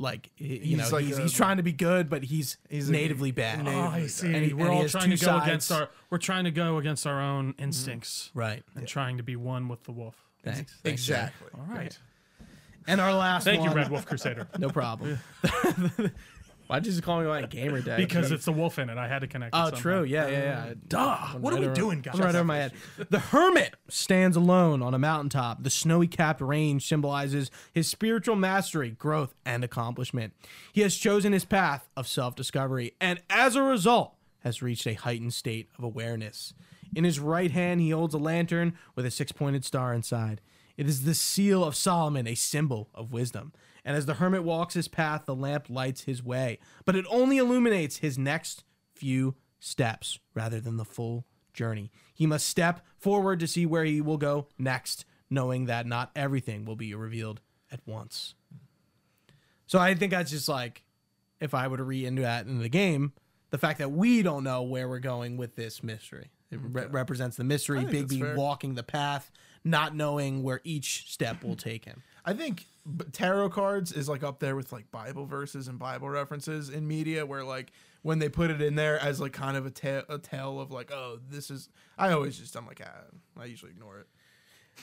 Speaker 1: like he- you
Speaker 2: He's
Speaker 1: know
Speaker 2: like
Speaker 1: he's,
Speaker 2: a-
Speaker 1: he's trying to be good, but he's
Speaker 2: He's a-
Speaker 1: natively bad.
Speaker 3: Oh, I see.
Speaker 1: he-
Speaker 3: we're
Speaker 1: and he
Speaker 3: all
Speaker 1: has
Speaker 3: trying to
Speaker 1: two
Speaker 3: go against
Speaker 1: sides.
Speaker 3: our. We're trying to go against our own
Speaker 2: Mm-hmm.
Speaker 3: instincts
Speaker 1: right.
Speaker 3: and trying to be one with the wolf.
Speaker 1: Thanks. Thanks, Jay.
Speaker 2: Exactly.
Speaker 3: All right.
Speaker 1: And our last
Speaker 3: Thank
Speaker 1: one.
Speaker 2: <laughs>
Speaker 3: <laughs> you, Red Wolf Crusader.
Speaker 1: <laughs> No problem. Why did you call me my gamer dad?
Speaker 3: because it's the wolf in it. I had to connect. it
Speaker 1: Oh,
Speaker 3: somehow.
Speaker 1: true. Yeah, yeah, yeah.
Speaker 2: Uh, Duh. What are
Speaker 1: Right
Speaker 2: we
Speaker 1: over-
Speaker 2: doing, guys?
Speaker 1: I'm Right over my head. The hermit stands alone on a mountaintop. The snowy capped range symbolizes his spiritual mastery, growth, and accomplishment. He has chosen his path of self discovery and, as a result, has reached a heightened state of awareness. In his right hand, he holds a lantern with a six pointed star inside. It is the seal of Solomon, a symbol of wisdom. And as the hermit walks his path, the lamp lights his way, but it only illuminates his next few steps rather than the full journey. He must step forward to see where he will go next, knowing that not everything will be revealed at once. So I think that's just like if I were to read into that in the game, the fact that we don't know where we're going with this mystery. It re- represents the mystery,
Speaker 2: think that's
Speaker 1: Bigby
Speaker 2: fair.
Speaker 1: walking the path, not knowing where each step will take him.
Speaker 2: I think b- tarot cards is like up there with like Bible verses and Bible references in media, where like when they put it in there as like kind of a, ta- a tale of like, oh, this is. I always just I'm like, ah, I usually ignore it.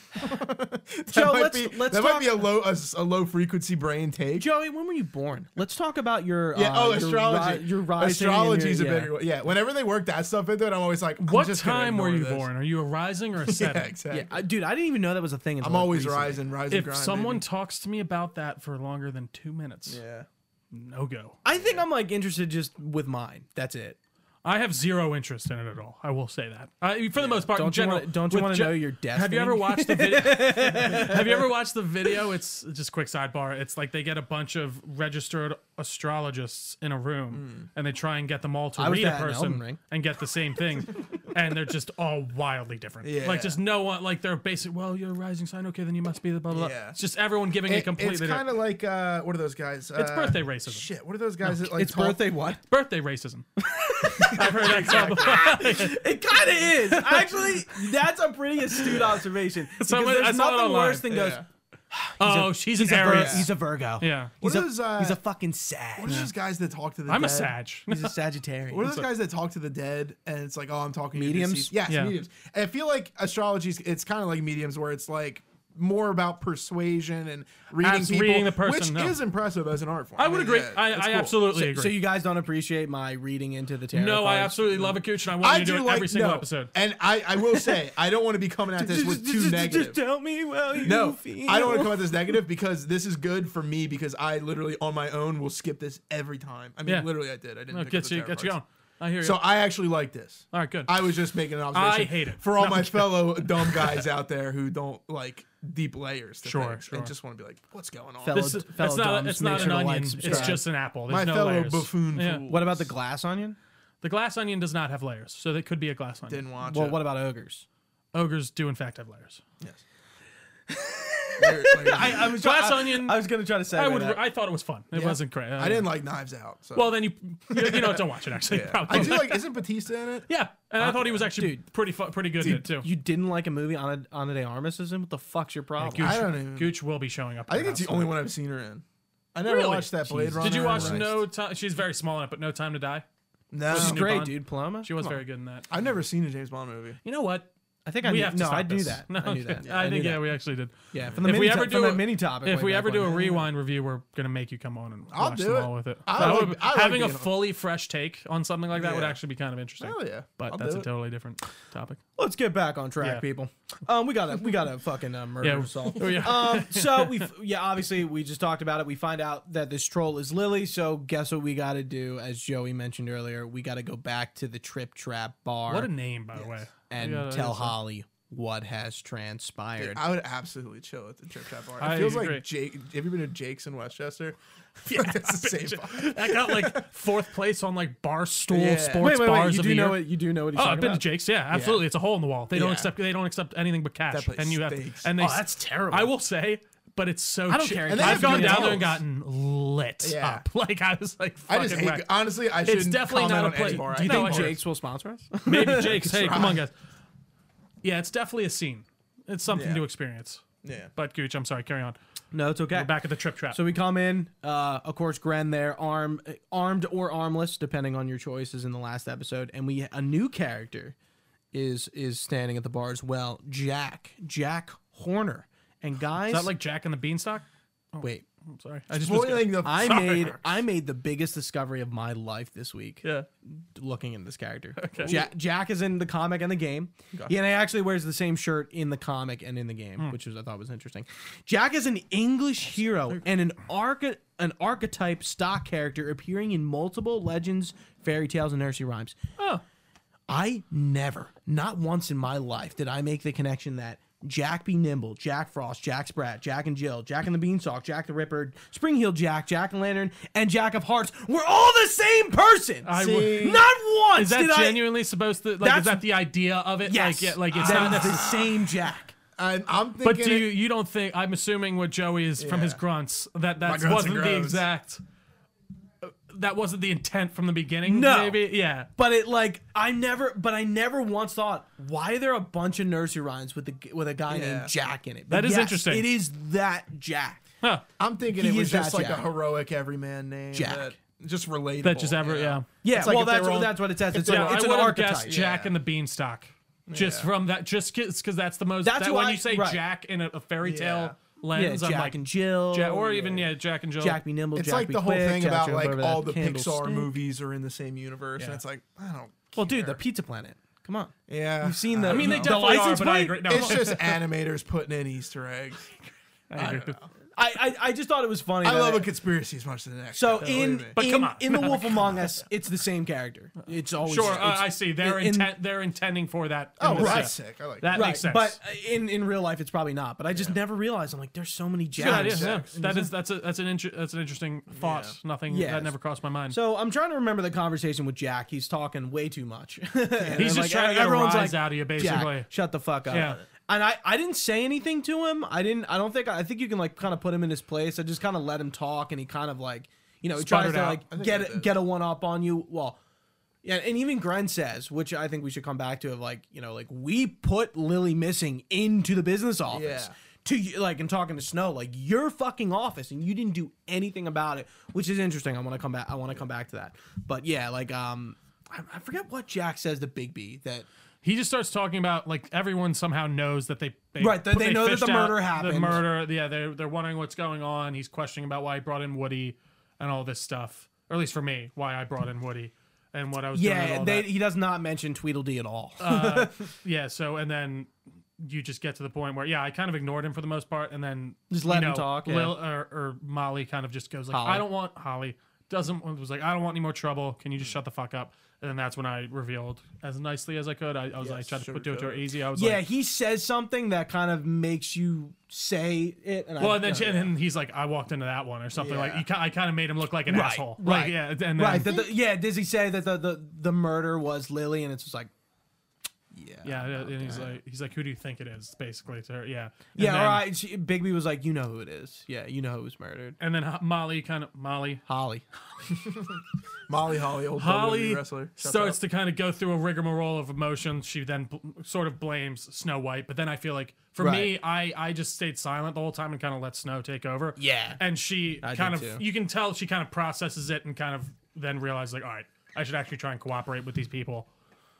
Speaker 2: <laughs> that
Speaker 1: Joe,
Speaker 2: might
Speaker 1: let's-
Speaker 2: be,
Speaker 1: let's
Speaker 2: that
Speaker 1: talk-
Speaker 2: might be a low a, s- a low frequency brain take.
Speaker 1: Joey, when were you born? Let's talk about your
Speaker 2: yeah.
Speaker 1: uh,
Speaker 2: oh,
Speaker 1: your
Speaker 2: astrology.
Speaker 1: ri- your rising and
Speaker 2: astrology is a
Speaker 1: your- yeah.
Speaker 2: bigger one. Yeah. Whenever they work that stuff into it, I'm always like, I'm
Speaker 3: What
Speaker 2: just gonna
Speaker 3: time were
Speaker 2: ignore
Speaker 3: you
Speaker 2: this. <laughs>
Speaker 3: born? Are you a rising or a
Speaker 2: Yeah,
Speaker 3: setting?
Speaker 2: exactly.
Speaker 1: Yeah, I, dude, I didn't even know that was a thing.
Speaker 2: I'm
Speaker 1: until, like,
Speaker 2: always
Speaker 1: recently.
Speaker 2: rising, rising.
Speaker 3: If
Speaker 2: grind,
Speaker 3: someone
Speaker 2: baby.
Speaker 3: talks to me about that for longer than two minutes,
Speaker 2: yeah.
Speaker 3: no go.
Speaker 1: I think I'm like interested just with mine. That's it.
Speaker 3: I have zero interest in it at all. I will say that. I, for the most part, in
Speaker 1: Don't you
Speaker 3: general,
Speaker 1: wanna- don't you
Speaker 3: with
Speaker 1: wanna know your
Speaker 3: Have
Speaker 1: destiny?
Speaker 3: you ever watched the
Speaker 1: <laughs>
Speaker 3: video? <laughs> have you ever watched the video? It's just quick sidebar. It's like they get a bunch of registered astrologists in a room and they try and get them all to
Speaker 1: Hmm. I was
Speaker 3: read a
Speaker 1: that in Elden
Speaker 3: person
Speaker 1: Ring.
Speaker 3: and get the same thing,
Speaker 1: <laughs>
Speaker 3: and they're just all wildly different.
Speaker 2: Yeah.
Speaker 3: Like just no one. Like they're basic. Well, you're a rising sign. Okay, then you must be the blah blah. blah.
Speaker 2: Yeah.
Speaker 3: It's just everyone giving a
Speaker 2: It-
Speaker 3: completely
Speaker 2: it's
Speaker 3: different-
Speaker 2: kind of like uh, what are those guys? Uh,
Speaker 3: birthday racism.
Speaker 2: Shit, what are those guys? that, like
Speaker 1: It's
Speaker 2: talk-
Speaker 1: birthday
Speaker 2: <laughs>
Speaker 1: what? <laughs>
Speaker 3: birthday racism. I've heard that called before.
Speaker 1: It kind of is. Actually, that's a pretty astute observation.
Speaker 3: <laughs> Someone-
Speaker 1: Because
Speaker 3: I
Speaker 1: there's
Speaker 3: saw it
Speaker 1: nothing
Speaker 3: online.
Speaker 1: worse than goes.
Speaker 2: Yeah.
Speaker 3: <laughs> Oh, she's an
Speaker 1: He's a, Vir-
Speaker 3: Aries.
Speaker 1: he's a Virgo.
Speaker 3: Yeah.
Speaker 1: He's
Speaker 2: What
Speaker 1: a,
Speaker 2: are those, uh,
Speaker 1: he's a fucking Sag.
Speaker 2: What are those guys that talk to the?
Speaker 3: I'm a
Speaker 2: dead?
Speaker 3: Sag.
Speaker 1: He's a Sagittarian.
Speaker 2: What are those guys that talk to the dead and it's like, oh, I'm talking to your
Speaker 1: Mediums?
Speaker 2: deceased- Yes,
Speaker 3: Yeah.
Speaker 2: mediums. And I feel like astrology. is- It's kind of like mediums, where it's like more about persuasion and reading
Speaker 3: Abs-
Speaker 2: people,
Speaker 3: reading the person,
Speaker 2: which
Speaker 3: no.
Speaker 2: is impressive as an art form.
Speaker 3: I would
Speaker 2: mean,
Speaker 3: agree.
Speaker 2: yeah,
Speaker 3: I,
Speaker 2: it's
Speaker 3: I
Speaker 2: cool.
Speaker 3: absolutely
Speaker 1: So,
Speaker 3: agree.
Speaker 1: so you guys don't appreciate my reading into the tarot?
Speaker 3: no, I
Speaker 1: cards?
Speaker 3: absolutely love it, Cooch, and I want
Speaker 2: I
Speaker 3: you to do,
Speaker 2: do
Speaker 3: it
Speaker 2: like
Speaker 3: every single
Speaker 2: no.
Speaker 3: episode.
Speaker 2: and I, I will say I don't want to be coming
Speaker 3: <laughs>
Speaker 2: at this with too negative.
Speaker 1: tell me how you
Speaker 2: No,
Speaker 1: feel.
Speaker 2: I don't want to come at this negative because this is good for me because I literally on my own will skip this every time. I mean,
Speaker 3: Yeah.
Speaker 2: literally, I did. I didn't.
Speaker 3: No,
Speaker 2: pick up
Speaker 3: get
Speaker 2: the
Speaker 3: you,
Speaker 2: tarot
Speaker 3: get you going.
Speaker 2: cards.
Speaker 3: I hear you.
Speaker 2: So I actually like this.
Speaker 3: all right, good.
Speaker 2: I was just making an observation.
Speaker 3: I hate it.
Speaker 2: for all
Speaker 3: No,
Speaker 2: my
Speaker 3: I'm <laughs>
Speaker 2: fellow dumb guys out there who don't like deep layers. To
Speaker 3: Sure,
Speaker 2: things
Speaker 3: sure.
Speaker 2: And just want to be like, what's going on?
Speaker 1: Fellow-
Speaker 3: this is,
Speaker 1: fellow
Speaker 3: it's not,
Speaker 1: dumbs,
Speaker 3: it's
Speaker 1: make
Speaker 3: not
Speaker 1: sure
Speaker 3: an
Speaker 1: to like,
Speaker 3: onion. it's
Speaker 1: subscribe.
Speaker 3: just an apple. There's
Speaker 2: my
Speaker 3: no
Speaker 2: fellow
Speaker 3: layers.
Speaker 2: buffoon.
Speaker 3: Yeah.
Speaker 2: fools.
Speaker 1: What about the glass onion?
Speaker 3: The glass onion does not have layers, so that could be a glass onion.
Speaker 2: Didn't watch
Speaker 1: Well,
Speaker 2: it.
Speaker 1: what about ogres?
Speaker 3: Ogres do in fact have layers.
Speaker 2: Layer- layers. I,
Speaker 1: was
Speaker 3: Glass onion.
Speaker 1: I
Speaker 3: I,
Speaker 1: was gonna try to say.
Speaker 3: would.
Speaker 1: That.
Speaker 3: I thought it was fun. It
Speaker 2: Yeah.
Speaker 3: wasn't great. I
Speaker 2: didn't like Knives Out. So.
Speaker 3: Well, then you you, you know what, don't watch it actually.
Speaker 2: yeah.
Speaker 3: Probably.
Speaker 2: I do like. Isn't Batista in it?
Speaker 3: yeah, and I thought he was actually
Speaker 1: dude.
Speaker 3: pretty fu- pretty good in it too.
Speaker 1: you didn't like a movie on a on a day armistice? What the fuck's your problem?
Speaker 3: Gooch,
Speaker 2: I don't even-
Speaker 3: Gooch will be showing up.
Speaker 2: I think it's the only one I've seen her in. I never
Speaker 3: Really?
Speaker 2: watched that Blade
Speaker 1: Jesus.
Speaker 2: Runner.
Speaker 3: Did you
Speaker 2: or
Speaker 3: watch
Speaker 2: Rust.
Speaker 3: No Time? She's very small in it, but No Time to Die.
Speaker 2: No.
Speaker 1: She's
Speaker 3: New
Speaker 1: great,
Speaker 3: Bond.
Speaker 1: dude. Paloma.
Speaker 3: She was
Speaker 1: Come on.
Speaker 3: very good in that.
Speaker 2: I've never seen a James Bond movie.
Speaker 3: You know what?
Speaker 1: I think I
Speaker 3: we
Speaker 1: knew,
Speaker 3: have to
Speaker 1: no,
Speaker 3: stop
Speaker 1: I knew
Speaker 3: this.
Speaker 1: that.
Speaker 3: <laughs> No,
Speaker 1: I knew that.
Speaker 3: I, think
Speaker 1: knew
Speaker 3: yeah,
Speaker 1: that.
Speaker 3: we actually did.
Speaker 1: yeah. From the
Speaker 3: If
Speaker 1: mini
Speaker 3: we ever
Speaker 1: to-
Speaker 3: do
Speaker 1: from
Speaker 3: a-
Speaker 1: a mini topic,
Speaker 3: If
Speaker 1: way
Speaker 3: we
Speaker 1: back
Speaker 3: ever do
Speaker 1: when.
Speaker 3: a rewind review, we're gonna make you come on and
Speaker 2: I'll
Speaker 3: watch
Speaker 2: do
Speaker 3: them
Speaker 2: it.
Speaker 3: all with it.
Speaker 2: I
Speaker 3: That
Speaker 2: like-
Speaker 3: would be-
Speaker 2: I like
Speaker 3: having a
Speaker 2: being on-
Speaker 3: fully fresh take on something like that would
Speaker 2: Yeah.
Speaker 3: actually be kind of interesting.
Speaker 2: Hell yeah.
Speaker 3: But
Speaker 2: I'll
Speaker 3: that's
Speaker 2: do
Speaker 3: a
Speaker 2: it.
Speaker 3: totally different
Speaker 1: <laughs>
Speaker 3: topic.
Speaker 1: Let's get back on track,
Speaker 3: Yeah.
Speaker 1: people. Um, we got a we got a fucking uh, murder
Speaker 3: Yeah.
Speaker 1: assault.
Speaker 3: Oh, yeah.
Speaker 1: Um, so we yeah, obviously we just talked about it. We find out that this troll is Lily. So guess what we got to do? As Joey mentioned earlier, we got to go back to the Trip Trap bar
Speaker 3: What a name, by the way.
Speaker 1: and
Speaker 3: Yeah,
Speaker 1: tell
Speaker 3: that's-
Speaker 1: Holly what has transpired.
Speaker 2: I would absolutely chill at the Trip Trap Bar. It
Speaker 3: I
Speaker 2: feels
Speaker 3: agree.
Speaker 2: like Jake. Have you been to Jake's in Westchester? <laughs> Yeah, that's the same. bar.
Speaker 3: That got like fourth place on
Speaker 1: <laughs>
Speaker 3: like bar stool
Speaker 2: Yeah.
Speaker 3: sports bars
Speaker 1: You
Speaker 3: of
Speaker 1: do
Speaker 3: the year.
Speaker 1: know it. You do know what he's
Speaker 3: Oh, I've
Speaker 1: talking
Speaker 3: been
Speaker 1: about.
Speaker 3: to Jake's. Yeah, absolutely. It's a hole in the wall. They don't
Speaker 2: Yeah.
Speaker 3: accept. They don't accept anything but
Speaker 2: That
Speaker 3: cash.
Speaker 2: place
Speaker 3: And you have. To,
Speaker 2: stinks.
Speaker 3: and they.
Speaker 1: oh, that's terrible.
Speaker 3: I will say, but it's so.
Speaker 1: I don't
Speaker 3: chi-
Speaker 1: care.
Speaker 2: And they
Speaker 3: I've
Speaker 2: have
Speaker 3: gone
Speaker 2: good
Speaker 3: down there and
Speaker 2: towels.
Speaker 3: gotten lit
Speaker 2: Yeah.
Speaker 3: up. <laughs> Like I was like,
Speaker 2: I
Speaker 3: fucking
Speaker 2: just hate,
Speaker 3: wrecked.
Speaker 2: honestly. I should
Speaker 3: definitely not a place-
Speaker 2: Bar.
Speaker 3: Do
Speaker 1: Do you
Speaker 2: I
Speaker 3: No,
Speaker 1: think
Speaker 2: hate
Speaker 3: I-
Speaker 2: bars.
Speaker 1: Jake's will sponsor us?
Speaker 2: <laughs>
Speaker 1: <laughs>
Speaker 3: Maybe Jake's. hey, come
Speaker 2: try.
Speaker 3: on, guys. Yeah, it's definitely a scene. It's something
Speaker 2: Yeah.
Speaker 3: to experience.
Speaker 2: Yeah.
Speaker 3: But Gooch, I'm sorry. Carry on.
Speaker 1: no, it's okay.
Speaker 3: We're back at the trip trap.
Speaker 1: So we come in, uh, of course, Gren there, arm, armed or armless, depending on your choices in the last episode, and we a new character is is standing at the bar as well, Jack, Jack Horner, and guys,
Speaker 3: is that like Jack and the Beanstalk? <laughs>
Speaker 1: wait,
Speaker 3: I'm sorry. I just was
Speaker 2: Spoiling the.
Speaker 1: I
Speaker 3: Sorry.
Speaker 1: made I made the biggest discovery of my life this week.
Speaker 3: Yeah.
Speaker 1: Looking in this character, Jack, Jack is in the comic and the game,
Speaker 2: Okay.
Speaker 1: Yeah, and he actually wears the same shirt in the comic and in the game, which is I thought was interesting. Jack is an English hero and an arch- an archetype stock character appearing in multiple legends, fairy tales, and nursery rhymes.
Speaker 3: Oh.
Speaker 1: I never, not once in my life, did I make the connection that Jack be nimble, Jack Frost, Jack Sprat, Jack and Jill, Jack and the Beanstalk, Jack the Ripper, Spring Heel Jack, Jack and Lantern, and Jack of Hearts were all the same person.
Speaker 3: I w-
Speaker 2: See?
Speaker 1: not once
Speaker 3: Is that
Speaker 1: did I.
Speaker 3: genuinely supposed to? Like,
Speaker 1: That's-
Speaker 3: is that the idea of it?
Speaker 1: Yes,
Speaker 3: Like, yeah, like it's
Speaker 1: That
Speaker 3: not
Speaker 1: is
Speaker 3: necessarily.
Speaker 1: the same Jack.
Speaker 2: I'm, I'm thinking.
Speaker 3: But do
Speaker 2: it-
Speaker 3: you you don't think I'm assuming what Joey is from his
Speaker 2: Yeah.
Speaker 3: grunts that that
Speaker 2: grunts and
Speaker 3: wasn't the
Speaker 2: groans.
Speaker 3: exact uh, that wasn't the intent from the beginning.
Speaker 1: No.
Speaker 3: maybe yeah.
Speaker 1: But it like I never, but I never once thought why are there a bunch of nursery rhymes with the with a guy
Speaker 2: Yeah.
Speaker 1: named Jack in it.
Speaker 3: That
Speaker 1: But
Speaker 3: is
Speaker 1: yes,
Speaker 3: interesting.
Speaker 1: It is that Jack.
Speaker 3: Huh.
Speaker 2: I'm thinking
Speaker 1: He
Speaker 2: it was
Speaker 1: is that
Speaker 2: just like
Speaker 1: Jack.
Speaker 2: a heroic everyman name.
Speaker 1: Jack.
Speaker 2: That just relatable.
Speaker 3: That just ever yeah.
Speaker 1: Yeah,
Speaker 2: like
Speaker 1: well,
Speaker 2: if they
Speaker 1: that's
Speaker 2: were all-
Speaker 1: that's what it says. It's,
Speaker 2: they
Speaker 1: an-
Speaker 2: were-
Speaker 1: it's
Speaker 3: I
Speaker 1: an
Speaker 3: would have
Speaker 1: archetype.
Speaker 3: guessed Jack
Speaker 2: yeah.
Speaker 3: and the Beanstalk just
Speaker 2: Yeah.
Speaker 3: from that just because that's the most
Speaker 1: That's
Speaker 3: that
Speaker 1: who
Speaker 3: when
Speaker 1: I-
Speaker 3: you say
Speaker 1: right.
Speaker 3: Jack in a, a fairy
Speaker 2: Yeah.
Speaker 3: tale
Speaker 1: Yeah,
Speaker 3: lens,
Speaker 1: Jack
Speaker 3: I'm like
Speaker 1: and Jill,
Speaker 3: Jack or even yeah Jack and Jill.
Speaker 1: Jack be nimble.
Speaker 2: It's
Speaker 1: Jack
Speaker 2: like
Speaker 1: be
Speaker 2: the whole
Speaker 1: quick,
Speaker 2: thing
Speaker 1: Jack
Speaker 2: about
Speaker 1: jump
Speaker 2: like
Speaker 1: over
Speaker 2: all
Speaker 1: that
Speaker 2: the Pixar
Speaker 1: candlestick.
Speaker 2: movies are in the same universe,
Speaker 3: Yeah.
Speaker 2: and it's like I don't.
Speaker 1: Well, dude, the
Speaker 2: care.
Speaker 1: Pizza Planet. Come on,
Speaker 2: yeah,
Speaker 1: you've seen the.
Speaker 2: I
Speaker 3: I mean,
Speaker 2: don't
Speaker 3: they
Speaker 2: know.
Speaker 1: the
Speaker 3: definitely are,
Speaker 1: license
Speaker 3: but I
Speaker 1: plate?
Speaker 3: agree. No, <laughs>
Speaker 2: It's just animators putting in Easter eggs.
Speaker 3: I agree.
Speaker 1: I, I I just thought it was funny.
Speaker 2: I
Speaker 1: that
Speaker 2: love
Speaker 1: it.
Speaker 2: a conspiracy as much as the next.
Speaker 1: So
Speaker 2: though,
Speaker 1: in,
Speaker 2: believe me.
Speaker 3: But
Speaker 1: in,
Speaker 3: come on. <laughs>
Speaker 1: in the Wolf Among Us, it's the same character. It's always
Speaker 3: Sure,
Speaker 1: it's-
Speaker 3: I I see. They're
Speaker 1: in-
Speaker 3: intent. They're intending for that. in
Speaker 2: oh,
Speaker 3: this,
Speaker 2: well,
Speaker 3: yeah.
Speaker 2: that's sick. I like
Speaker 3: That
Speaker 2: that.
Speaker 1: right,
Speaker 3: makes sense.
Speaker 1: But in in real life, it's probably not. But I just never realized. I'm like, there's so many
Speaker 3: Good
Speaker 1: jacks.
Speaker 3: idea. Yeah.
Speaker 2: Jack.
Speaker 3: That is that's a that's an inter- that's an interesting thought. Nothing
Speaker 1: Yeah.
Speaker 3: that never crossed my mind.
Speaker 1: So I'm trying to remember the conversation with Jack. He's talking way too much. <laughs> And I'm
Speaker 3: He's just
Speaker 1: like,
Speaker 3: trying to get a
Speaker 1: everyone's
Speaker 3: rise
Speaker 1: like,
Speaker 3: out of you,
Speaker 1: Jack,
Speaker 3: basically.
Speaker 1: shut the fuck up.
Speaker 3: Yeah.
Speaker 1: And I, I didn't say anything to him. I didn't. I don't think. I think you can like kind of put him in his place. I just kind of let him talk, and he kind of like, you know, he tries
Speaker 3: Sputtered
Speaker 1: to
Speaker 3: out.
Speaker 1: like
Speaker 2: I think I
Speaker 1: get a,
Speaker 2: did.
Speaker 1: get a one up on you. Well, yeah, and even Gren says, which I think we should come back to, of like, you know, like we put Lily missing into the business office.
Speaker 2: Yeah.
Speaker 1: to To like and talking to Snow, like your fucking office, and you didn't do anything about it, which is interesting. I want to come back. I want to come back to that. But yeah, like um, I, I forget what Jack says to Big B that
Speaker 3: he just starts talking about like everyone somehow knows that they, they
Speaker 1: Right, they- they know that
Speaker 3: fished
Speaker 1: the
Speaker 3: out
Speaker 1: murder happened.
Speaker 3: The murder, yeah, they're they're wondering what's going on. He's questioning about why he brought in Woody and all this stuff, or at least for me, why I brought in Woody and what I was doing. and
Speaker 1: yeah,
Speaker 3: all
Speaker 1: they,
Speaker 3: that.
Speaker 1: he does not mention Tweedledee at all. <laughs>
Speaker 3: yeah. So and then you just get to the point where yeah, I kind of ignored him for the most part, and then
Speaker 1: Just
Speaker 3: you
Speaker 1: let him
Speaker 3: know,
Speaker 1: talk, yeah.
Speaker 3: Lil or, or Molly kind of just goes like,
Speaker 1: Holly.
Speaker 3: I don't want Holly doesn't want- was like I don't want any more trouble. Can you just shut the fuck up? And then that's when I revealed as nicely as I could. I, I was like, tried to put, do it to her
Speaker 2: sugarcoat
Speaker 3: easy. I was
Speaker 1: yeah,
Speaker 3: like,
Speaker 1: he says something that kind of makes you say it. And
Speaker 3: Well,
Speaker 1: I,
Speaker 3: and then,
Speaker 1: yeah.
Speaker 3: she, and then he's like, I walked into that one or something. Like,
Speaker 2: Yeah.
Speaker 3: you, ki- I kind of made him look like an
Speaker 1: Right,
Speaker 3: asshole. Like,
Speaker 1: right,
Speaker 3: yeah. And then,
Speaker 1: right, that the- yeah. Does he say that the, the the murder was Lily, and it's just like
Speaker 3: yeah. And he's like, he's like, who do you think it is? Basically, to her. Yeah. And
Speaker 1: yeah,
Speaker 3: then-
Speaker 1: all right. She, Bigby was like, you know who it is. Yeah, you know who was murdered.
Speaker 3: And then Ho- Molly kind of, Molly.
Speaker 1: Holly.
Speaker 2: Molly Holly, old
Speaker 3: Holly
Speaker 2: WWE E wrestler, Shut
Speaker 3: starts
Speaker 2: up.
Speaker 3: to kind of go through a rigmarole of emotions. She then bl- sort of blames Snow White, but then I feel like for me, I I just stayed silent the whole time and kind of let Snow take over.
Speaker 1: Yeah.
Speaker 3: and she
Speaker 1: I
Speaker 3: kind of
Speaker 1: did too.
Speaker 3: you can tell she kind of processes it and kind of then realizes like, all right, I should actually try and cooperate with these people,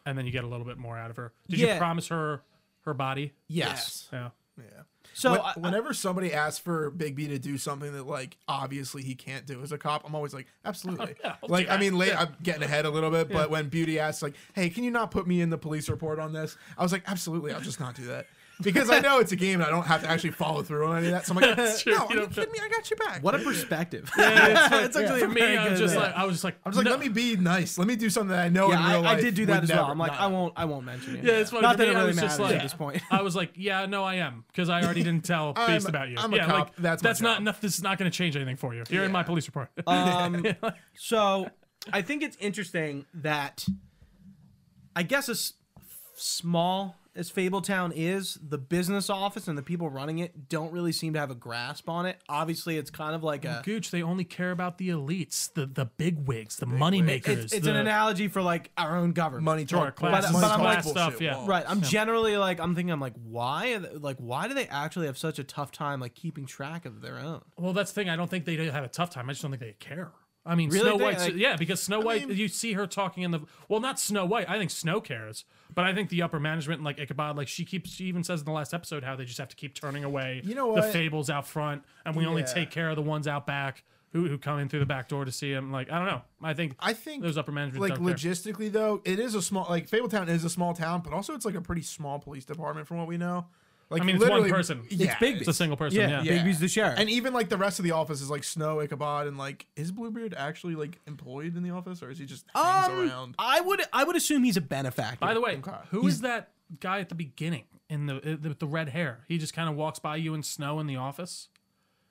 Speaker 3: and then you get a little bit more out of her. Did
Speaker 1: Yeah.
Speaker 3: you promise her her body?
Speaker 1: Yes.
Speaker 3: Yeah.
Speaker 2: Yeah.
Speaker 1: So
Speaker 2: When-
Speaker 1: I-
Speaker 2: whenever somebody asks for Big B to do something that like obviously he can't do as a cop, I'm always like, absolutely.
Speaker 3: <laughs> I'll
Speaker 2: like
Speaker 3: do
Speaker 2: I
Speaker 3: that.
Speaker 2: mean, late, I'm getting ahead a little bit, but when Beauty asks like, "Hey, can you not put me in the police report on this?" I was like, absolutely, I'll just not do that. Because I know it's a game and I don't have to actually follow through on any of that. So I'm like,
Speaker 3: <laughs> That's true.
Speaker 2: no,
Speaker 3: You
Speaker 2: are you
Speaker 3: don't-
Speaker 2: kidding me? I got you back.
Speaker 1: what a perspective.
Speaker 2: it's actually
Speaker 3: For me,
Speaker 1: very
Speaker 3: I was
Speaker 1: good,
Speaker 3: just
Speaker 1: yeah.
Speaker 3: like, I was just like,
Speaker 2: I was like,
Speaker 3: no.
Speaker 2: let me be nice. Let me do something that I
Speaker 1: <laughs>
Speaker 2: know
Speaker 1: Yeah,
Speaker 2: in real
Speaker 1: I, I
Speaker 2: life.
Speaker 1: did do
Speaker 2: would
Speaker 1: that as well.
Speaker 2: never-
Speaker 1: I'm like,
Speaker 2: not.
Speaker 1: I won't, I won't mention it.
Speaker 3: Yeah, it's funny.
Speaker 1: Not
Speaker 3: to
Speaker 1: that it
Speaker 3: me, I
Speaker 1: really
Speaker 3: was just
Speaker 1: matters
Speaker 3: like,
Speaker 1: at this
Speaker 3: <laughs>
Speaker 1: point.
Speaker 3: I was like, yeah, no, I am, because I already didn't tell Beast
Speaker 2: <laughs> I'm-
Speaker 3: about you.
Speaker 2: I'm a
Speaker 3: yeah,
Speaker 2: cop.
Speaker 3: like
Speaker 2: That's my
Speaker 3: that's not
Speaker 2: job.
Speaker 3: enough. This is not going to change anything for you. You're in my
Speaker 2: Yeah. Uh,
Speaker 3: police report.
Speaker 1: Um, so I think it's interesting that I guess as small as Fabletown is, the business office and the people running it don't really seem to have a grasp on it. Obviously, it's kind of like a
Speaker 3: Gooch, they only care about the elites, the the big wigs, the money makers.
Speaker 1: it's, it's
Speaker 3: the,
Speaker 1: an analogy for like our own government.
Speaker 2: money
Speaker 3: Sure,
Speaker 2: talk,
Speaker 3: class-
Speaker 1: But- but I'm like-
Speaker 2: talk
Speaker 3: stuff,
Speaker 2: bullshit.
Speaker 3: yeah.
Speaker 2: Well,
Speaker 1: Right. I'm generally like I'm thinking I'm like why are they- like why do they actually have such a tough time like keeping track of their own?
Speaker 3: Well, that's the thing. I don't think they have a tough time. I just don't think they care. I mean,
Speaker 1: Really?
Speaker 3: Snow
Speaker 1: They-
Speaker 3: White.
Speaker 1: like-
Speaker 3: yeah, because Snow White,
Speaker 2: mean-
Speaker 3: you see her talking in the well, not Snow White. I think Snow cares, but I think the upper management and like Ichabod, like she keeps. She even says in the last episode how they just have to keep turning away.
Speaker 2: You know
Speaker 3: the
Speaker 2: what?
Speaker 3: fables out front, and we only
Speaker 2: Yeah.
Speaker 3: take care of the ones out back who who come in through the back door to see him. Like I don't know. I think
Speaker 2: I think
Speaker 3: those upper management
Speaker 2: like
Speaker 3: don't care.
Speaker 2: logistically though, it is a small like Fabletown is a small town, but also it's like a pretty small police department from what we know. Like
Speaker 3: I mean, it's one
Speaker 2: literally-
Speaker 3: person.
Speaker 2: Yeah,
Speaker 1: It's Bigby.
Speaker 3: it's a single person.
Speaker 1: Yeah,
Speaker 3: Yeah,
Speaker 1: yeah. Bigby's the sheriff.
Speaker 2: And even like the rest of the office is like Snow, Ichabod, and like is Bluebeard actually like employed in the office or is he just hangs
Speaker 1: um,
Speaker 2: around?
Speaker 1: I would I would assume he's a benefactor.
Speaker 3: By the way,
Speaker 2: Okay.
Speaker 3: who is that guy at the beginning in the, uh, the with the red hair? He just kind of walks by you in snow in the office.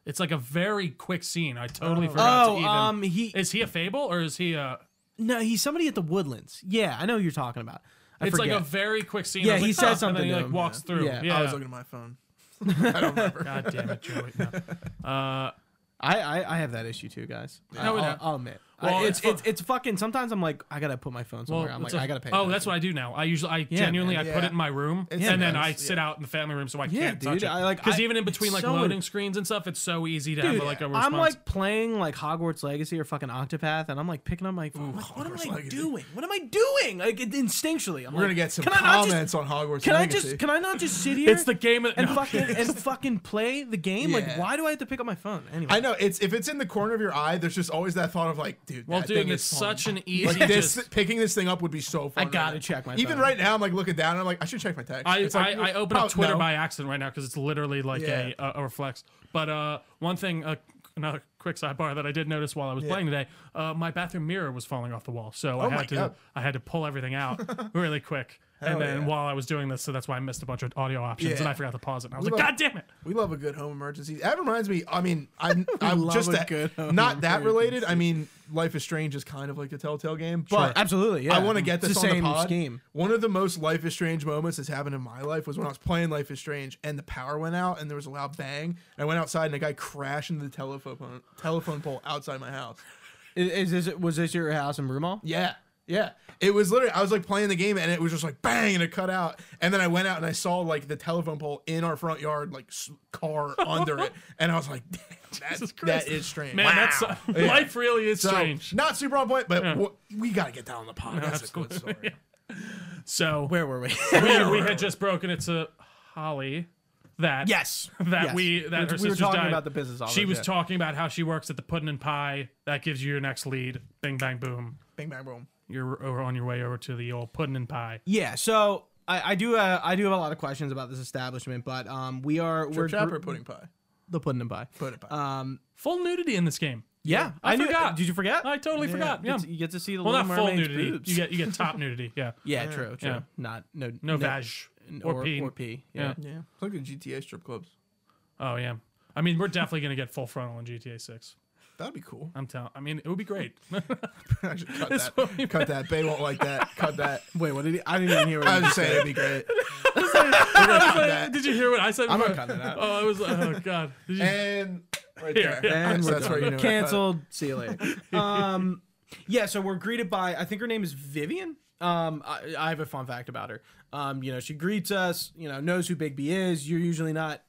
Speaker 3: It's like a very quick scene. I totally forgot to
Speaker 1: oh,
Speaker 3: even.
Speaker 1: um, he
Speaker 3: is he a fable or is he a?
Speaker 1: no, he's somebody at the Woodlands. Yeah, I know who you're talking about. I
Speaker 3: It's
Speaker 1: forget.
Speaker 3: like a very quick scene.
Speaker 1: Yeah,
Speaker 3: I was
Speaker 1: he
Speaker 3: like,
Speaker 1: said
Speaker 3: "Huh," and
Speaker 1: something
Speaker 3: Then he
Speaker 1: to
Speaker 3: like
Speaker 1: him,
Speaker 3: walks
Speaker 1: yeah.
Speaker 3: through.
Speaker 1: Yeah.
Speaker 3: Yeah.
Speaker 2: I was looking at my phone. <laughs> I don't remember.
Speaker 3: God damn it, <laughs> Joey. No. Uh,
Speaker 1: I, I I have that issue too, guys. I,
Speaker 3: we
Speaker 1: will
Speaker 3: don't.
Speaker 1: I'll admit.
Speaker 3: Well,
Speaker 1: I, it's,
Speaker 3: it's fu-
Speaker 1: it's it's fucking. Sometimes I'm like, I gotta put my phone
Speaker 3: well,
Speaker 1: somewhere. I'm
Speaker 3: it's
Speaker 1: like,
Speaker 3: a-
Speaker 1: I gotta pay.
Speaker 3: Oh, that's what I do now. I usually, I genuinely,
Speaker 1: man.
Speaker 3: I put
Speaker 2: Yeah.
Speaker 3: it in my room
Speaker 2: It's
Speaker 3: and then
Speaker 2: nice,
Speaker 3: I sit out in the family room so I
Speaker 1: Yeah,
Speaker 3: can't touch
Speaker 1: dude,
Speaker 3: it.
Speaker 1: I, like,
Speaker 3: because
Speaker 1: I-
Speaker 3: even in between
Speaker 1: it's
Speaker 3: like
Speaker 1: so-
Speaker 3: loading screens and stuff, it's so easy to have like a response.
Speaker 1: I'm like playing like Hogwarts Legacy or fucking Octopath, and I'm like picking up my phone. I'm like, what am
Speaker 2: Hogwarts
Speaker 1: I
Speaker 2: Legacy.
Speaker 1: doing? What am I doing? Like it- instinctually, I'm
Speaker 2: We're
Speaker 1: like,
Speaker 2: gonna get some
Speaker 1: can I not
Speaker 2: comments
Speaker 1: just,
Speaker 2: on Hogwarts.
Speaker 1: Can I
Speaker 2: Legacy.
Speaker 1: just? Can I not just sit here?
Speaker 3: it's the game.
Speaker 1: and
Speaker 3: no,
Speaker 1: fucking and fucking play the game. Like,
Speaker 2: Yeah.
Speaker 1: why do I have to pick up my phone anyway?
Speaker 2: I know it's if it's in the corner of your eye, there's just always that thought of like, dude.
Speaker 3: Well,
Speaker 2: that
Speaker 3: dude,
Speaker 2: thing
Speaker 3: it's
Speaker 2: is fun.
Speaker 3: such an easy.
Speaker 2: like this
Speaker 3: just-
Speaker 2: picking this thing up would be so fun.
Speaker 1: I gotta
Speaker 2: right now.
Speaker 1: check my
Speaker 2: Even
Speaker 1: phone.
Speaker 2: right now, I'm like looking down. I'm like, I should check my text.
Speaker 3: I,
Speaker 2: It's like,
Speaker 3: I, I open up
Speaker 2: oh,
Speaker 3: Twitter
Speaker 2: no.
Speaker 3: by accident right now because it's literally like
Speaker 2: Yeah.
Speaker 3: a, a, a reflex. But uh, one thing, uh, another quick sidebar that I did notice while I was playing today, uh, my bathroom mirror was falling off the wall, so I
Speaker 2: Oh my
Speaker 3: had to
Speaker 2: God.
Speaker 3: I had to pull everything out
Speaker 2: <laughs>
Speaker 3: really quick.
Speaker 2: Hell
Speaker 3: and then
Speaker 2: yeah.
Speaker 3: while I was doing this, so that's why I missed a bunch of audio options and
Speaker 2: Yeah.
Speaker 3: I forgot to pause it. And I was
Speaker 2: We
Speaker 3: like,
Speaker 2: love-
Speaker 3: God damn it!
Speaker 2: We love a good home emergency. That reminds me. I
Speaker 3: <laughs>
Speaker 2: mean, I'm, I'm
Speaker 1: love
Speaker 2: just
Speaker 1: a
Speaker 2: that,
Speaker 1: good home
Speaker 2: not that related. I mean, Life is Strange is kind of like the Telltale game, but
Speaker 1: Absolutely, yeah.
Speaker 2: I want to get
Speaker 1: It's
Speaker 2: this
Speaker 1: the
Speaker 2: on
Speaker 1: same
Speaker 2: the pod.
Speaker 1: scheme.
Speaker 2: One of the most Life is Strange moments that's happened in my life was when I was playing Life is Strange and the power went out and there was a loud bang. And I went outside and a guy crashed into the telephone telephone pole outside my house.
Speaker 1: is, is this was this your house in Broomall?
Speaker 2: Yeah. Yeah. It was literally I was like playing the game and it was just like bang and it cut out. And then I went out and I saw like the telephone pole in our front yard, like s-
Speaker 1: <laughs>
Speaker 2: car under it. And I was like, damn, that's, that
Speaker 3: Christ.
Speaker 2: is strange.
Speaker 3: Man, that's uh,
Speaker 2: <laughs> Yeah.
Speaker 3: life really is
Speaker 2: So,
Speaker 3: strange.
Speaker 2: Not super on point, but wh- we got to get down on the pod. that's
Speaker 1: <laughs>
Speaker 2: a good story.
Speaker 3: So
Speaker 1: Where were we? <laughs>
Speaker 3: we, we had just broken it to Holly that
Speaker 1: yes,
Speaker 3: that
Speaker 1: Yes.
Speaker 3: we that
Speaker 1: we,
Speaker 3: her
Speaker 1: we were
Speaker 3: sister's
Speaker 1: talking
Speaker 3: died.
Speaker 1: about the business. office,
Speaker 3: She was
Speaker 1: yeah.
Speaker 3: talking about how she works at the Puddin' and Pie. That gives you your next lead. Bing bang boom.
Speaker 2: Bing, bang, boom.
Speaker 3: You're over on your way over to the old Puddin' and Pie.
Speaker 1: Yeah, so I, I do uh, I do have a lot of questions about this establishment, but um, we are we're
Speaker 2: Trip Trapper pudding pie.
Speaker 1: the pudding and pie.
Speaker 2: Pudding pie.
Speaker 1: Um,
Speaker 3: Full nudity in this game.
Speaker 1: yeah,
Speaker 3: I
Speaker 1: knew-
Speaker 3: forgot.
Speaker 1: Did you forget?
Speaker 3: I totally forgot. Yeah.
Speaker 1: It's- you get to see the
Speaker 3: well,
Speaker 1: little
Speaker 3: not full
Speaker 1: mermaid's
Speaker 3: nudity.
Speaker 1: boobs.
Speaker 3: You get you <laughs> get top nudity. Yeah.
Speaker 1: yeah, true, true.
Speaker 3: Yeah.
Speaker 1: Not no
Speaker 3: No, vag or, peen.
Speaker 1: or P.
Speaker 3: Yeah.
Speaker 1: Yeah.
Speaker 2: Yeah. It's like the GTA strip clubs.
Speaker 3: Oh yeah. I mean, we're definitely gonna get full frontal in GTA Six.
Speaker 2: That'd be cool. <laughs>
Speaker 3: I'm telling. I mean, it would be great. <laughs>
Speaker 2: Actually, cut
Speaker 3: That's what we-
Speaker 2: that. Cut that. Bay won't like that. Cut that.
Speaker 1: Wait, what did he? I didn't even hear. What
Speaker 2: I was
Speaker 1: he
Speaker 2: just saying it'd be great. that.
Speaker 3: Did you hear what I said?
Speaker 1: I'm not
Speaker 3: before?
Speaker 1: cutting it out.
Speaker 3: Oh, I was. Oh god.
Speaker 1: <laughs>
Speaker 3: Did you-
Speaker 2: And right
Speaker 3: Here.
Speaker 2: there.
Speaker 1: And
Speaker 2: So
Speaker 1: we're
Speaker 2: that's where you
Speaker 1: done.
Speaker 2: know.
Speaker 1: canceled. See you later. <laughs> Um, yeah, so we're greeted by I think her name is Vivian. Um, I, I have a fun fact about her. Um, you know, she greets us. You know, knows who Big B is. You're usually not.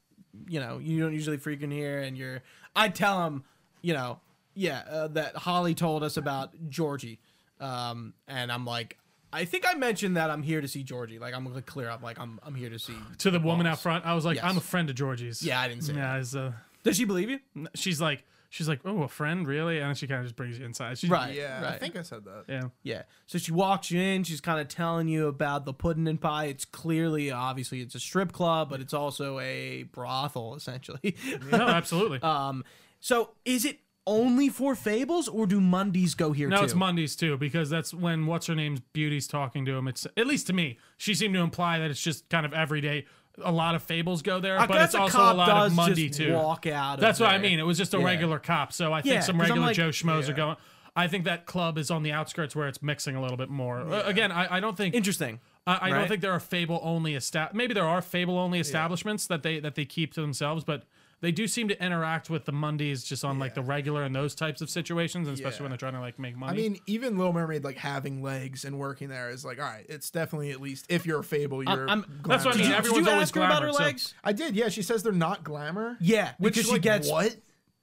Speaker 1: You know, you don't usually freaking here, and you're. I tell him, you know, yeah, uh, that Holly told us about Georgie, um, and I'm like. I think I mentioned that I'm here to see Georgie. Like I'm gonna clear up. Like I'm, I'm here to see.
Speaker 3: to the woman out front, I was like,
Speaker 1: Yes.
Speaker 3: I'm a friend of Georgie's.
Speaker 1: Yeah, I didn't say. that.
Speaker 3: Yeah. It's, uh,
Speaker 1: Does she believe you?
Speaker 3: she's like she's like oh a friend really and then she kind of just brings you inside she,
Speaker 1: Right.
Speaker 2: Yeah,
Speaker 1: Right.
Speaker 2: I think I said that.
Speaker 3: yeah
Speaker 1: Yeah. So she walks you in. She's kind of telling you about the pudding and pie. It's clearly, obviously, it's a strip club, but it's also a brothel, essentially.
Speaker 3: no <laughs> absolutely
Speaker 1: um, so is it only for fables, or do Mondays go here
Speaker 3: no
Speaker 1: too?
Speaker 3: it's mondays too because that's when what's her name's beauty's talking to him it's at least to me she seemed to imply that it's just kind of every day a lot of fables go there
Speaker 1: I
Speaker 3: but
Speaker 1: guess
Speaker 3: it's
Speaker 1: a
Speaker 3: also a
Speaker 1: cop
Speaker 3: lot
Speaker 1: does
Speaker 3: of monday
Speaker 1: just
Speaker 3: too
Speaker 1: Walk out.
Speaker 3: that's
Speaker 1: of
Speaker 3: what i
Speaker 1: there.
Speaker 3: mean it was just a
Speaker 1: Yeah.
Speaker 3: regular cop so i
Speaker 1: Yeah,
Speaker 3: think
Speaker 1: 'cause
Speaker 3: some
Speaker 1: I'm
Speaker 3: regular
Speaker 1: like-
Speaker 3: joe schmoes are
Speaker 2: Yeah.
Speaker 3: going i think that club is on the outskirts where it's mixing a little bit more Uh, again I, I don't think
Speaker 1: Interesting.
Speaker 3: I, I
Speaker 1: Right?
Speaker 3: don't think there are fable only estab- maybe there are fable only establishments that they that they keep to themselves, but they do seem to interact with the Mondays just on like the regular and those types of situations, and especially
Speaker 2: Yeah.
Speaker 3: when they're trying to like make money.
Speaker 2: I mean, even Little Mermaid, like having legs and working there is like, all right, it's definitely at least if you're a fable, you're.
Speaker 1: I'm-
Speaker 3: That's what
Speaker 1: Did
Speaker 2: glamour.
Speaker 3: I
Speaker 1: you,
Speaker 3: mean,
Speaker 1: did
Speaker 3: everyone's
Speaker 1: you
Speaker 3: always
Speaker 1: ask her about her
Speaker 3: glamored, so-
Speaker 1: legs?
Speaker 2: I did. Yeah, she says they're not glamour.
Speaker 1: Yeah,
Speaker 2: which
Speaker 1: because she
Speaker 2: like,
Speaker 1: gets
Speaker 2: what?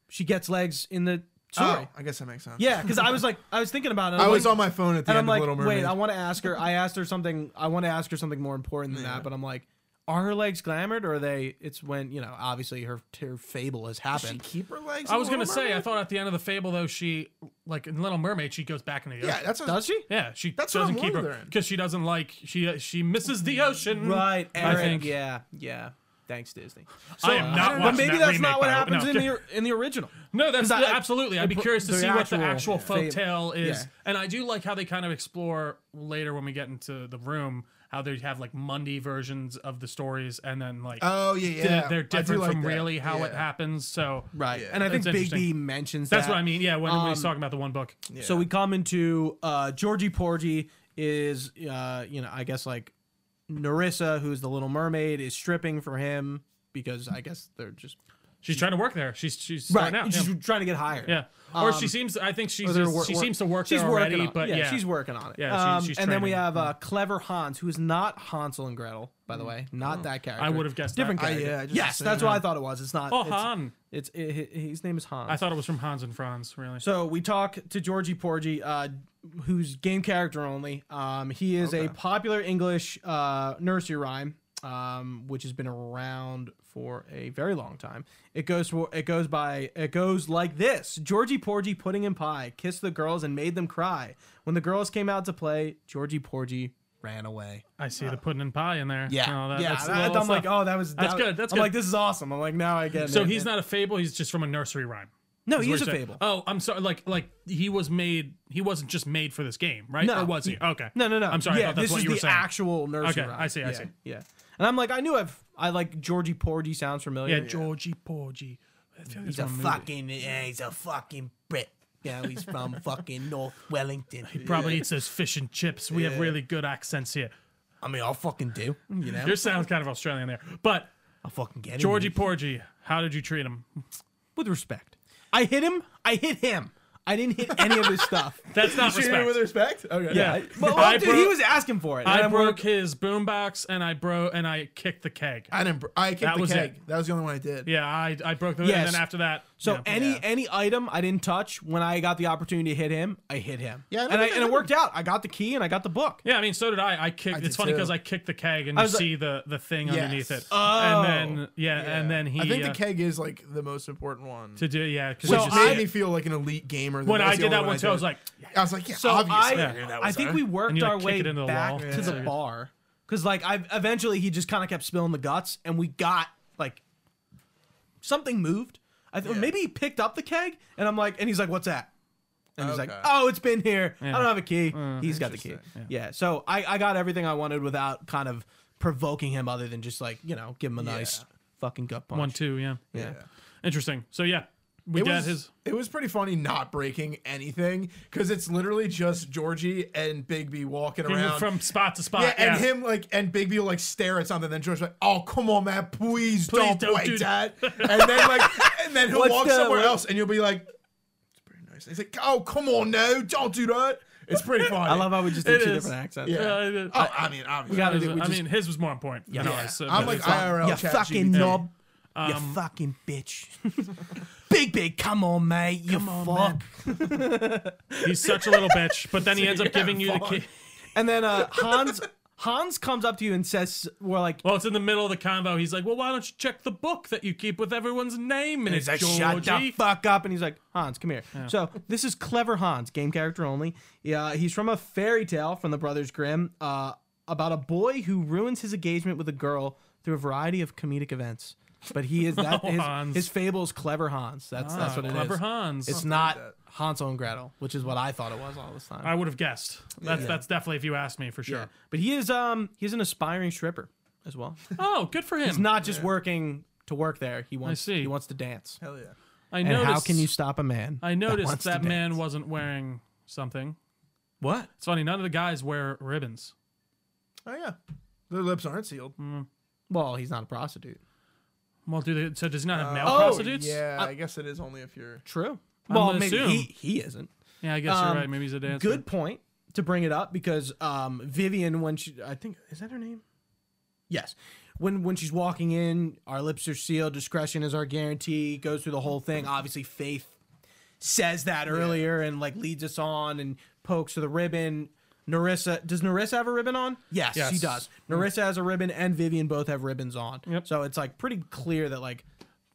Speaker 1: she gets legs in the story.
Speaker 2: Oh, I guess that makes sense.
Speaker 1: Yeah, because I was like, I was thinking about it.
Speaker 2: I was
Speaker 1: like,
Speaker 2: on my phone at the
Speaker 1: and
Speaker 2: end
Speaker 1: I'm
Speaker 2: of
Speaker 1: like,
Speaker 2: Little Mermaid.
Speaker 1: wait, I want to ask her. I asked her something. I want to ask her something more important than that. But I'm like, are her legs glamored or are they? It's when you know, obviously her her fable has
Speaker 2: Does she
Speaker 1: happened.
Speaker 2: keep her legs?
Speaker 3: I
Speaker 2: in
Speaker 3: was
Speaker 2: Little
Speaker 3: gonna say, I
Speaker 2: Mermaid?
Speaker 3: thought at the end of the fable though, she like in Little Mermaid, she goes back into the
Speaker 2: Yeah,
Speaker 3: ocean.
Speaker 2: that's what,
Speaker 1: Does she?
Speaker 3: Yeah, she
Speaker 2: That's what
Speaker 3: doesn't
Speaker 2: I'm
Speaker 3: keep her
Speaker 2: wondering.
Speaker 3: because she doesn't like she uh, she misses the ocean.
Speaker 1: Right,
Speaker 3: I
Speaker 1: Eric,
Speaker 3: think.
Speaker 1: Yeah, yeah. Thanks, Disney.
Speaker 3: I am not
Speaker 1: But
Speaker 3: watching
Speaker 1: maybe
Speaker 3: that
Speaker 1: that's
Speaker 3: remake,
Speaker 1: not what
Speaker 3: by the way.
Speaker 1: happens
Speaker 3: No.
Speaker 1: in the in the original.
Speaker 3: No, that's
Speaker 1: 'Cause I- I-
Speaker 3: absolutely. I'd be
Speaker 1: the-
Speaker 3: curious to
Speaker 1: the
Speaker 3: see what the
Speaker 1: actual
Speaker 3: actual folk
Speaker 1: fable.
Speaker 3: tale is,
Speaker 1: Yeah.
Speaker 3: and I do like how they kind of explore later when we get into the room how they have like Monday versions of the stories, and then like
Speaker 2: Oh yeah,
Speaker 3: they're-
Speaker 2: yeah.
Speaker 3: they're,
Speaker 2: I do
Speaker 3: different
Speaker 2: like
Speaker 3: from
Speaker 2: that.
Speaker 3: really how
Speaker 2: yeah.
Speaker 3: it happens. So
Speaker 1: Right,
Speaker 2: Yeah.
Speaker 1: and I think
Speaker 3: That's
Speaker 1: Big B
Speaker 3: interesting.
Speaker 1: mentions
Speaker 3: that's
Speaker 1: that.
Speaker 3: what I mean. Yeah, when, when he's
Speaker 1: Um,
Speaker 3: talking about the one book,
Speaker 1: So we come into uh, Georgie Porgy is uh, you know I guess like Narissa, who's the Little Mermaid, is stripping for him because I guess they're just
Speaker 3: she's trying to work there. She's she's
Speaker 1: right.
Speaker 3: starting out.
Speaker 1: She's
Speaker 3: yeah.
Speaker 1: trying to get hired.
Speaker 3: Yeah. or
Speaker 1: Um,
Speaker 3: she seems. I think she's
Speaker 1: Or they're
Speaker 3: just,
Speaker 1: wor-
Speaker 3: she
Speaker 1: wor-
Speaker 3: seems to work
Speaker 1: she's
Speaker 3: there
Speaker 1: working
Speaker 3: already,
Speaker 1: on it.
Speaker 3: but yeah,
Speaker 1: she's working on it.
Speaker 3: Yeah, she's- she's
Speaker 1: and then we
Speaker 3: training.
Speaker 1: have uh, clever Hans, who is not Hansel and Gretel, by the way, not that character.
Speaker 3: I would have guessed
Speaker 1: different
Speaker 2: Mm.
Speaker 3: that.
Speaker 2: Oh. I-
Speaker 1: character.
Speaker 2: yeah, I just
Speaker 1: yes,
Speaker 2: assumed
Speaker 1: that's
Speaker 2: that.
Speaker 1: what I thought it was. It's not.
Speaker 3: Oh,
Speaker 1: it's,
Speaker 3: Han.
Speaker 1: It's it, his name is Hans.
Speaker 3: I thought it was from Hans and Franz. Really.
Speaker 1: So we talk to Georgie Porgy, uh, who's game character only. Um, he is a popular English uh, nursery rhyme, um, which has been around for a very long time. It goes for, it goes by it goes like this: Georgie Porgy pudding and pie kissed the girls and made them cry. When the girls came out to play, Georgie Porgy ran away.
Speaker 3: I see the pudding and pie in there.
Speaker 1: Yeah,
Speaker 3: Oh, that-
Speaker 1: yeah.
Speaker 3: that's
Speaker 1: I,
Speaker 3: little
Speaker 1: am like,
Speaker 3: stuff.
Speaker 1: oh, that was
Speaker 3: That's
Speaker 1: that-
Speaker 3: good, that's
Speaker 1: I'm
Speaker 3: good.
Speaker 1: like, this is awesome. I'm like, now I get it.
Speaker 3: So he's not a fable. He's just from a nursery rhyme.
Speaker 1: no,
Speaker 3: is
Speaker 1: he's a
Speaker 3: what you're saying.
Speaker 1: fable.
Speaker 3: Oh, I'm sorry. Like, like he was made. He wasn't just made for this game, right?
Speaker 1: No.
Speaker 3: or was he? Okay.
Speaker 1: No, no, no.
Speaker 3: I'm sorry. I
Speaker 1: Yeah,
Speaker 3: thought that's
Speaker 1: this
Speaker 3: what
Speaker 1: is
Speaker 3: you were
Speaker 1: the
Speaker 3: saying.
Speaker 1: actual nursery
Speaker 3: Okay,
Speaker 1: rhyme.
Speaker 3: I see, I
Speaker 1: yeah,
Speaker 3: see.
Speaker 1: Yeah, and I'm like, I knew I've I like Georgie Porgy sounds familiar.
Speaker 3: yeah, Georgie Porgy. I feel like it's
Speaker 4: He's a
Speaker 3: from movie.
Speaker 4: fucking, yeah, he's a fucking Brit. Yeah, he's <laughs> from fucking North Wellington.
Speaker 3: Probably eats those fish and chips. We have really good accents here.
Speaker 4: I mean, I'll fucking do. You know,
Speaker 3: Your sounds kind of Australian there, but
Speaker 4: I'll fucking get him.
Speaker 3: Georgie Porgy. How did you treat him?
Speaker 1: with respect. I hit him. I hit him. I didn't hit any
Speaker 3: <laughs>
Speaker 1: of his stuff. <laughs>
Speaker 3: That's not
Speaker 2: Treat her
Speaker 3: respect.
Speaker 2: with respect. Okay.
Speaker 3: Yeah.
Speaker 1: But
Speaker 3: I
Speaker 1: well, dude,
Speaker 3: broke-
Speaker 1: he was asking for it.
Speaker 3: I
Speaker 1: And I'm
Speaker 3: broke his boombox and I bro and I kicked the keg.
Speaker 2: I didn't. br- I kicked
Speaker 3: That
Speaker 2: the
Speaker 3: was
Speaker 2: keg.
Speaker 3: it.
Speaker 2: That was the only one I did.
Speaker 3: Yeah, I I broke the
Speaker 1: Yes.
Speaker 3: and then after that.
Speaker 1: So
Speaker 3: yeah.
Speaker 1: any any item I didn't touch when I got the opportunity to hit him, I hit him.
Speaker 2: Yeah, I don't
Speaker 1: and, I,
Speaker 2: think I
Speaker 1: and it
Speaker 2: did.
Speaker 1: worked out. I got the key and I got the book.
Speaker 3: Yeah, I mean, so did I. I kicked.
Speaker 2: did
Speaker 3: it's funny
Speaker 2: too.
Speaker 3: because I kicked the keg, and
Speaker 1: I
Speaker 3: you
Speaker 1: was like-
Speaker 3: see the the thing underneath
Speaker 2: Yes. Oh.
Speaker 3: it. and then yeah, and then he
Speaker 2: I think
Speaker 3: uh,
Speaker 2: the keg is like the most important one.
Speaker 3: to do yeah. 'cause
Speaker 2: which
Speaker 3: it's
Speaker 2: made
Speaker 3: just-
Speaker 2: me feel like an elite gamer.
Speaker 3: when
Speaker 2: That's
Speaker 3: I
Speaker 2: the
Speaker 3: did
Speaker 2: only
Speaker 3: that one too, I was like,
Speaker 2: I was like, yeah,
Speaker 1: So
Speaker 2: obviously.
Speaker 1: I,
Speaker 3: Yeah.
Speaker 1: I think we worked
Speaker 3: And you, like,
Speaker 1: our
Speaker 3: kick
Speaker 1: way
Speaker 3: it into the
Speaker 1: back
Speaker 3: wall.
Speaker 1: to the
Speaker 3: Yeah.
Speaker 1: bar because like I eventually he just kind of kept spilling the guts, and we got like something moved. I th- maybe he picked up the keg, and I'm like, and he's like, "What's that?" And he's like,
Speaker 2: Okay.
Speaker 1: "Oh, it's been here. I don't have a key.
Speaker 3: Uh,
Speaker 1: he's got the key." Yeah. So I I got everything I wanted without kind of provoking him, other than just like you know give him a nice fucking gut punch.
Speaker 3: one two yeah.
Speaker 1: Yeah.
Speaker 3: Interesting. So yeah, we
Speaker 2: It
Speaker 3: got
Speaker 2: was,
Speaker 3: his.
Speaker 2: it was pretty funny not breaking anything because it's literally just Georgie and Bigby walking
Speaker 3: we
Speaker 2: around
Speaker 3: moved from spot to spot.
Speaker 2: Yeah, and him like, and Big B will like stare at something. Then George's like, "Oh, come on, man, please, don't,
Speaker 3: don't
Speaker 2: wait
Speaker 3: do
Speaker 2: that." And then like, and then he'll
Speaker 1: What's
Speaker 2: walk
Speaker 1: the-
Speaker 2: somewhere
Speaker 1: what-
Speaker 2: else, and you'll be like, "It's pretty nice." He's like, "Oh, come on, no, don't do that." It's pretty funny.
Speaker 1: I love how we just did
Speaker 3: It
Speaker 1: two
Speaker 3: is.
Speaker 1: different accents.
Speaker 2: Yeah.
Speaker 3: Uh, it-
Speaker 2: Oh, I mean, obviously.
Speaker 1: gotta
Speaker 3: it was-
Speaker 1: do- we
Speaker 3: I
Speaker 1: just-
Speaker 3: mean, his was more important. Yeah,
Speaker 2: I'm like IRL.
Speaker 4: You
Speaker 2: chat
Speaker 4: fucking
Speaker 2: GPT.
Speaker 4: knob. Um, you fucking bitch. <laughs> big, big, come on, mate. You fuck.
Speaker 3: he's such a little bitch.
Speaker 2: <laughs>
Speaker 3: But then he ends up giving you the
Speaker 2: fun.
Speaker 3: key.
Speaker 1: And then uh, Hans Hans comes up to you and says, "We're like."
Speaker 3: Well, it's in the middle of the convo. He's like, "Well, why don't you check the book that you keep with everyone's name?" And
Speaker 4: He's
Speaker 3: it's
Speaker 4: like,
Speaker 3: Georgie.
Speaker 4: shut the
Speaker 1: fuck up and he's like hans come here so this is clever hans game character only yeah he's from a fairy tale from the brothers grimm uh, about a boy who ruins his engagement with a girl through a variety of comedic events but he is that
Speaker 3: <laughs> Oh, Hans. Ah,
Speaker 1: his, his fable is clever hans that's that's what it is.
Speaker 3: Clever Hans.
Speaker 1: it's not hansel and gretel which is what i thought it was all this time
Speaker 3: I would have guessed. That's that's definitely if you asked me for sure.
Speaker 1: Yeah. but he is um he's an aspiring stripper as
Speaker 3: <laughs>
Speaker 1: well
Speaker 3: Oh, good for him.
Speaker 1: he's not just working to work there he wants
Speaker 3: see.
Speaker 1: he wants to dance
Speaker 2: Hell yeah.
Speaker 3: I
Speaker 1: and
Speaker 3: noticed.
Speaker 1: how can you stop a man
Speaker 3: I noticed
Speaker 1: wants to
Speaker 3: that, man
Speaker 1: dance?
Speaker 3: wasn't wearing something.
Speaker 1: what
Speaker 3: It's funny. None of the guys wear ribbons.
Speaker 2: Oh yeah. Their lips aren't sealed.
Speaker 1: well he's not a prostitute
Speaker 3: Well, do they, so does he not have male
Speaker 2: Oh,
Speaker 3: prostitutes?
Speaker 2: Yeah, I guess it is only if you're.
Speaker 1: True.
Speaker 3: I'm
Speaker 1: well,
Speaker 3: gonna
Speaker 1: maybe
Speaker 3: assume.
Speaker 1: he, he isn't.
Speaker 3: Yeah, I guess
Speaker 1: Um,
Speaker 3: you're right. Maybe he's a dancer.
Speaker 1: Good point to bring it up because um, Vivian, when she, I think, is that her name? Yes. When when she's walking in, our lips are sealed. Discretion is our guarantee. Goes through the whole thing. Obviously, faith says that earlier and like leads us on and pokes to the ribbon. Narissa, does Narissa have a ribbon on? Yes, she
Speaker 3: Yes.
Speaker 1: does. Narissa has a ribbon and Vivian both have ribbons on.
Speaker 3: Yep.
Speaker 1: So it's like pretty clear that like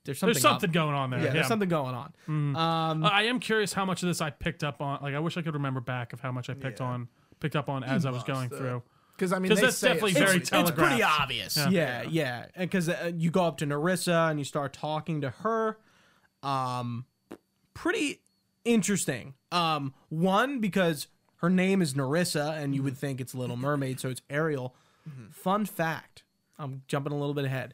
Speaker 1: there's something
Speaker 3: There's something
Speaker 1: up.
Speaker 3: going on there.
Speaker 1: Yeah,
Speaker 3: Yeah,
Speaker 1: there's something going on.
Speaker 3: Uh, I am curious how much of this I picked up on. Like, I wish I could remember back of how much I picked
Speaker 2: Yeah.
Speaker 3: on, picked up on as I was going through.
Speaker 2: Because I mean,
Speaker 3: 'Cause
Speaker 2: they
Speaker 3: that's
Speaker 2: say
Speaker 3: definitely
Speaker 2: it's
Speaker 3: very
Speaker 2: like-
Speaker 3: telling.
Speaker 2: it's-
Speaker 3: It's pretty telegraphed.
Speaker 4: obvious.
Speaker 1: Yeah, yeah. Because uh, you go up to Narissa and you start talking to her. Um, pretty interesting. Um, one because her name is Narissa, and you
Speaker 3: Mm-hmm.
Speaker 1: would think it's Little Mermaid, so it's Ariel. Fun fact: I'm jumping a little bit ahead.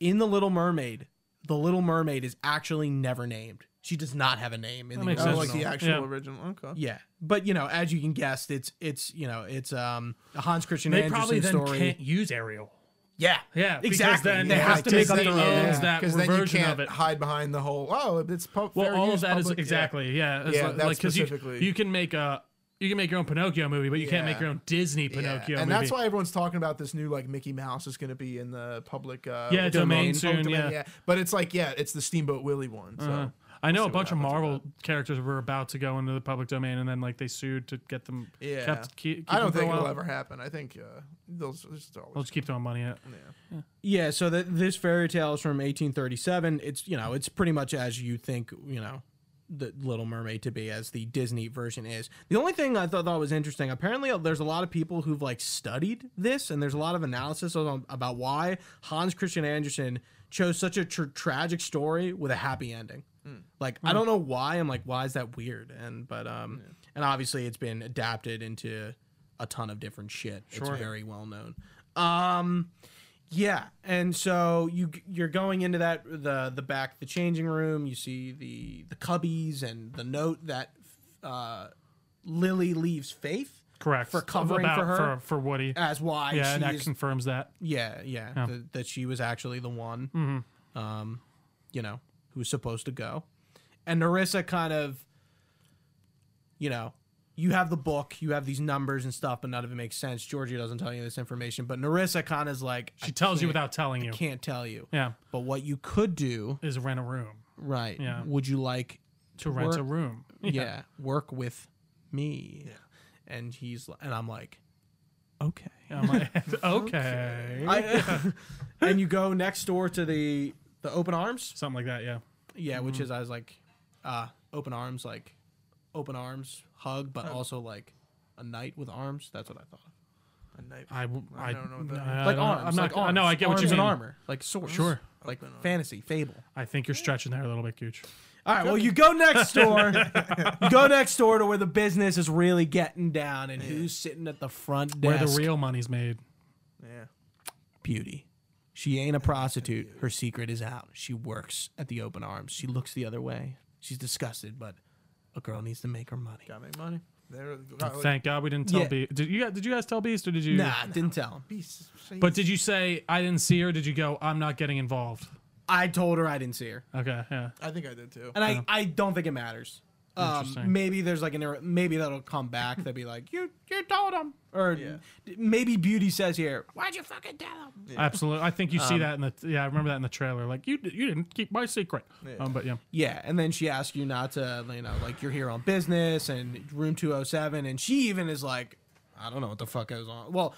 Speaker 1: In the Little Mermaid, the Little Mermaid is actually never named. She does not have a name in
Speaker 3: That
Speaker 1: the
Speaker 3: makes
Speaker 2: Oh,
Speaker 1: original.
Speaker 3: sense.
Speaker 2: like the
Speaker 3: Yeah.
Speaker 2: actual
Speaker 3: Yeah.
Speaker 2: original. Okay.
Speaker 1: Yeah, but you know, as you can guess, it's it's you know it's um a Hans Christian
Speaker 3: They
Speaker 1: Andersen
Speaker 3: probably then
Speaker 1: story.
Speaker 3: can't use Ariel.
Speaker 1: Yeah,
Speaker 3: Yeah, because
Speaker 1: exactly.
Speaker 3: then
Speaker 1: they
Speaker 3: it
Speaker 1: have
Speaker 3: has
Speaker 1: to
Speaker 3: to
Speaker 1: make up
Speaker 3: be
Speaker 1: their
Speaker 3: the
Speaker 1: own.
Speaker 3: owns that
Speaker 2: Because then you
Speaker 3: version of
Speaker 2: can't
Speaker 3: it.
Speaker 2: hide behind the whole. Oh, it's pu-
Speaker 3: Well,
Speaker 2: fair
Speaker 3: all
Speaker 2: use,
Speaker 3: of that is
Speaker 2: public-" Yeah.
Speaker 3: exactly yeah. it's
Speaker 2: Yeah,
Speaker 3: like,
Speaker 2: that's
Speaker 3: like, 'cause
Speaker 2: specifically-
Speaker 3: You, you can make a you can make your own Pinocchio movie, but you can't make
Speaker 2: Yeah.
Speaker 3: your own Disney
Speaker 2: Yeah,
Speaker 3: Pinocchio
Speaker 2: and
Speaker 3: movie.
Speaker 2: that's why everyone's talking about this new like Mickey Mouse is going to be in the public uh,
Speaker 3: yeah,
Speaker 2: public
Speaker 3: domain,
Speaker 1: domain.
Speaker 3: soon.
Speaker 2: domain,
Speaker 3: yeah.
Speaker 2: but it's like yeah, it's the Steamboat Willie one. So
Speaker 3: Uh, I
Speaker 2: see
Speaker 3: know a
Speaker 2: what
Speaker 3: bunch of
Speaker 2: happens with
Speaker 3: Marvel characters were about to go into the public domain, and then like they sued to get them.
Speaker 2: yeah,
Speaker 3: kept, keep, keep
Speaker 2: I don't
Speaker 3: them for a
Speaker 2: think it'll
Speaker 3: while.
Speaker 2: ever happen. I think uh, they'll s- just always.
Speaker 3: They'll just keep throwing money at. it.
Speaker 1: Yeah, so th this fairy tale is from 1837. It's you know it's pretty much as you think you know the Little Mermaid to be as the Disney version is. The only thing I thought, thought was interesting. Apparently, uh, there's a lot of people who've like studied this, and there's a lot of analysis on, about why Hans Christian Andersen chose such a tr- tragic story with a happy ending. Like I don't know why. I'm like, why is that weird? And but um and obviously it's been adapted into a ton of different shit. It's very well known. Um. Yeah, and so you you're going into that the the back the changing room. You see the the cubbies and the note that uh, Lily leaves Faith
Speaker 3: Correct.
Speaker 1: for covering
Speaker 3: About-
Speaker 1: for her
Speaker 3: for, for Woody.
Speaker 1: as why
Speaker 3: yeah, and
Speaker 1: she
Speaker 3: that
Speaker 1: is
Speaker 3: confirms that.
Speaker 1: yeah yeah, th- that she was actually the one um
Speaker 3: Mm-hmm.
Speaker 1: you know who was supposed to go, and Narissa kind of you know you have the book you have these numbers and stuff but none of it makes sense. Georgia doesn't tell you this information, but Narissa kind of is like
Speaker 3: She tells you without telling you.
Speaker 1: can't tell you.
Speaker 3: Yeah,
Speaker 1: But what you could do,
Speaker 3: is rent a room
Speaker 1: right?
Speaker 3: Yeah.
Speaker 1: Would you like
Speaker 3: to rent a
Speaker 1: Work-
Speaker 2: <laughs>
Speaker 3: room.
Speaker 1: <laughs> yeah, work with me? Yeah. And he's li- and I'm like, okay.
Speaker 3: I'm like, <laughs> okay. <laughs>
Speaker 1: I, and you go next door to the the open arms.
Speaker 3: Something like that. Yeah.
Speaker 1: Yeah, which
Speaker 3: Mm-hmm.
Speaker 1: is I was like, uh, open arms, like open arms hug,
Speaker 3: Oh.
Speaker 1: but also like a knight with arms. That's what I thought. of.
Speaker 2: a knife.
Speaker 3: I, w-
Speaker 2: I don't know what that
Speaker 3: I
Speaker 2: means.
Speaker 1: Like
Speaker 3: don't-
Speaker 1: arms,
Speaker 3: I'm not.
Speaker 1: like arms.
Speaker 3: I know. I get what
Speaker 1: arms
Speaker 3: you mean.
Speaker 1: and armor, like swords.
Speaker 3: Sure. uh,
Speaker 1: Like
Speaker 2: Open arms.
Speaker 1: fantasy, fable.
Speaker 3: I think you're stretching there a little bit, Gooch.
Speaker 1: All right. Well, you go next door.
Speaker 3: <laughs>
Speaker 1: you go next door to where the business is really getting down, and who's sitting at the front
Speaker 3: Where
Speaker 1: desk?
Speaker 3: the real money's made.
Speaker 2: Yeah.
Speaker 1: beauty. She ain't a prostitute. Her secret is out. She works at the Open Arms. She looks the other way. She's disgusted, but a girl needs to make her money.
Speaker 2: Gotta make money. There,
Speaker 3: Thank God we didn't tell
Speaker 1: Yeah.
Speaker 3: Be Did you? guys- Did you guys tell Beast or did you?
Speaker 1: Nah, didn't tell him.
Speaker 2: Beast.
Speaker 3: But did you say I didn't see her? Did you go? I'm not getting involved.
Speaker 1: I told her I didn't see her,
Speaker 3: Okay. Yeah.
Speaker 2: I think I did too.
Speaker 1: and I, I don't think it matters. Um,
Speaker 3: Uh-huh. Interesting.
Speaker 1: maybe there's like an error- maybe that'll come back. They'll be like, you you told him, or
Speaker 2: Yeah.
Speaker 1: d- maybe Beauty says here, why'd you fucking tell him?
Speaker 3: Absolutely. I think you
Speaker 2: Um,
Speaker 3: see that in the. Yeah, I remember that in the trailer. Like you. d- You didn't keep my secret. Um. But yeah.
Speaker 1: Yeah, and then she asks you not to, you know, like you're here on business and room 207, and she even is like, I don't know what the fuck goes on. Well,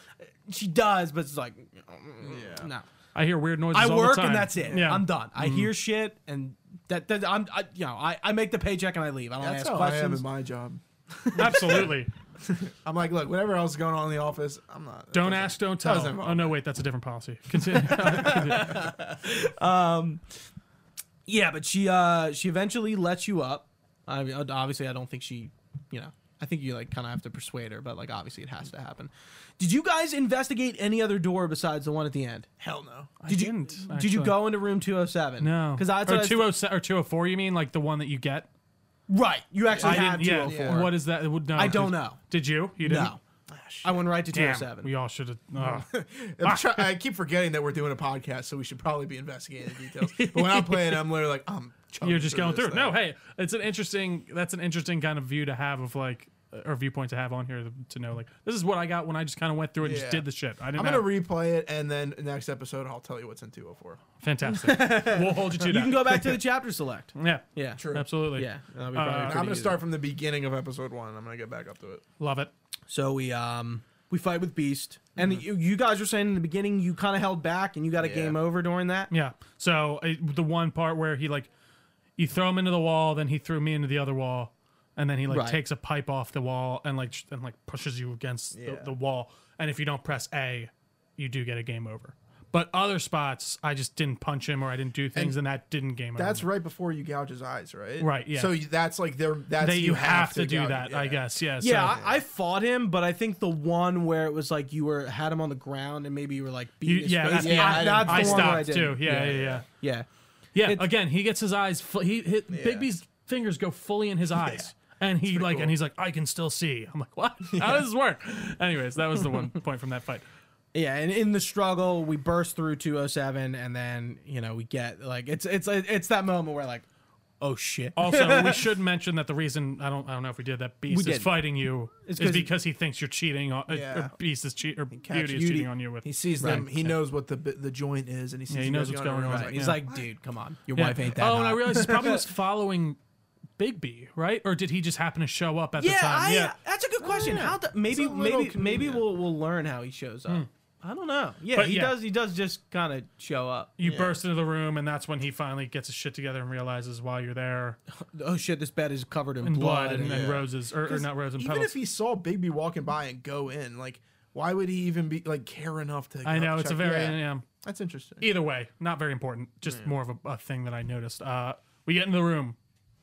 Speaker 1: she does, but it's like, "Mm,
Speaker 2: Yeah.
Speaker 1: no.
Speaker 3: I hear weird noises.
Speaker 1: I
Speaker 3: all
Speaker 1: work
Speaker 3: the time.
Speaker 1: and that's it.
Speaker 3: Yeah. Mm-hmm.
Speaker 1: I'm done. I hear shit and that, that I'm, I, you know, I, I make the paycheck and I leave. I don't
Speaker 2: That's
Speaker 1: ask
Speaker 2: how I am
Speaker 1: questions.
Speaker 2: in my job.
Speaker 1: <laughs>
Speaker 3: Absolutely.
Speaker 2: I'm like, look, whatever else is going on in the office, I'm not.
Speaker 3: Don't ask, don't tell.
Speaker 2: doesn't involve
Speaker 3: Oh no, wait, that's a different policy.
Speaker 1: <laughs>
Speaker 3: Continue.
Speaker 1: yeah, but she, uh, she eventually lets you up. I mean, obviously, I don't think she, you know, I think you like kind of have to persuade her, but like obviously it has to happen. Did you guys investigate any other door besides the one at the end?
Speaker 2: Hell no.
Speaker 1: Did you
Speaker 3: didn't,
Speaker 1: did you
Speaker 3: actually.
Speaker 1: go into room 207?
Speaker 3: no,
Speaker 1: because I
Speaker 3: or
Speaker 1: thought
Speaker 3: two oh se- or two oh four. You mean like the one that you get?
Speaker 1: right. You actually
Speaker 3: I
Speaker 1: have
Speaker 3: didn't. Yeah.
Speaker 1: 204.
Speaker 3: What is that? It would- no,
Speaker 1: I don't
Speaker 3: did-
Speaker 1: know.
Speaker 3: Did you? You didn't.
Speaker 1: No, I went right to
Speaker 3: Damn,
Speaker 1: 207.
Speaker 3: we all uh, should
Speaker 1: <laughs>
Speaker 3: have. ugh.
Speaker 2: I'm try- I keep forgetting that we're doing a podcast, so we should probably be investigating the details. But when I'm playing, I'm literally like, I'm. chugging
Speaker 3: You're just going
Speaker 2: this
Speaker 3: through. it. No,
Speaker 2: thing.
Speaker 3: hey, it's an interesting. That's an interesting kind of view to have of like or viewpoint to have on here to know like this is what I got when I just kind of went through it and
Speaker 2: Yeah.
Speaker 3: just did the shit. I didn't.
Speaker 2: I'm gonna
Speaker 3: have-
Speaker 2: replay it, and then next episode I'll tell you what's in 204.
Speaker 3: Fantastic. we'll hold you
Speaker 1: <laughs>
Speaker 3: to
Speaker 1: You
Speaker 3: that.
Speaker 1: can go back to the chapter
Speaker 3: <laughs>
Speaker 1: select.
Speaker 3: yeah.
Speaker 1: Yeah.
Speaker 2: True.
Speaker 3: Absolutely.
Speaker 1: Yeah. that'll be probably
Speaker 3: Uh, I'm
Speaker 2: And
Speaker 1: pretty
Speaker 2: I'm gonna
Speaker 1: easy.
Speaker 2: start from the beginning of episode one. I'm gonna get back up to it.
Speaker 3: Love it.
Speaker 1: So we um we fight with Beast, and
Speaker 3: Mm-hmm.
Speaker 1: you, you guys were saying in the beginning you kind of held back and you got a
Speaker 2: Yeah.
Speaker 1: game over during that.
Speaker 3: Yeah. So I, the one part where he like, you throw him into the wall, then he threw me into the other wall, and then he like
Speaker 1: Right.
Speaker 3: takes a pipe off the wall and like sh- and like pushes you against
Speaker 2: Yeah.
Speaker 3: the, the wall. And if you don't press A, you do get a game over. But other spots, I just didn't punch him or I didn't do things, and, that didn't game over.
Speaker 2: That's right before you gouge his eyes, right?
Speaker 3: Right, yeah.
Speaker 2: So you- that's like they're that's
Speaker 3: that you, have, to, do
Speaker 2: gouge-
Speaker 3: that, I
Speaker 2: yeah.
Speaker 3: guess. Yeah. so-
Speaker 1: Yeah, I, I fought him, but I think the one where it was like you were had him on the ground and maybe you were like beating
Speaker 3: You-
Speaker 1: his
Speaker 3: yeah,
Speaker 1: face.
Speaker 3: that's- I-
Speaker 1: that's
Speaker 3: I
Speaker 1: the one where
Speaker 3: stopped too.
Speaker 1: didn't.
Speaker 3: Yeah, yeah, yeah. yeah.
Speaker 1: yeah. It's-
Speaker 3: again, he gets his eyes. Fu- he hit Bigby's fingers go fully in his eyes, and he like,
Speaker 2: cool.
Speaker 3: and he's like, I can still see. I'm
Speaker 1: <laughs>
Speaker 3: like, what? How does this work? Anyways, that was the one point from that fight.
Speaker 1: Yeah, and in the struggle, we burst through 207, and then you know we get like it's it's it's that moment where like, oh shit,
Speaker 3: Also, we should mention that the reason I don't I don't know if we did that Beast is
Speaker 1: didn't.
Speaker 3: fighting you is
Speaker 1: 'cause he-
Speaker 3: because he thinks you're cheating on uh,
Speaker 2: Yeah.
Speaker 3: or Beast is cheating or
Speaker 2: catch
Speaker 3: Beauty is
Speaker 2: Beauty.
Speaker 3: cheating on you with.
Speaker 2: He sees them.
Speaker 1: Right.
Speaker 2: He knows what the bi- the joint is, and he sees
Speaker 3: he
Speaker 2: you
Speaker 3: knows
Speaker 2: guys
Speaker 3: what's
Speaker 2: going
Speaker 3: going on.
Speaker 2: around.
Speaker 1: he's
Speaker 3: yeah.
Speaker 1: like, dude, come on, your
Speaker 3: Yeah.
Speaker 1: wife ain't that.
Speaker 3: oh, and I
Speaker 1: hot."
Speaker 3: realized he's probably
Speaker 1: <laughs>
Speaker 3: was following Bigby, right? Or did he just happen to show up at
Speaker 1: Yeah,
Speaker 3: the time?
Speaker 1: I, that's a good question. How the, maybe
Speaker 2: little
Speaker 1: maybe maybe
Speaker 2: convenient.
Speaker 1: we'll we'll learn how he shows up. I don't know. Yeah,
Speaker 3: Hmm. But
Speaker 1: he
Speaker 3: yeah.
Speaker 1: does. He does just kind of show up.
Speaker 3: You burst into the room, and that's when he finally gets his shit together and realizes while you're there,
Speaker 1: Oh shit, this bed is covered in,
Speaker 3: and
Speaker 1: blood.
Speaker 3: blood
Speaker 1: and-
Speaker 3: and, and roses, or, or not roses, and
Speaker 2: Even
Speaker 3: petals.
Speaker 2: if he saw Bigby walking by and go in, like, why would he even be like care enough to?
Speaker 3: I
Speaker 2: go
Speaker 3: know it's a
Speaker 2: check-
Speaker 3: very
Speaker 2: Yeah.
Speaker 3: yeah.
Speaker 2: That's
Speaker 3: <laughs>
Speaker 2: interesting.
Speaker 3: Either way, not very important. Just more of a, a thing that I noticed. Uh, we get in the room.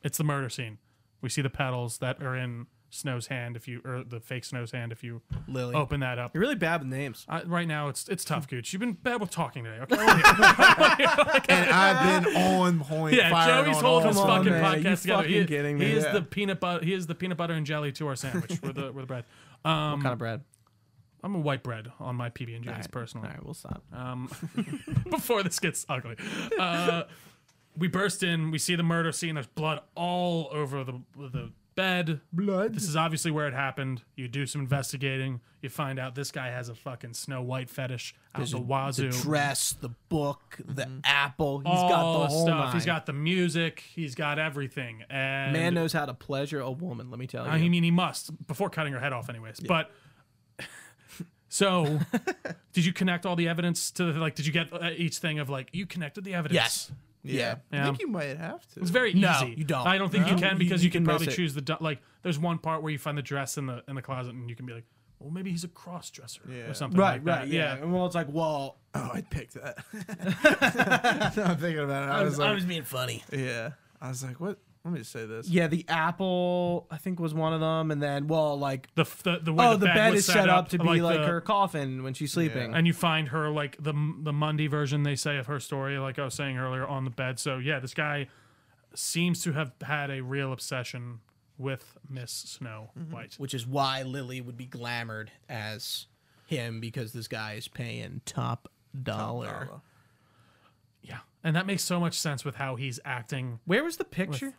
Speaker 3: It's the murder scene. We see the petals that are in Snow's hand. If you or the fake Snow's hand, if you
Speaker 1: Lily.
Speaker 3: open that up.
Speaker 1: You're really bad with names.
Speaker 3: I, right now, it's it's tough, Gooch. You've been bad with talking today.
Speaker 1: <laughs>
Speaker 3: Okay.
Speaker 2: and I've been on point.
Speaker 3: yeah,
Speaker 2: firing
Speaker 3: Joey's
Speaker 2: on
Speaker 3: holding
Speaker 2: all
Speaker 3: his
Speaker 1: Come on,
Speaker 2: cylinders.
Speaker 1: man.
Speaker 3: fucking podcast
Speaker 1: You
Speaker 3: together. he,
Speaker 1: fucking kidding
Speaker 3: he
Speaker 1: me.
Speaker 3: is
Speaker 1: Yeah.
Speaker 3: the peanut butter. He is the peanut butter and jelly to our sandwich. we're the we're the bread. Um,
Speaker 1: kind of bread.
Speaker 3: I'm a white bread on my PB and J's personally.
Speaker 1: All right, we'll stop.
Speaker 3: um, <laughs> before this gets ugly. Uh, we burst in. We see the murder scene. There's blood all over the the bed.
Speaker 2: Blood.
Speaker 3: This is obviously where it happened. You do some investigating. You find out this guy has a fucking Snow White fetish out the wazoo.
Speaker 1: Dress, the book, the apple. He's
Speaker 3: Mm-hmm. all
Speaker 1: got the
Speaker 3: the
Speaker 1: whole
Speaker 3: stuff. He's
Speaker 1: nine.
Speaker 3: got the music. He's got everything. And
Speaker 1: Man knows how to pleasure a woman. Let me tell you.
Speaker 3: I mean, Oh, he must before cutting her head off, anyways. But <laughs>
Speaker 1: <laughs>
Speaker 3: so, did you connect all the evidence to like? Did you get uh, each thing of like you connected the evidence?
Speaker 1: yes.
Speaker 2: Yeah.
Speaker 3: Yeah.
Speaker 2: I think you might have to.
Speaker 3: It's very
Speaker 1: No,
Speaker 3: easy.
Speaker 1: you don't.
Speaker 3: I don't think you
Speaker 1: No?
Speaker 3: can
Speaker 1: You-
Speaker 3: because
Speaker 1: you
Speaker 3: you, can,
Speaker 1: can miss
Speaker 3: probably
Speaker 1: it.
Speaker 3: choose the do- like. There's one part where you find the dress in the in the closet, and you can be like, well, maybe he's a cross dresser
Speaker 2: Yeah.
Speaker 3: or something.
Speaker 1: Right,
Speaker 3: like that.
Speaker 1: right, yeah. And well, it's like, well,
Speaker 2: Oh, I'd pick <laughs> that. no, I'm thinking about it. I,
Speaker 1: I
Speaker 2: was
Speaker 1: was,
Speaker 2: like,
Speaker 1: I was being funny.
Speaker 2: yeah. I was like, what? Let me just say this.
Speaker 1: Yeah, the apple I think was one of them, and then well, like
Speaker 3: The f- the, the way
Speaker 1: oh, the
Speaker 3: the,
Speaker 1: bed,
Speaker 3: was
Speaker 1: is set up to be like,
Speaker 3: the-
Speaker 1: her coffin when she's sleeping.
Speaker 3: And you find her like the the Monday version they say of her story, like I was saying earlier, on the bed. So yeah, this guy seems to have had a real obsession with Miss Snow
Speaker 1: Mm-hmm.
Speaker 3: White.
Speaker 1: which is why Lily would be glamored as him because this guy is paying top dollar.
Speaker 3: Yeah, and that makes so much sense with how he's acting.
Speaker 1: Where was the picture?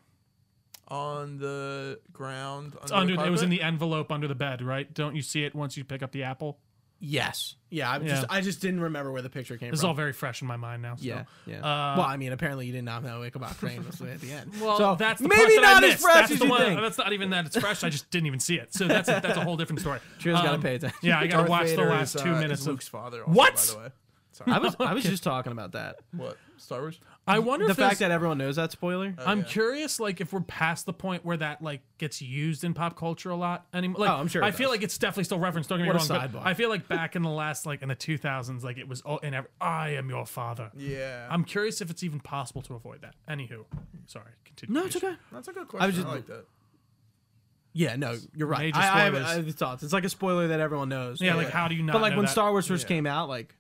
Speaker 2: On the ground.
Speaker 3: It's under it was in
Speaker 2: carpet?
Speaker 3: the envelope under the bed, right? Don't you see it once you pick up the apple?
Speaker 1: Yes. Yeah, I
Speaker 3: Yeah.
Speaker 1: just I just didn't remember where the picture came
Speaker 3: This is
Speaker 1: from.
Speaker 3: all very fresh in my mind now. So.
Speaker 1: yeah, yeah.
Speaker 3: Uh,
Speaker 1: well, I mean, apparently you did not know Ichabod Crane was at the end.
Speaker 3: <laughs> Well,
Speaker 1: so
Speaker 3: that's the part
Speaker 1: maybe
Speaker 3: that I
Speaker 1: not as
Speaker 3: missed.
Speaker 1: fresh
Speaker 3: that's
Speaker 1: as
Speaker 3: the
Speaker 1: you
Speaker 3: one,
Speaker 1: think.
Speaker 3: That's not even that it's fresh. I just didn't even see it. So that's a, that's a whole
Speaker 1: <laughs>
Speaker 3: different story. Um,
Speaker 1: Trina's gotta pay attention.
Speaker 3: Yeah, I gotta
Speaker 2: Darth
Speaker 3: watch
Speaker 2: Vader
Speaker 3: the last
Speaker 2: is,
Speaker 3: two
Speaker 2: uh,
Speaker 3: minutes
Speaker 2: is
Speaker 3: of.
Speaker 2: Luke's father. Also,
Speaker 3: What?
Speaker 2: By the way.
Speaker 1: I was I was just talking about that.
Speaker 2: What? Star Wars?
Speaker 3: I wonder
Speaker 1: The
Speaker 3: if there's-
Speaker 1: fact that everyone knows that oh, spoiler.
Speaker 3: I'm
Speaker 2: yeah.
Speaker 3: curious, like if we're past the point where that like gets used in pop culture a lot anymore. Like,
Speaker 1: Oh, I'm sure it
Speaker 3: I feel
Speaker 1: does.
Speaker 3: like it's definitely still referenced. Don't get me
Speaker 1: What a
Speaker 3: wrong, but
Speaker 1: sidebar.
Speaker 3: I feel like back in the last like in the 2000s, like it was all in every. I am your father.
Speaker 2: Yeah.
Speaker 3: I'm curious if it's even possible to avoid that. Anywho, sorry. Continue.
Speaker 1: no, it's okay.
Speaker 2: That's a good question. I,
Speaker 1: just-
Speaker 2: like that.
Speaker 1: Yeah, no, you're right.
Speaker 3: Major
Speaker 1: I, I, have,
Speaker 3: spoilers.
Speaker 1: I have thoughts. It's like a spoiler that everyone knows.
Speaker 3: Yeah,
Speaker 1: but,
Speaker 3: like how do you not?
Speaker 1: But like
Speaker 3: know
Speaker 1: when
Speaker 3: that?
Speaker 1: Star Wars first
Speaker 2: Yeah.
Speaker 1: came out, like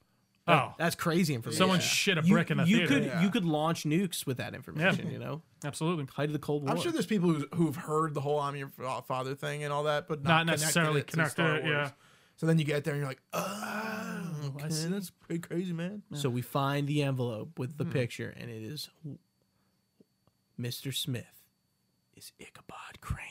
Speaker 3: Oh,
Speaker 1: that's crazy information.
Speaker 3: someone shit a brick in the
Speaker 1: you
Speaker 3: theater.
Speaker 1: could
Speaker 2: Yeah.
Speaker 1: you could launch nukes with that information. You know,
Speaker 3: Absolutely.
Speaker 1: height of the Cold War.
Speaker 2: I'm sure there's people who's, who've heard the whole "I'm your fa- father" thing and all that, but
Speaker 3: Not
Speaker 2: not, connected
Speaker 3: necessarily
Speaker 2: it to Star
Speaker 3: connected,
Speaker 2: Wars.
Speaker 3: yeah.
Speaker 2: So then you get there and you're like, oh, okay,
Speaker 3: see.
Speaker 2: that's pretty crazy, man.
Speaker 1: So we find the envelope with the picture, and it is Mr. Smith is Ichabod Crane.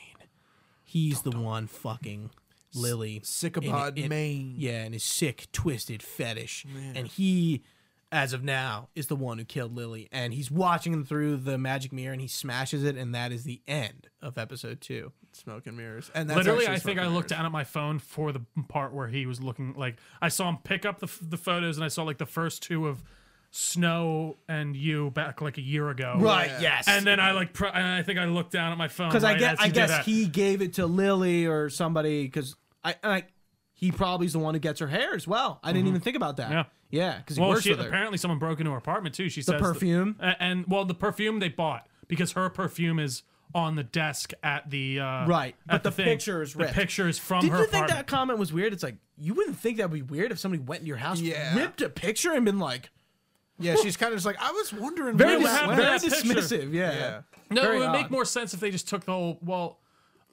Speaker 1: He's the one fucking Lily.
Speaker 2: Sycamore
Speaker 1: in- in-
Speaker 2: Maine.
Speaker 1: Yeah, and his sick, twisted fetish. And he, as of now, is the one who killed Lily. And he's watching them through the magic mirror and he smashes it. And that is the end of episode two.
Speaker 2: Smoke and mirrors. And that's
Speaker 3: Literally,
Speaker 2: actually
Speaker 3: I think
Speaker 2: Smoke
Speaker 3: I
Speaker 2: and
Speaker 3: looked
Speaker 2: Mirrors.
Speaker 3: down at my phone for the part where he was looking. Like I saw him pick up the f- the photos, and I saw like the first two of Snow and you back like a year ago.
Speaker 2: Yeah.
Speaker 1: yes.
Speaker 3: And then I like, pr- and I think I looked down at my phone
Speaker 1: Because
Speaker 3: right
Speaker 1: I
Speaker 3: as
Speaker 1: guess
Speaker 3: he
Speaker 1: I
Speaker 3: did that.
Speaker 1: guess he gave it to Lily or somebody. Because I, I he probably is the one who gets her hair as well. I didn't even think about that.
Speaker 3: Mm-hmm. Yeah.
Speaker 1: yeah. Because he
Speaker 3: Well,
Speaker 1: works
Speaker 3: she,
Speaker 1: with her.
Speaker 3: apparently someone broke into her apartment too. She says
Speaker 1: perfume?
Speaker 3: a- and, well, the perfume they bought because her perfume is on the desk at the uh,
Speaker 1: Right, but
Speaker 3: at
Speaker 1: the
Speaker 3: thing.
Speaker 1: picture is
Speaker 3: the
Speaker 1: ripped.
Speaker 3: picture is from
Speaker 1: Did
Speaker 3: her
Speaker 1: you think
Speaker 3: apartment.
Speaker 1: that comment was weird? It's like you wouldn't think that would be weird if somebody went in your house,
Speaker 2: Yeah.
Speaker 1: ripped a picture, and been like,
Speaker 2: Yeah, she's kind of just like I was wondering.
Speaker 1: very,
Speaker 2: where
Speaker 1: dis-
Speaker 2: that
Speaker 3: happened
Speaker 2: went."
Speaker 3: to
Speaker 1: very
Speaker 3: that picture?
Speaker 1: dismissive. Yeah.
Speaker 2: Yeah.
Speaker 3: No,
Speaker 1: Very
Speaker 3: it would
Speaker 1: odd.
Speaker 3: make more sense if they just took the whole. Well,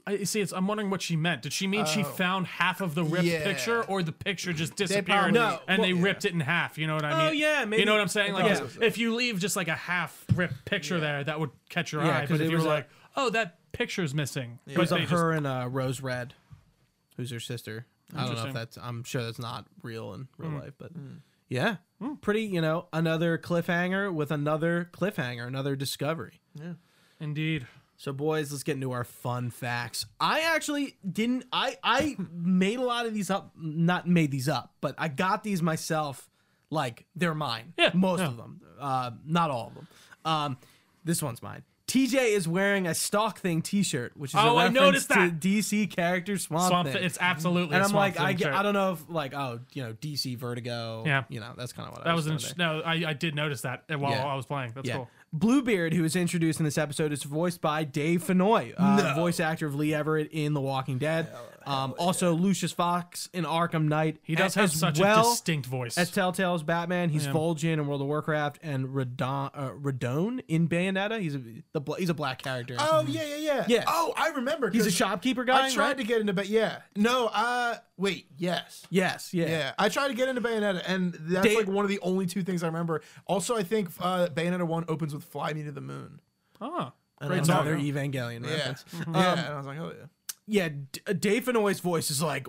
Speaker 3: I you see. It's I'm wondering what she meant. Did she mean
Speaker 1: Oh.
Speaker 3: she found half of the ripped
Speaker 2: Yeah.
Speaker 3: picture, or the picture just disappeared
Speaker 2: probably- No,
Speaker 3: and
Speaker 2: well,
Speaker 3: they ripped it in half? You know what I mean?
Speaker 1: Oh, yeah, maybe-
Speaker 3: You know what I'm saying? Like
Speaker 1: Yeah.
Speaker 3: it's- if you leave just like a half ripped picture there, that would catch your
Speaker 1: Yeah,
Speaker 3: eye.
Speaker 1: 'cause
Speaker 3: But if
Speaker 1: it
Speaker 3: you were
Speaker 1: was a-
Speaker 3: like, oh, that picture's missing,
Speaker 1: It was
Speaker 3: but
Speaker 1: up
Speaker 3: they just-
Speaker 1: her and uh, Rose Red, who's her sister. I don't know if
Speaker 3: Interesting. Mm.
Speaker 1: that's. I'm sure that's not real in real life, but yeah, pretty. You know, another cliffhanger with another cliffhanger, another discovery.
Speaker 3: indeed.
Speaker 1: So, boys, let's get into our fun facts. I actually didn't. I
Speaker 3: <laughs>
Speaker 1: I made a lot of these up. Not made these up, but I got these myself. Like they're mine.
Speaker 3: Yeah,
Speaker 1: most
Speaker 3: yeah.
Speaker 1: of them. Uh, not all of them. Um, this one's mine. TJ is wearing a stock thing T-shirt, which is
Speaker 3: Oh,
Speaker 1: a
Speaker 3: I
Speaker 1: reference
Speaker 3: noticed
Speaker 1: to
Speaker 3: that.
Speaker 1: DC character Swamp,
Speaker 3: Swamp,
Speaker 1: Thing.
Speaker 3: it's absolutely.
Speaker 1: and
Speaker 3: a
Speaker 1: I'm
Speaker 3: swamp
Speaker 1: like, I,
Speaker 3: Thing
Speaker 1: get,
Speaker 3: shirt.
Speaker 1: I don't know if like oh you know DC Vertigo.
Speaker 3: Yeah.
Speaker 1: you know that's kind of what I
Speaker 3: That was
Speaker 1: throwing
Speaker 3: an,
Speaker 1: there.
Speaker 3: no. I, I did notice that while
Speaker 1: Yeah.
Speaker 3: I was playing. That's
Speaker 1: Yeah.
Speaker 3: cool.
Speaker 1: Bluebeard, who is introduced in this episode, is voiced by Dave Fenoy, uh, voice actor of Lee Everett in The Walking Dead. um, also, Lucius Fox in Arkham Knight.
Speaker 3: He does
Speaker 1: a-
Speaker 3: have
Speaker 1: as
Speaker 3: such
Speaker 1: well
Speaker 3: a distinct voice.
Speaker 1: As Telltale's Batman, he's
Speaker 3: Yeah.
Speaker 1: Vol'jin in World of Warcraft, and Radon, uh, Radon in Bayonetta. He's a the bl- he's a black character.
Speaker 2: Oh yeah, yeah, yeah.
Speaker 1: Yeah.
Speaker 2: Oh, I remember.
Speaker 1: he's a
Speaker 2: 'cause
Speaker 1: shopkeeper guy.
Speaker 2: I tried
Speaker 1: right?
Speaker 2: to get into Bay. Yeah. No. Uh. Wait. Yes.
Speaker 1: Yes, yeah.
Speaker 2: Yeah, I tried to get into Bayonetta, and that's
Speaker 1: Dave-
Speaker 2: like one of the only two things I remember. Also, I think uh, Bayonetta one opens with "Fly Me to the Moon."
Speaker 3: oh.
Speaker 2: Great song.
Speaker 1: Another Evangelion
Speaker 2: Yeah,
Speaker 1: reference.
Speaker 2: yeah. And I was like, oh yeah.
Speaker 1: Yeah, D- Dave Fenoy's voice is like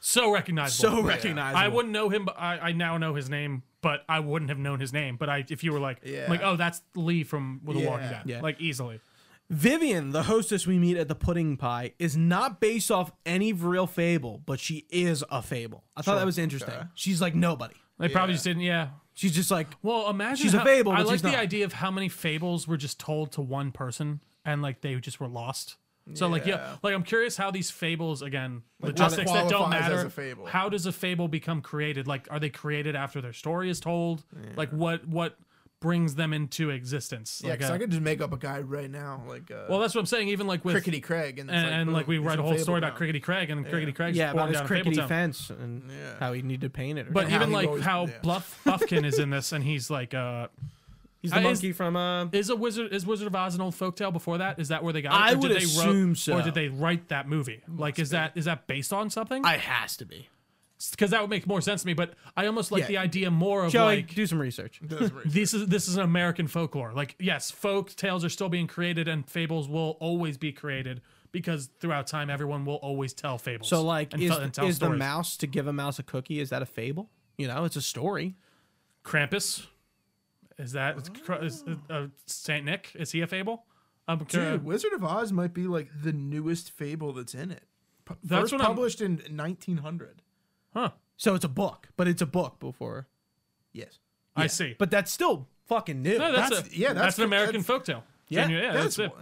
Speaker 3: So recognizable.
Speaker 1: so recognizable.
Speaker 3: I wouldn't know him, but I, I now know his name. But I wouldn't have known his name. But I, if you were like,
Speaker 2: Yeah.
Speaker 3: like, oh, that's Lee from The Walking
Speaker 2: Yeah.
Speaker 3: Dead,
Speaker 1: Yeah.
Speaker 3: like easily.
Speaker 1: Vivian, the hostess we meet at the Pudding Pie, is not based off any real fable, but she is a fable. I thought that was interesting. She's like nobody.
Speaker 3: They probably just didn't. Yeah.
Speaker 1: She's just like
Speaker 3: Well, imagine
Speaker 1: She's a
Speaker 3: how-
Speaker 1: fable,
Speaker 3: I
Speaker 1: but
Speaker 3: like
Speaker 1: she's
Speaker 3: the
Speaker 1: not.
Speaker 3: idea of how many fables were just told to one person, and like they just were lost. So like yeah,
Speaker 2: Yeah.
Speaker 3: like I'm curious how these fables again
Speaker 2: what
Speaker 3: logistics that don't
Speaker 2: qualifies as
Speaker 3: matter.
Speaker 2: a fable?
Speaker 3: How does a fable become created? Like are they created after their story is told? Like what what brings them into existence?
Speaker 2: Yeah,
Speaker 3: like,
Speaker 2: because
Speaker 3: uh,
Speaker 2: I could just make up a guy right now, like uh,
Speaker 3: well, that's what I'm saying. Even like with
Speaker 2: Crickety Craig, and, it's
Speaker 3: and, and, like
Speaker 2: boom,
Speaker 3: we
Speaker 2: he's
Speaker 3: read a whole
Speaker 2: fable
Speaker 3: story about
Speaker 2: now.
Speaker 3: Crickety Craig and Crickety Craig's
Speaker 1: yeah, about
Speaker 3: born
Speaker 1: his
Speaker 3: down in Fable
Speaker 1: crickety
Speaker 3: Town.
Speaker 1: fence and
Speaker 2: Yeah.
Speaker 1: how he needed to paint it. Or
Speaker 3: But
Speaker 1: something.
Speaker 3: even
Speaker 2: he
Speaker 3: like
Speaker 2: always-
Speaker 3: how
Speaker 2: yeah.
Speaker 3: Bluff Buffkin is in this, and he's like, uh,
Speaker 1: he's the
Speaker 3: I- is-
Speaker 1: monkey from uh,
Speaker 3: is a wizard is Wizard of Oz an old folktale before that? Is that where they got?
Speaker 1: I
Speaker 3: it? Or
Speaker 1: would
Speaker 3: did they
Speaker 1: assume
Speaker 3: wrote,
Speaker 1: so.
Speaker 3: Or did they write that movie? like, is that is that based on something?
Speaker 1: I has to be.
Speaker 3: Because that would make more sense to me. But I almost like
Speaker 1: Yeah.
Speaker 3: the idea more of
Speaker 1: Joey,
Speaker 3: like
Speaker 1: do some research.
Speaker 2: That's
Speaker 3: <laughs>
Speaker 2: right.
Speaker 3: this is this is an American folklore. Like yes, folk tales are still being created, and fables will always be created because throughout time, everyone will always tell fables.
Speaker 1: So like,
Speaker 3: and
Speaker 1: is,
Speaker 3: tell- and tell
Speaker 1: is the
Speaker 3: stories.
Speaker 1: mouse to give a mouse a cookie? Is that a fable? You know, it's a story.
Speaker 3: Krampus? Is that is Kr- is, uh, Saint Nick? Is he a fable? I'm curious.
Speaker 2: Dude, Wizard of Oz might be like the newest fable that's in it. Pu-
Speaker 3: That's
Speaker 2: first
Speaker 3: what I'm-
Speaker 2: published in 1900.
Speaker 3: huh?
Speaker 1: So it's a book, but it's a book before.
Speaker 2: Yes.
Speaker 3: I see.
Speaker 1: But that's still fucking new.
Speaker 3: no, that's,
Speaker 2: that's-
Speaker 3: a,
Speaker 2: yeah,
Speaker 3: that's,
Speaker 2: that's-
Speaker 3: an American folktale.
Speaker 1: Yeah,
Speaker 3: Genu- yeah, that's, it.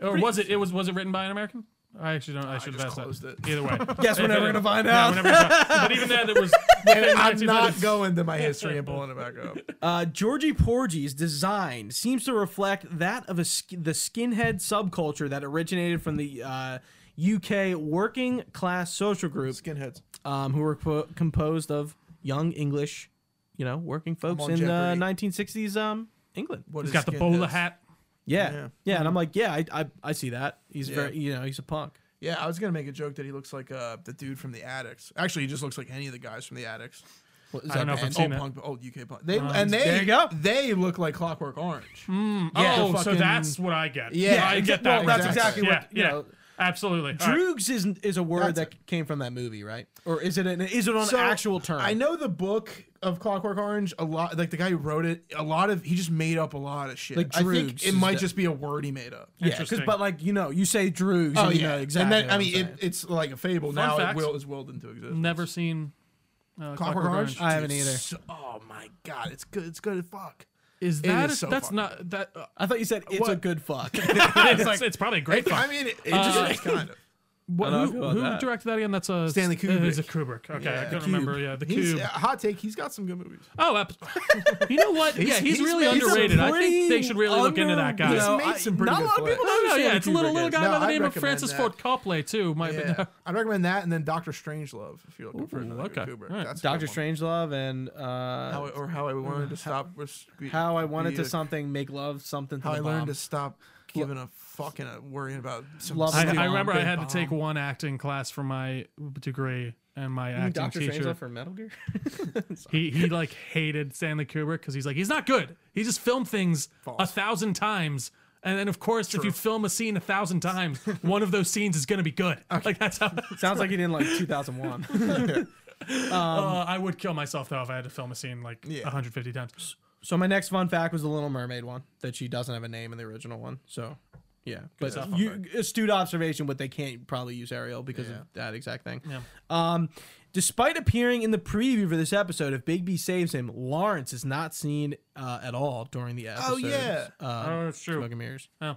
Speaker 3: Or was it? It was was it written by an American? I actually don't. I should
Speaker 2: just
Speaker 3: have asked
Speaker 2: closed
Speaker 3: that.
Speaker 2: it.
Speaker 3: Either way,
Speaker 1: Guess we're
Speaker 3: If
Speaker 1: never
Speaker 3: it-
Speaker 1: gonna find
Speaker 3: yeah,
Speaker 1: out.
Speaker 3: <laughs> we're never gonna find- but even that, it was. within
Speaker 2: I'm
Speaker 3: 1900s.
Speaker 2: not going to my history and pulling it back
Speaker 1: <laughs>
Speaker 2: up.
Speaker 1: Uh, Georgie Porgy's design seems to reflect that of a sk- the skinhead subculture that originated from the uh, UK working class social group,
Speaker 2: Skinheads.
Speaker 1: um, who were co- composed of young English, you know, working folks
Speaker 2: on
Speaker 1: in the
Speaker 2: Jeopardy.
Speaker 1: 1960s um, England.
Speaker 2: What
Speaker 3: He's
Speaker 2: is
Speaker 3: got the
Speaker 2: skinheads?
Speaker 3: bowler hat.
Speaker 1: Yeah, yeah,
Speaker 2: Yeah.
Speaker 1: and I'm like, yeah, I, I, I see that. He's
Speaker 2: Yeah.
Speaker 1: very, you know, he's a punk.
Speaker 2: Yeah, I was gonna make a joke that he looks like uh, the dude from the Addicts. Actually, he just looks like any of the guys from the Addicts.
Speaker 3: I don't know if
Speaker 2: And
Speaker 3: I've seen Um,
Speaker 2: old
Speaker 3: that.
Speaker 2: punk, old UK punk. They and they
Speaker 1: there you go.
Speaker 2: They look like Clockwork Orange.
Speaker 3: Oh,
Speaker 2: The
Speaker 3: so
Speaker 2: fucking-
Speaker 3: that's what I get.
Speaker 2: Yeah,
Speaker 3: I
Speaker 2: exa-
Speaker 3: get
Speaker 1: Well,
Speaker 3: that.
Speaker 1: that's exactly
Speaker 2: exactly.
Speaker 3: yeah,
Speaker 1: what you
Speaker 3: yeah.
Speaker 1: know.
Speaker 3: Absolutely. All right.
Speaker 1: Droogs is is a word
Speaker 2: That's
Speaker 1: that came from that movie, right? Or is it an is it on
Speaker 2: So,
Speaker 1: an actual term?
Speaker 2: I know the book of Clockwork Orange. A lot, like the guy who wrote it, a lot of he just made up a lot of shit.
Speaker 1: Like
Speaker 2: I think
Speaker 1: Droogs
Speaker 2: it
Speaker 1: is
Speaker 2: might
Speaker 1: the-
Speaker 2: just be a word he made up.
Speaker 1: Yeah, 'cause-
Speaker 3: Interesting.
Speaker 1: but like you know, you say Droogs.
Speaker 2: Oh
Speaker 1: and you
Speaker 2: yeah,
Speaker 1: know exactly.
Speaker 2: And then I mean, it, it's like a fable now.
Speaker 3: fact.
Speaker 2: it will is willed into existence.
Speaker 3: Never seen uh,
Speaker 2: Clockwork Orange.
Speaker 1: I haven't
Speaker 2: Dude,
Speaker 1: either.
Speaker 2: so- oh my god, it's good. It's good as fuck.
Speaker 3: Is
Speaker 2: It
Speaker 3: that
Speaker 2: is so
Speaker 3: that's
Speaker 2: fucking
Speaker 3: not that? Uh,
Speaker 1: I thought you said it's a
Speaker 2: What?
Speaker 1: good <laughs> fuck.
Speaker 3: it's, it's probably a great.
Speaker 2: I
Speaker 3: fuck. Uh,
Speaker 2: mean, it, it just is kind of.
Speaker 3: Wha-
Speaker 1: I don't
Speaker 3: who
Speaker 1: know about
Speaker 3: who
Speaker 1: that.
Speaker 3: directed that again? That's a
Speaker 2: Stanley
Speaker 3: uh, It's a
Speaker 2: Kubrick.
Speaker 3: Kubrick. <laughs> Okay, I
Speaker 2: Yeah.
Speaker 3: couldn't
Speaker 2: The Cube.
Speaker 3: remember. Yeah, the
Speaker 2: He's,
Speaker 3: cube.
Speaker 2: uh, hot take. He's got some good movies.
Speaker 3: Oh, ab- <laughs> you know what? yeah, he's,
Speaker 2: he's
Speaker 3: really
Speaker 2: made some
Speaker 3: underrated. I
Speaker 1: pretty
Speaker 3: think they should really look into that guy.
Speaker 1: you know,
Speaker 2: He's made
Speaker 1: I-
Speaker 2: some pretty
Speaker 1: not a
Speaker 2: good
Speaker 1: lot of
Speaker 2: flicks.
Speaker 1: <laughs> people know
Speaker 3: Oh,
Speaker 1: who
Speaker 3: no, yeah,
Speaker 1: Stanley
Speaker 3: it's a little
Speaker 1: Kubrick
Speaker 3: little
Speaker 1: is.
Speaker 3: guy
Speaker 2: No,
Speaker 3: by the
Speaker 2: I'd
Speaker 3: name of
Speaker 2: recommend
Speaker 3: Francis
Speaker 2: that.
Speaker 3: Ford Coppola too. Might be
Speaker 2: Yeah, I'd recommend that, and then Doctor Strangelove if you're looking for
Speaker 3: Ooh,
Speaker 2: another
Speaker 3: okay.
Speaker 2: good Kubrick.
Speaker 3: All right.
Speaker 2: That's a
Speaker 1: Doctor
Speaker 2: good one.
Speaker 1: Strangelove and uh,
Speaker 2: How I- or how I wanted to stop. or sque-
Speaker 1: how I
Speaker 2: be
Speaker 1: wanted to
Speaker 2: a-
Speaker 1: something make love something. To
Speaker 2: How
Speaker 1: the
Speaker 2: I learned
Speaker 1: bomb.
Speaker 2: to stop giving a fucking uh, worrying about. Some
Speaker 1: Love
Speaker 3: I,
Speaker 1: Stupid
Speaker 3: I remember I
Speaker 2: stupid
Speaker 3: had to
Speaker 2: bomb.
Speaker 3: take one acting class for my degree, and my
Speaker 1: You mean
Speaker 3: acting
Speaker 1: Doctor
Speaker 3: teacher
Speaker 1: Strangelove for Metal Gear.
Speaker 3: he he like hated Stanley Kubrick because he's like he's not good. He just filmed things a
Speaker 2: False.
Speaker 3: thousand times. And then, of course, if you film a scene a thousand times, <laughs> one of those scenes is going to be good. Like that's how.
Speaker 1: Sounds like he didn't like 2001.
Speaker 3: uh, I would kill myself though if I had to film a scene like
Speaker 2: Yeah.
Speaker 3: 150 times.
Speaker 1: So my next fun fact was the Little Mermaid one that she doesn't have a name in the original one. So yeah, but
Speaker 2: stuff.
Speaker 1: you, astute observation, but they can't probably use Ariel because
Speaker 2: Yeah.
Speaker 1: of that exact thing.
Speaker 3: Yeah.
Speaker 1: Um, despite appearing in the preview for this episode, if Bigby saves him, Lawrence is not seen uh, at all during the episode.
Speaker 2: Oh, yeah.
Speaker 1: uh,
Speaker 3: Oh, that's true.
Speaker 1: Smoke and mirrors.
Speaker 3: Oh.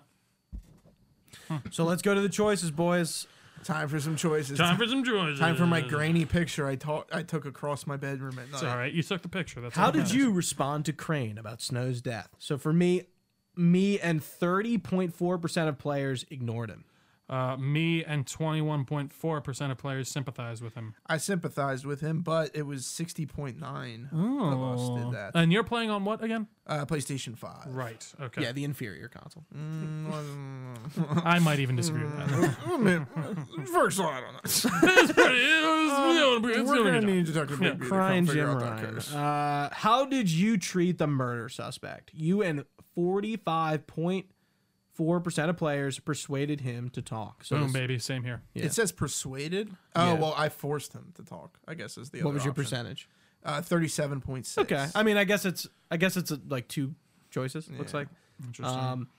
Speaker 1: So let's go to the choices, boys.
Speaker 2: Time for some choices.
Speaker 3: <laughs> Time for some joys.
Speaker 2: Time for my grainy picture I taught I took across my bedroom at night.
Speaker 3: It's all right. You took the picture. That's
Speaker 1: How
Speaker 3: all that
Speaker 1: did
Speaker 3: matters.
Speaker 1: you respond to Crane about Snow's death? So for me, me and 30.4% of players ignored him.
Speaker 3: Uh, me and 21.4 percent of players sympathize with him.
Speaker 2: I sympathized with him, but it was sixty point nine of us did that.
Speaker 3: And you're playing on what again?
Speaker 2: Uh, PlayStation Five.
Speaker 3: Right. Okay.
Speaker 1: Yeah, the inferior console.
Speaker 3: I might even disagree with
Speaker 1: Mm.
Speaker 2: <laughs>
Speaker 3: that.
Speaker 2: First of all, I
Speaker 3: <laughs>
Speaker 2: don't know. Uh, We're gonna need to talk to Big B to come
Speaker 1: Crying
Speaker 2: figure
Speaker 1: Jim
Speaker 2: out that
Speaker 1: Ryan.
Speaker 2: curse.
Speaker 1: Uh, how did you treat the murder suspect? You and 45.4% of players persuaded him to talk. So
Speaker 3: Boom,
Speaker 1: this-
Speaker 3: baby. Same here.
Speaker 1: yeah.
Speaker 2: It says persuaded. Oh
Speaker 1: Yeah.
Speaker 2: well, I forced him to talk. I guess is the
Speaker 1: what
Speaker 2: other
Speaker 1: was your
Speaker 2: option.
Speaker 1: percentage?
Speaker 2: Uh, Thirty-seven point six.
Speaker 1: Okay. I mean, I guess it's I guess it's uh, like two choices. Looks
Speaker 2: Yeah.
Speaker 1: like.
Speaker 3: Interesting.
Speaker 1: Um,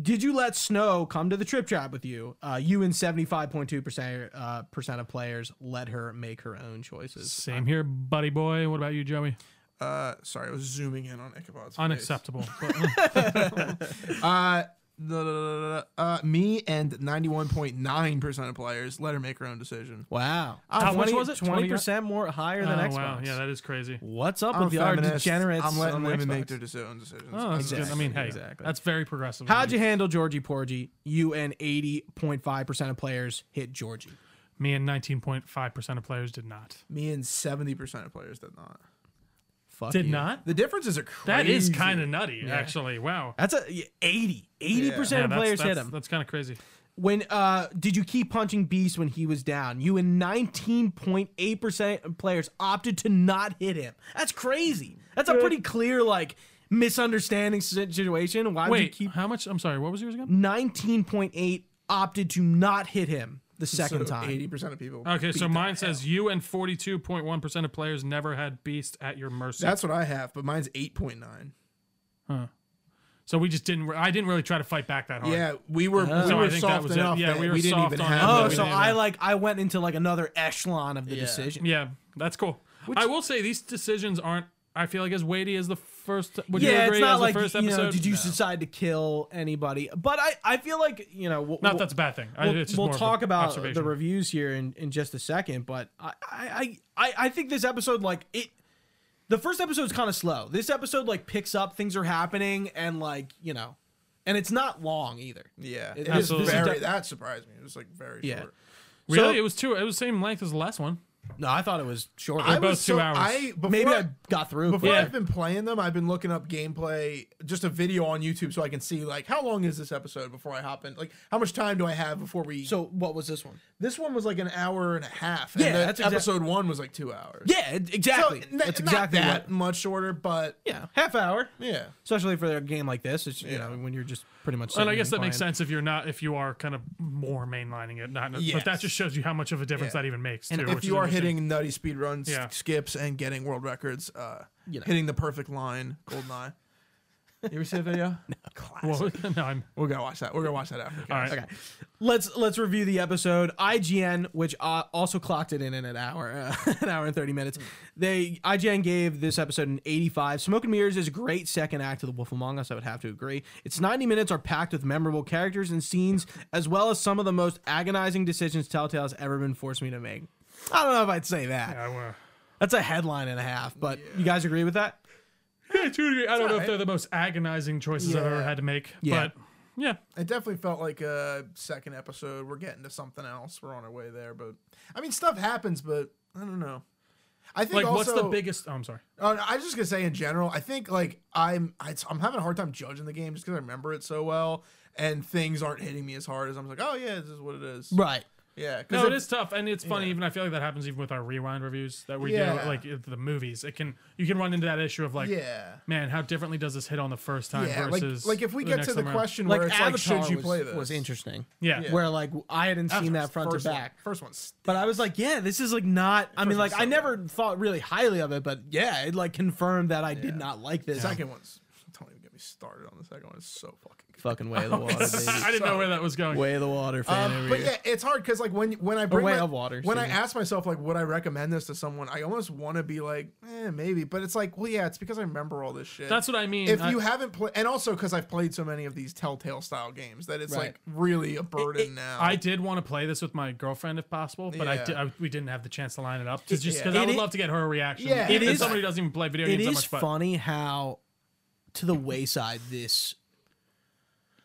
Speaker 1: did you let Snow come to the trip trap with you? Uh, you and 75.2 percent uh, percent of players let her make her own choices.
Speaker 3: same here, buddy boy. What about you, Joey?
Speaker 2: Uh, sorry, I was zooming in on Ichabod's. face. <laughs>
Speaker 3: Unacceptable. But, uh,
Speaker 2: Uh, da- da- da- da- da- uh, me and ninety-one point nine percent of players let her make her own decision.
Speaker 1: Wow.
Speaker 2: How
Speaker 3: much was it? 20?
Speaker 1: 20 percent more higher than
Speaker 3: oh,
Speaker 1: Xbox.
Speaker 3: wow. Yeah, that is crazy.
Speaker 1: What's up
Speaker 2: I'm
Speaker 1: with
Speaker 2: a
Speaker 1: the our
Speaker 2: feminist.
Speaker 1: degenerates?
Speaker 2: I'm letting
Speaker 1: on
Speaker 2: women
Speaker 1: Xbox?
Speaker 2: make their dis- own decisions.
Speaker 3: Oh, that's good. I mean, hey,
Speaker 1: Exactly.
Speaker 3: that's very progressive. of
Speaker 1: How'd
Speaker 3: you.
Speaker 1: you handle Georgie Porgy? You and 80.5% of players hit Georgie.
Speaker 3: Me and 19.5 percent of players did not.
Speaker 2: me and seventy percent of players did not.
Speaker 1: Fuck
Speaker 3: Did
Speaker 1: you.
Speaker 3: not.
Speaker 2: The differences are crazy.
Speaker 3: That is kind of nutty, actually. Wow.
Speaker 1: That's a yeah, 80. 80%
Speaker 3: Yeah,
Speaker 1: of
Speaker 3: that's,
Speaker 1: players
Speaker 3: that's,
Speaker 1: hit him.
Speaker 3: That's kind of crazy.
Speaker 1: When uh did you keep punching Beast when he was down? You and 19.8% of players opted to not hit him. That's crazy. That's a pretty clear like misunderstanding si- situation. Why would you
Speaker 3: Wait,
Speaker 1: keep
Speaker 3: how much? I'm sorry. What was yours again?
Speaker 1: 19.8 opted to not hit him the second time?
Speaker 2: Eighty percent of people.
Speaker 3: Okay,
Speaker 2: beat
Speaker 3: so
Speaker 2: the
Speaker 3: mine says you and 42.1% of players never had Beast at your mercy.
Speaker 2: That's what I have, but mine's eight point nine.
Speaker 3: so we just didn't, I didn't really try to fight back that hard.
Speaker 2: Yeah, we were we
Speaker 3: Uh-huh. So I
Speaker 2: were
Speaker 3: think that
Speaker 2: soft
Speaker 3: was it.
Speaker 2: enough.
Speaker 3: Yeah,
Speaker 2: that
Speaker 3: we were
Speaker 2: didn't
Speaker 3: soft
Speaker 2: even
Speaker 3: on
Speaker 2: have
Speaker 3: that.
Speaker 1: Oh,
Speaker 3: we
Speaker 1: so
Speaker 3: didn't
Speaker 1: I
Speaker 3: know.
Speaker 1: like I went into like another echelon of the decision.
Speaker 3: Yeah, that's cool. I will say these decisions aren't, I feel like, as weighty as the first, would you
Speaker 1: Yeah,
Speaker 3: agree,
Speaker 1: it's not
Speaker 3: as
Speaker 1: like
Speaker 3: the first
Speaker 1: you
Speaker 3: episode?
Speaker 1: know, did you decide to kill anybody? But I, I feel like you know, we'll,
Speaker 3: Not
Speaker 1: we'll-
Speaker 3: that's a bad thing. I-
Speaker 1: we'll,
Speaker 3: it's just
Speaker 1: we'll
Speaker 3: more of an
Speaker 1: talk about the
Speaker 3: observation.
Speaker 1: reviews here in, in just a second. But I, I, I, I- I think this episode like it. The first episode's kind of slow. This episode like picks up things are happening and like you know, and it's not long either.
Speaker 2: Yeah,
Speaker 1: It-
Speaker 2: it
Speaker 1: this
Speaker 2: is
Speaker 1: is
Speaker 2: very
Speaker 1: def-
Speaker 2: that surprised me. It was like very
Speaker 1: Yeah.
Speaker 2: short.
Speaker 3: Really?
Speaker 1: So-
Speaker 3: it was two, it was the same length as the last one.
Speaker 1: No, I thought it was shorter.
Speaker 2: I
Speaker 3: both
Speaker 2: was
Speaker 3: two
Speaker 2: so-
Speaker 3: hours.
Speaker 2: I, before
Speaker 1: Maybe
Speaker 2: I,
Speaker 1: I got through.
Speaker 2: before
Speaker 3: Yeah.
Speaker 2: I've been playing them, I've been looking up gameplay, just a video on YouTube, so I can see like how long is this episode before I hop in. Like how much time do I have before we?
Speaker 1: so what was this one?
Speaker 2: this one was like an hour and a half.
Speaker 1: Yeah,
Speaker 2: and the
Speaker 1: that's exact-
Speaker 2: episode one was like two hours.
Speaker 1: Yeah, it- exactly.
Speaker 2: So, n-
Speaker 1: That's exactly
Speaker 2: not
Speaker 1: what.
Speaker 2: that much shorter, but
Speaker 1: Yeah, half hour.
Speaker 2: yeah.
Speaker 1: Especially for a game like this, it's, you
Speaker 2: Yeah.
Speaker 1: know when you're just pretty much.
Speaker 3: And
Speaker 1: sitting
Speaker 3: I guess that makes
Speaker 1: playing.
Speaker 3: sense if you're not if you are kind of more mainlining it. Not, but that
Speaker 2: Yes.
Speaker 3: just shows you how much of a difference
Speaker 2: Yeah.
Speaker 3: that even makes.
Speaker 1: And
Speaker 3: too,
Speaker 2: If
Speaker 3: which is
Speaker 2: you are
Speaker 3: interesting.
Speaker 2: hitting nutty speed runs,
Speaker 3: Yeah.
Speaker 2: skips, and getting world records, uh,
Speaker 1: You know.
Speaker 2: hitting the perfect line, golden eye. You ever see that video?
Speaker 3: well, <laughs> no, I'm
Speaker 2: We're gonna watch that. We're gonna watch that after.
Speaker 3: all right.
Speaker 1: <laughs> Okay, let's let's review the episode. IGN, which uh, also clocked it in in an hour, uh, <laughs> an hour and thirty
Speaker 2: Hmm.
Speaker 1: minutes. They IGN gave this episode an eighty-five. Smoke and Mirrors is a great second act to The Wolf Among Us. I would have to agree. Its ninety minutes are packed with memorable characters and scenes, as well as some of the most agonizing decisions Telltale's ever been forced me to make. I don't know if I'd say that.
Speaker 3: I, uh,
Speaker 1: That's a headline and a half. But you guys agree with that?
Speaker 3: yeah, to a degree, I don't know if
Speaker 2: right.
Speaker 3: they're the most agonizing choices I've ever
Speaker 2: Yeah.
Speaker 3: had to make,
Speaker 1: Yeah.
Speaker 3: but yeah,
Speaker 2: It definitely felt like a second episode. We're getting to something else. We're on our way there, but I mean, stuff happens, but I don't know. I think
Speaker 3: like
Speaker 2: also,
Speaker 3: what's the biggest? Oh, I'm sorry.
Speaker 2: Uh, I was just gonna say in general, I think like I'm I, I'm having a hard time judging the game just because I remember it so well, and things aren't hitting me as hard as I'm like, oh yeah, this is what it is.
Speaker 1: Right.
Speaker 2: Yeah, 'cause
Speaker 3: No,
Speaker 2: it-
Speaker 3: it is tough, and it's funny. Even I feel like that happens even with our rewind reviews that we
Speaker 2: Yeah.
Speaker 3: do, like if the movies. It can you can run into that issue of like,
Speaker 2: Yeah.
Speaker 3: man, how differently does this hit on the first time
Speaker 2: Yeah, like,
Speaker 3: versus
Speaker 2: like if we
Speaker 3: the
Speaker 2: get
Speaker 3: next
Speaker 2: to the
Speaker 3: time around?
Speaker 2: question
Speaker 1: Like,
Speaker 2: where it's
Speaker 1: Avatar
Speaker 2: like, should you
Speaker 1: was,
Speaker 2: play this?
Speaker 1: was interesting.
Speaker 3: Yeah,
Speaker 1: Where like I hadn't seen that
Speaker 2: First
Speaker 1: front to
Speaker 2: one-
Speaker 1: back.
Speaker 2: First one's
Speaker 1: But I was like, yeah, this is like not. I mean,
Speaker 2: one's
Speaker 1: like, I
Speaker 2: so
Speaker 1: never thought really highly of it, but yeah, it like confirmed that I did not like this.
Speaker 2: second one's. Don't even get me started on the second one. It's so fucking. Good.
Speaker 1: <laughs> fucking way of the water,
Speaker 3: <laughs> I
Speaker 1: baby.
Speaker 3: didn't know where that was going.
Speaker 1: Way of the water, fan.
Speaker 2: Um,
Speaker 1: over
Speaker 2: but
Speaker 1: here.
Speaker 2: yeah, it's hard because like when when I bring
Speaker 1: way
Speaker 2: my-
Speaker 1: of water,
Speaker 2: when I
Speaker 1: excuse me.
Speaker 2: ask myself like would I recommend this to someone, I almost want to be like, eh, maybe, but it's like, well, yeah, it's because I remember all this shit.
Speaker 3: That's what I mean.
Speaker 2: If
Speaker 3: I-
Speaker 2: you haven't played, and also because I've played so many of these Telltale style games that it's
Speaker 1: Right.
Speaker 2: like really a burden now.
Speaker 3: I did want to play this with my girlfriend if possible, but I,
Speaker 2: Yeah.
Speaker 3: di- I we didn't have the chance to line it up. It's just because
Speaker 1: yeah.
Speaker 3: I
Speaker 1: It
Speaker 3: would
Speaker 1: i-
Speaker 3: love to get her reaction.
Speaker 2: Yeah.
Speaker 3: even
Speaker 1: It
Speaker 3: if
Speaker 1: is-
Speaker 3: somebody who doesn't even play video
Speaker 1: it
Speaker 3: games that
Speaker 1: is
Speaker 3: much. But
Speaker 1: funny how to the wayside this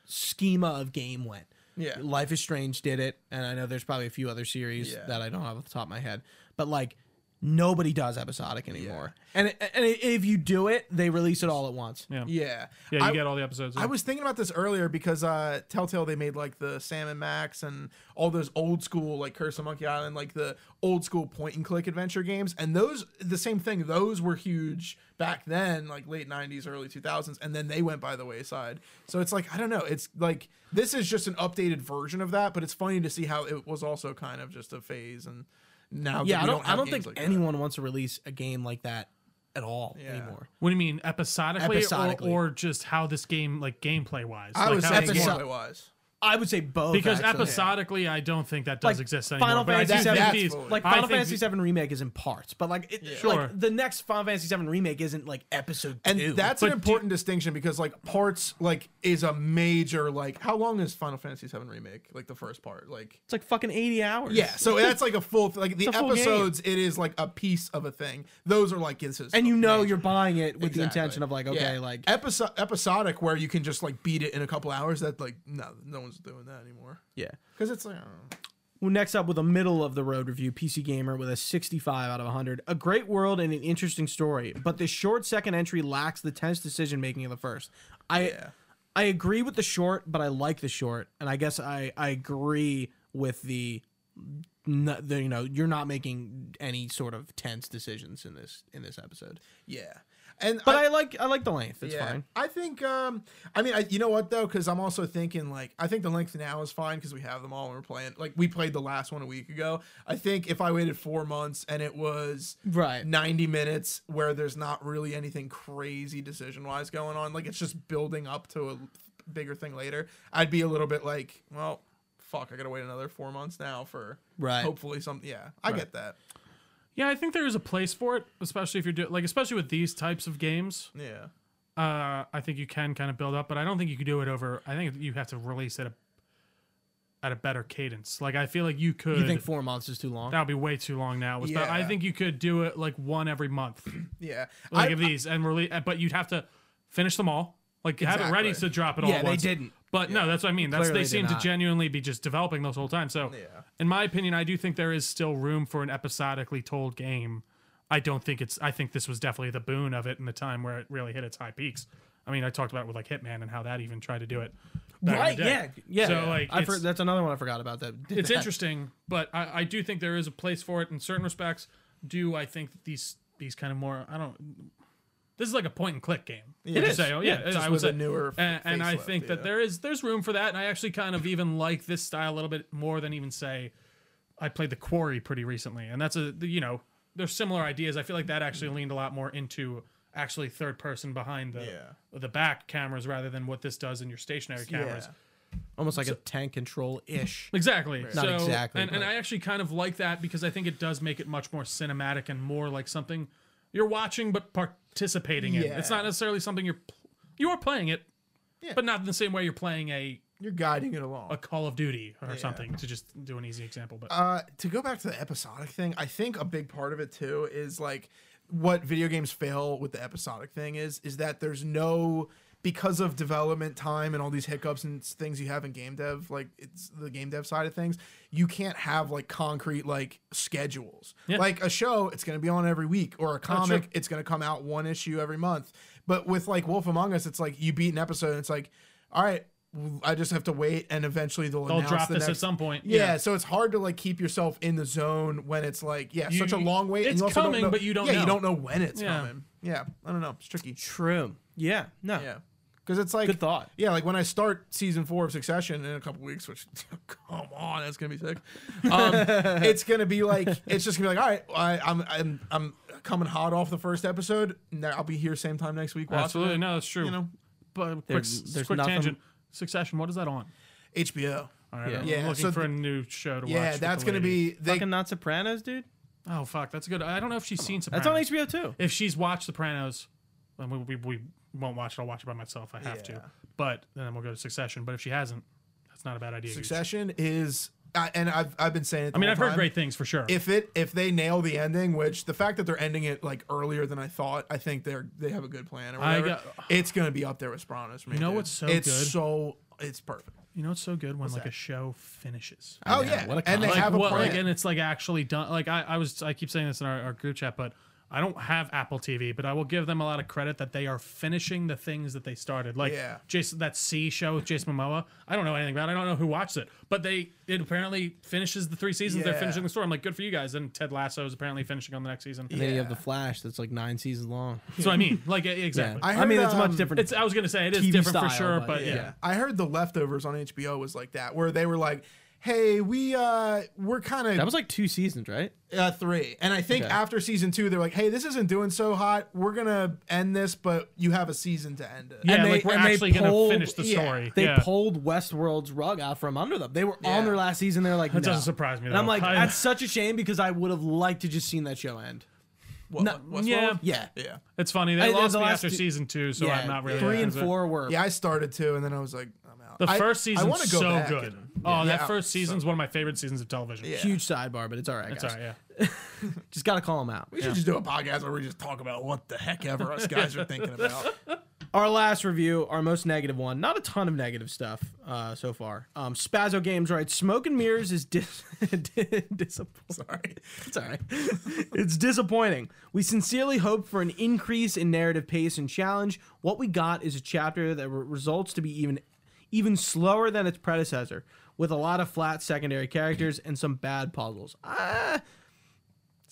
Speaker 1: schema of game went.
Speaker 2: Yeah.
Speaker 1: Life is Strange did it, and I know there's probably a few other series
Speaker 2: Yeah.
Speaker 1: that I don't have off the top of my head, but like nobody does episodic anymore. And and if you do it, they release it all at once.
Speaker 3: yeah, yeah,
Speaker 2: yeah,
Speaker 3: you
Speaker 2: I,
Speaker 3: get all the episodes.
Speaker 2: I was thinking about this earlier because uh, Telltale they made like the Sam and Max and all those old school like Curse of Monkey Island, like the old school point and click adventure games, and those the same thing. Those were huge back then, like late '90s, early 2000s, and then they went by the wayside. So it's like I don't know. It's like this is just an updated version of that, but it's funny to see how it was also kind of just a phase and. Now
Speaker 1: Yeah, I
Speaker 2: that we
Speaker 1: don't. I
Speaker 2: have
Speaker 1: don't
Speaker 2: games
Speaker 1: think
Speaker 2: like that.
Speaker 1: anyone wants to release a game like that at all anymore.
Speaker 3: what do you mean episodically,
Speaker 1: Episodically.
Speaker 3: Or, or just how this game like gameplay wise?
Speaker 2: I
Speaker 3: like,
Speaker 2: was
Speaker 3: how
Speaker 2: saying
Speaker 3: it's more-
Speaker 1: episode-
Speaker 2: it was.
Speaker 1: I would say both
Speaker 3: because
Speaker 1: actually.
Speaker 3: episodically, I don't think that does
Speaker 1: Like,
Speaker 3: exist anymore.
Speaker 1: Final
Speaker 3: but I do
Speaker 1: Fantasy
Speaker 3: think
Speaker 1: VII
Speaker 3: these-
Speaker 2: Absolutely.
Speaker 1: Like
Speaker 3: I
Speaker 1: Final
Speaker 3: think
Speaker 1: Fantasy VII remake is in parts, but like it,
Speaker 3: Sure.
Speaker 1: like the next Final Fantasy VII remake isn't like episode
Speaker 2: and
Speaker 1: two.
Speaker 2: that's an
Speaker 3: But do-
Speaker 2: important distinction because like parts like is a major like how long is Final Fantasy VII remake like the first part like
Speaker 1: it's like fucking eighty hours.
Speaker 2: yeah so that's like a full like the
Speaker 1: a full
Speaker 2: episodes it is like a piece of a thing those are like this is
Speaker 1: and you know
Speaker 2: major.
Speaker 1: you're buying it with the
Speaker 2: Exactly.
Speaker 1: intention of like okay,
Speaker 2: Yeah.
Speaker 1: like
Speaker 2: Episo- episodic where you can just like beat it in a couple hours that like no no one's doing that anymore
Speaker 1: yeah.
Speaker 2: because it's like I don't know.
Speaker 1: Well, next up with a middle of the road review, PC Gamer with a 65 out of 100. A great world and an interesting story, but the short second entry lacks the tense decision making of the first. I I agree with the short, but I like the short, and I guess I I agree with the, n- the you know you're not making any sort of tense decisions in this in this episode.
Speaker 2: yeah and
Speaker 1: But I, like I like the length. It's fine.
Speaker 2: I think. Um, I mean, I, you know what though, because I'm also thinking like I think the length now is fine because we have them all and we're playing. Like we played the last one a week ago. I think if I waited four months and it was
Speaker 1: Right.
Speaker 2: 90 minutes where there's not really anything crazy decision wise going on, like it's just building up to a bigger thing later. I'd be a little bit like, well, fuck, I gotta wait another four months now for
Speaker 1: Right.
Speaker 2: Hopefully something. Yeah, I get that.
Speaker 3: Yeah, I think there is a place for it, especially if you're doing like especially with these types of games.
Speaker 2: Yeah.
Speaker 3: uh, I think you can kind of build up, but I don't think you can do it over. I think you have to release at a at a better cadence. Like I feel like you could.
Speaker 1: You think four months is too long?
Speaker 3: that would be way too long now. But I
Speaker 2: Yeah.
Speaker 3: think you could
Speaker 1: <clears throat>
Speaker 3: do it like one every month,
Speaker 2: Yeah.
Speaker 3: like
Speaker 2: I-
Speaker 3: of these, and really. But you'd have to finish them all, Like have it ready
Speaker 2: Exactly.
Speaker 3: to drop it all.
Speaker 1: Yeah,
Speaker 3: at
Speaker 1: they
Speaker 3: once.
Speaker 1: didn't.
Speaker 3: But no, that's what I mean. That's
Speaker 1: Clearly
Speaker 3: they
Speaker 1: did
Speaker 3: seem to
Speaker 1: not.
Speaker 3: genuinely be just developing this whole time. So in my opinion, I do think there is still room for an episodically told game. I don't think it's. I think this was definitely the boon of it in the time where it really hit its high peaks. I mean, I talked about it with like Hitman and how that even tried to do it. back in the
Speaker 1: Right?
Speaker 3: day.
Speaker 1: Yeah. Yeah.
Speaker 3: So like,
Speaker 1: I
Speaker 3: it's-
Speaker 1: for, that's another one I forgot about. That did <laughs>
Speaker 3: it's
Speaker 1: that.
Speaker 3: interesting, but I, I do think there is a place for it in certain respects. Do I think that these these kind of more I don't this is like a point and click game. Would you
Speaker 2: is.
Speaker 3: say? Oh, yeah,
Speaker 2: just
Speaker 3: I would
Speaker 2: with a
Speaker 3: say
Speaker 2: newer
Speaker 3: and,
Speaker 2: f-
Speaker 3: and I
Speaker 2: facelift,
Speaker 3: think that
Speaker 2: yeah.
Speaker 3: there is there's room for that, and I actually kind of even like this style a little bit more than even say I played the Quarry pretty recently, and that's a you know there's similar ideas. I feel like that actually leaned a lot more into actually third person behind the
Speaker 2: Yeah.
Speaker 3: the back cameras rather than what this does in your stationary cameras.
Speaker 1: Almost like a tank control ish.
Speaker 3: Exactly.
Speaker 1: Not
Speaker 3: so,
Speaker 1: exactly,
Speaker 3: And, and
Speaker 1: but-
Speaker 3: I actually kind of like that because I think it does make it much more cinematic and more like something you're watching but participating in.
Speaker 2: Yeah.
Speaker 3: It's not necessarily something you're pl- you're playing it,
Speaker 2: Yeah.
Speaker 3: but not in the same way you're playing a,
Speaker 2: You're guiding it along.
Speaker 3: a Call of Duty or something. To just do an easy example, but
Speaker 2: Uh, to go back to the episodic thing, I think a big part of it too is like what video games fail with the episodic thing is is that there's no because of development time and all these hiccups and s- things you have in game dev, like it's the game dev side of things, you can't have like concrete like schedules. Like a show, it's going to be on every week, or a comic, it's going to come out one issue every month. But with like Wolf Among Us, it's like you beat an episode, and it's like, all right, w- I just have to wait, and eventually they'll,
Speaker 3: they'll
Speaker 2: announce
Speaker 3: drop
Speaker 2: the
Speaker 3: this at
Speaker 2: next-
Speaker 3: some point.
Speaker 2: yeah, so it's hard to like keep yourself in the zone when it's like yeah, such a long wait.
Speaker 3: it's
Speaker 2: and you also
Speaker 3: coming,
Speaker 2: don't know,
Speaker 3: but you don't
Speaker 2: Yeah,
Speaker 3: know.
Speaker 2: you don't know when it's
Speaker 3: Yeah.
Speaker 2: coming. Yeah, I don't know. It's tricky.
Speaker 1: True. Yeah. No.
Speaker 2: Yeah, because it's like
Speaker 1: Good thought.
Speaker 2: Yeah, like when I start season four of Succession in a couple weeks, which <laughs> come on, that's gonna be sick.
Speaker 3: <laughs>
Speaker 2: Um, it's gonna be like it's just gonna be like all right, I, I'm I'm I'm coming hot off the first episode. Now I'll be here same time next week. watching
Speaker 3: absolutely.
Speaker 2: it,
Speaker 3: No, that's true.
Speaker 2: You know,
Speaker 3: but quick,
Speaker 1: There's-
Speaker 3: s-
Speaker 1: there's
Speaker 3: quick
Speaker 1: nothing-
Speaker 3: tangent. Succession. What is that on?
Speaker 2: HBO.
Speaker 3: All right,
Speaker 1: Yeah.
Speaker 3: I'm
Speaker 2: Yeah,
Speaker 3: looking
Speaker 2: so
Speaker 3: for a
Speaker 2: th-
Speaker 3: new show to watch.
Speaker 2: Yeah,
Speaker 3: with
Speaker 2: that's
Speaker 3: the
Speaker 2: gonna
Speaker 3: lady.
Speaker 2: be they
Speaker 1: Fucking Not Sopranos, dude.
Speaker 3: Oh fuck, that's good. I don't know if she's seen.
Speaker 1: That's
Speaker 3: Sopranos.
Speaker 1: on HBO too.
Speaker 3: if she's watched Sopranos, then we, we, we won't watch it. I'll watch it by myself. I have
Speaker 2: Yeah.
Speaker 3: to. But then we'll go to Succession. But if she hasn't, that's not a bad idea. Gooch.
Speaker 2: Succession is. I and I've, I've been saying it.
Speaker 3: I mean, I've heard great things for sure.
Speaker 2: if it if they nail the ending, which the fact that they're ending it like earlier than I thought, I think they're they have a good plan or
Speaker 3: I
Speaker 2: whatever.
Speaker 3: got-
Speaker 2: it's gonna be up there with Sopranos. You
Speaker 3: know what's so
Speaker 2: it's
Speaker 3: good?
Speaker 2: so it's perfect.
Speaker 3: you know, it's so good when like a show finishes.
Speaker 1: know,
Speaker 2: Oh yeah,
Speaker 1: what a
Speaker 2: and they
Speaker 3: like,
Speaker 2: have a
Speaker 3: what,
Speaker 2: plan.
Speaker 3: like, and it's like actually done. Like I, I was, I keep saying this in our, our group chat, but I don't have Apple TV, but I will give them a lot of credit that they are finishing the things that they started. Like
Speaker 2: Yeah.
Speaker 3: Jason, that C show with Jason Momoa. I don't know anything about. it. I don't know who watched it, but they it apparently finishes the three seasons. They're
Speaker 2: Yeah.
Speaker 3: finishing the story. I'm like, good for you guys. And Ted Lasso is apparently finishing on the next season.
Speaker 1: And then you have
Speaker 2: Yeah.
Speaker 1: the Flash that's like nine seasons long.
Speaker 3: That's what I mean. Like e- exactly.
Speaker 1: I,
Speaker 2: I
Speaker 1: mean,
Speaker 2: heard,
Speaker 1: it's much
Speaker 2: um,
Speaker 1: different.
Speaker 3: it's. I was gonna say it is
Speaker 1: TV
Speaker 3: different for
Speaker 1: style,
Speaker 3: sure,
Speaker 1: but
Speaker 3: but,
Speaker 1: yeah.
Speaker 3: yeah.
Speaker 2: I heard the leftovers on HBO was like that, where they were like, "Hey, we uh we're kind of
Speaker 1: that was like two seasons, right?
Speaker 2: Uh, three. And I think
Speaker 1: Okay.
Speaker 2: after season two, they're like, "Hey, this isn't doing so hot. Wewe're gonna end this, but you have a season to end it."
Speaker 3: Yeah,
Speaker 1: And they-
Speaker 3: like we're
Speaker 1: and they
Speaker 3: actually gonna
Speaker 1: pulled-
Speaker 3: finish the
Speaker 2: yeah,
Speaker 3: story.
Speaker 1: They
Speaker 3: yeah.
Speaker 1: pulled Westworld's rug out from under them. They were on
Speaker 2: Yeah.
Speaker 1: their last season. They're like, that
Speaker 3: doesn't surprise me,
Speaker 1: And I'm
Speaker 3: though.
Speaker 1: like,
Speaker 3: I-
Speaker 1: that's such a shame because I would have liked to just seen that show end.
Speaker 2: What,
Speaker 1: No,
Speaker 2: Westworld?
Speaker 3: yeah.
Speaker 1: Yeah,
Speaker 2: yeah.
Speaker 3: It's funny
Speaker 1: I-
Speaker 3: they
Speaker 1: the
Speaker 3: lost me
Speaker 1: last
Speaker 3: after
Speaker 1: two-
Speaker 3: season two, so
Speaker 1: yeah.
Speaker 3: I'm not really
Speaker 1: Three and
Speaker 3: into it.
Speaker 1: four were.
Speaker 2: Yeah, I started to, and then I was like, I'm out.
Speaker 3: The
Speaker 2: I-
Speaker 3: first
Speaker 2: I
Speaker 3: season's
Speaker 2: wanna go
Speaker 3: so
Speaker 2: back
Speaker 3: good.
Speaker 2: and-
Speaker 3: oh, that
Speaker 2: Yeah.
Speaker 3: first season's one of my favorite seasons of television.
Speaker 2: Yeah.
Speaker 1: Huge sidebar, but it's all right,
Speaker 3: It's
Speaker 1: guys.
Speaker 3: all right, yeah.
Speaker 1: Just gotta call them out.
Speaker 2: We should just do a podcast where we just talk about what the heck ever us guys are thinking
Speaker 3: <laughs>
Speaker 2: about.
Speaker 1: Our last review, our most negative one. Not a ton of negative stuff uh, so far. Um, Spazzo Games writes, "Smoke and Mirrors is <laughs> dis- disappointing. Sorry, it's all right. <laughs> it's disappointing. We sincerely hope for an increase in narrative pace and challenge. What we got is a chapter that re- results to be even, even slower than its predecessor, with a lot of flat secondary characters and some bad puzzles. Ah,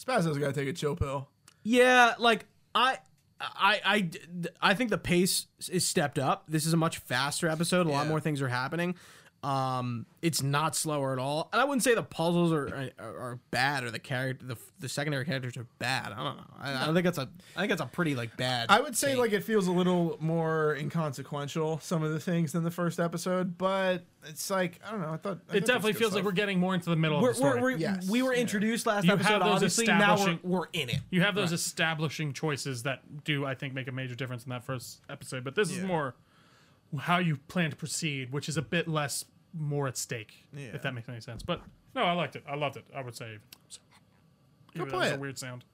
Speaker 2: Spazzo's got to take a chill pill.
Speaker 1: yeah, like I. I, I, d- I think the pace is stepped up. This is a much faster episode. A lot
Speaker 2: Yeah.
Speaker 1: more things are happening. Um, it's not slower at all, and I wouldn't say the puzzles are are, are bad or the character the, the secondary characters are bad. I don't know. I, I don't think that's a I think that's a pretty like bad.
Speaker 2: I would say like it feels a little more inconsequential some of the things than the first episode, but it's like I don't know. I thought I
Speaker 3: It definitely feels like we're getting more into the middle
Speaker 1: we're,
Speaker 3: of the
Speaker 1: we're,
Speaker 3: story.
Speaker 1: we're,
Speaker 2: Yes.
Speaker 1: we were introduced last
Speaker 3: You have
Speaker 1: episode.
Speaker 3: those
Speaker 1: Obviously, now we're,
Speaker 3: establishing-
Speaker 1: we're in it.
Speaker 3: you have those establishing choices that do, I think, make a major difference in that first episode. But this is
Speaker 2: Yeah.
Speaker 3: more how you plan to proceed, which is a bit less more at stake,
Speaker 2: Yeah.
Speaker 3: if that makes any sense. But no, I liked it. I loved it. I would say. So, Give it- that was
Speaker 2: play
Speaker 3: a
Speaker 2: it. <laughs>
Speaker 3: weird sound.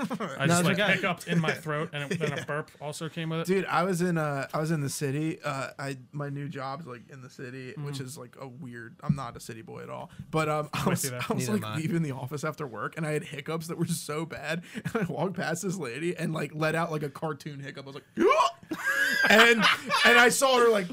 Speaker 3: I just
Speaker 1: it's
Speaker 3: like
Speaker 1: okay.
Speaker 3: hiccuped in my throat, and
Speaker 2: <laughs>
Speaker 3: it, then a burp also came with it.
Speaker 2: Dude, I was in uh, I was in the city. Uh, I my new job's like in the city, which is like a weird. I'm not a city boy at all, but um, I was,
Speaker 3: you there.
Speaker 2: I was
Speaker 1: Neither
Speaker 2: like
Speaker 1: am I.
Speaker 2: leaving the office after work, and I had hiccups that were so bad. <laughs> And I walked past this lady and like let out like a cartoon hiccup. I was like, and and I saw her like.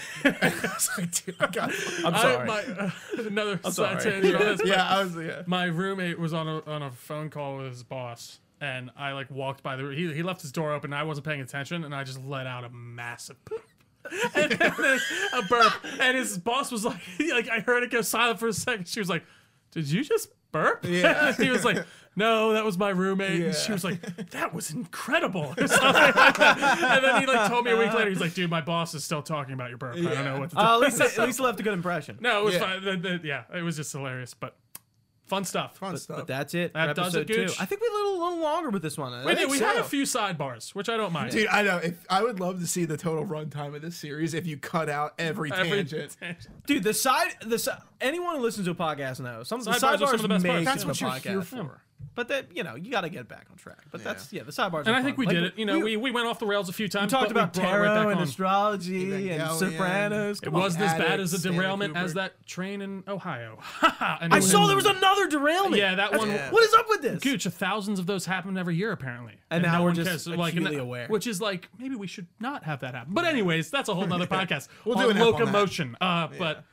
Speaker 2: <laughs> and I was like, dude, I got.
Speaker 5: I'm
Speaker 3: I-
Speaker 5: sorry.
Speaker 3: my- <laughs> uh, another side
Speaker 5: sorry.
Speaker 3: tangent on this,
Speaker 2: <laughs>
Speaker 3: but
Speaker 2: Yeah, I was yeah.
Speaker 3: my roommate was on a on a phone call with his boss, and I like walked by the he he left his door open. And I wasn't paying attention, and I just let out a massive poop. <laughs> and then a burp, and his boss was like, <laughs> like I heard it go silent for a second. She was like, "Did you just burp?" <laughs>
Speaker 2: Yeah.
Speaker 3: he was like, "No, that was my roommate." And she
Speaker 2: Yeah.
Speaker 3: was like, "That
Speaker 2: <laughs>
Speaker 3: was incredible." <laughs> or something like that. and then he like told me a week later, he's like, "Dude, my boss is still talking about your burp. I don't know
Speaker 2: Yeah.
Speaker 3: what to
Speaker 1: Uh, at <laughs> least at least it left a good impression.
Speaker 3: No, it was
Speaker 2: Yeah.
Speaker 3: fine. The- the- yeah, it was just hilarious, but fun stuff.
Speaker 2: Fun
Speaker 1: But,
Speaker 2: stuff.
Speaker 1: but that's it.
Speaker 3: That
Speaker 1: for
Speaker 3: does it,
Speaker 1: episode two.
Speaker 3: Gooch.
Speaker 1: I think we went a little longer with this one. I
Speaker 3: We
Speaker 1: think
Speaker 3: did. We
Speaker 1: so.
Speaker 3: had a few sidebars, which I don't mind.
Speaker 2: Dude, I know. If I would love to see the total runtime of this series if you cut out every,
Speaker 3: Every
Speaker 2: tangent.
Speaker 3: <laughs> tangent.
Speaker 1: Dude, the side, the si- anyone who listens to a podcast knows some of the
Speaker 3: Sidebars are
Speaker 1: sidebars
Speaker 3: some of the best
Speaker 1: make
Speaker 3: parts.
Speaker 2: That's
Speaker 1: the
Speaker 2: what you're
Speaker 1: podcast.
Speaker 2: here for.
Speaker 1: But that you know, you got to get back on track. But that's yeah, the sidebars.
Speaker 3: And
Speaker 1: are
Speaker 3: I think
Speaker 1: fun.
Speaker 3: we
Speaker 1: Like,
Speaker 3: did it. You know, we, we went off the rails a few times.
Speaker 1: we talked
Speaker 3: but
Speaker 1: about
Speaker 3: we brought it right
Speaker 1: tarot
Speaker 3: back
Speaker 1: and
Speaker 3: on.
Speaker 1: astrology and
Speaker 2: Evangelion.
Speaker 1: Sopranos.
Speaker 3: It
Speaker 1: Come
Speaker 3: was
Speaker 1: on.
Speaker 3: this
Speaker 2: Addict,
Speaker 3: bad as a
Speaker 2: Stanley
Speaker 3: derailment as
Speaker 2: Kubrick.
Speaker 3: that train in Ohio. <laughs> And
Speaker 1: I
Speaker 3: it was
Speaker 1: saw
Speaker 3: in-
Speaker 1: there was another derailment.
Speaker 3: Yeah, that one.
Speaker 2: Yeah.
Speaker 1: What is up with this?
Speaker 3: Gooch, thousands of those happen every year apparently,
Speaker 1: And now we're
Speaker 3: one
Speaker 1: just
Speaker 3: cares, like,
Speaker 1: acutely
Speaker 3: and-
Speaker 1: aware.
Speaker 3: which is like maybe we should not have that happen. But anyways, that's a
Speaker 2: <laughs>
Speaker 3: whole nother podcast.
Speaker 2: We'll do
Speaker 3: on
Speaker 2: an app on that.
Speaker 3: locomotion. Uh, but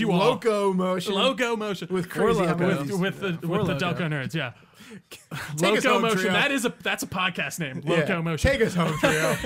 Speaker 2: <laughs>
Speaker 3: you all.
Speaker 2: Loco motion.
Speaker 3: Logo motion
Speaker 2: With crazy
Speaker 1: loco.
Speaker 2: emojis.
Speaker 3: with, with the with the
Speaker 1: logo.
Speaker 3: Delco nerds, yeah.
Speaker 2: <laughs> Take us
Speaker 3: Loco
Speaker 2: home,
Speaker 3: motion.
Speaker 2: Trio.
Speaker 3: That is a that's a podcast name.
Speaker 2: Yeah.
Speaker 3: Loco motion.
Speaker 2: Take us home, Trio.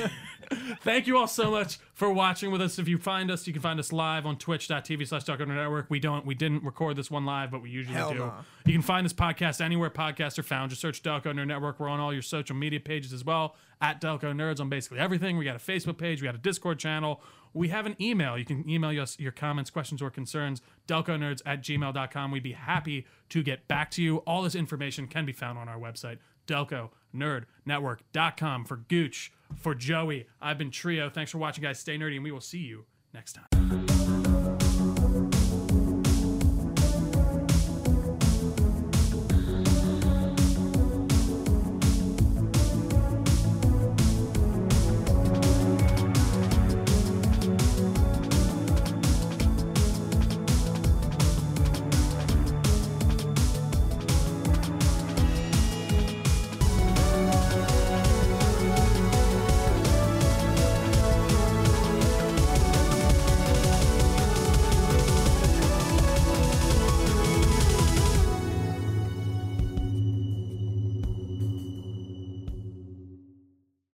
Speaker 3: Thank you all so much for watching with us. If you find us, you can find us live on twitch.tv slash Dark Under Network. We don't we didn't record this one live, but we usually
Speaker 2: Hell
Speaker 3: do.
Speaker 2: nah.
Speaker 3: You can find this podcast anywhere podcasts are found. Just search Delco Nerd Network. We're on all your social media pages as well. At Delco Nerds on basically everything. We got a Facebook page, we got a Discord channel. We have an email. You can email us your comments, questions, or concerns, delconerds at gmail.com. We'd be happy to get back to you. All this information can be found on our website, delconerdnetwork.com. For Gooch, for Joey, I've been Trio. Thanks for watching, guys. Stay nerdy, and we will see you next time.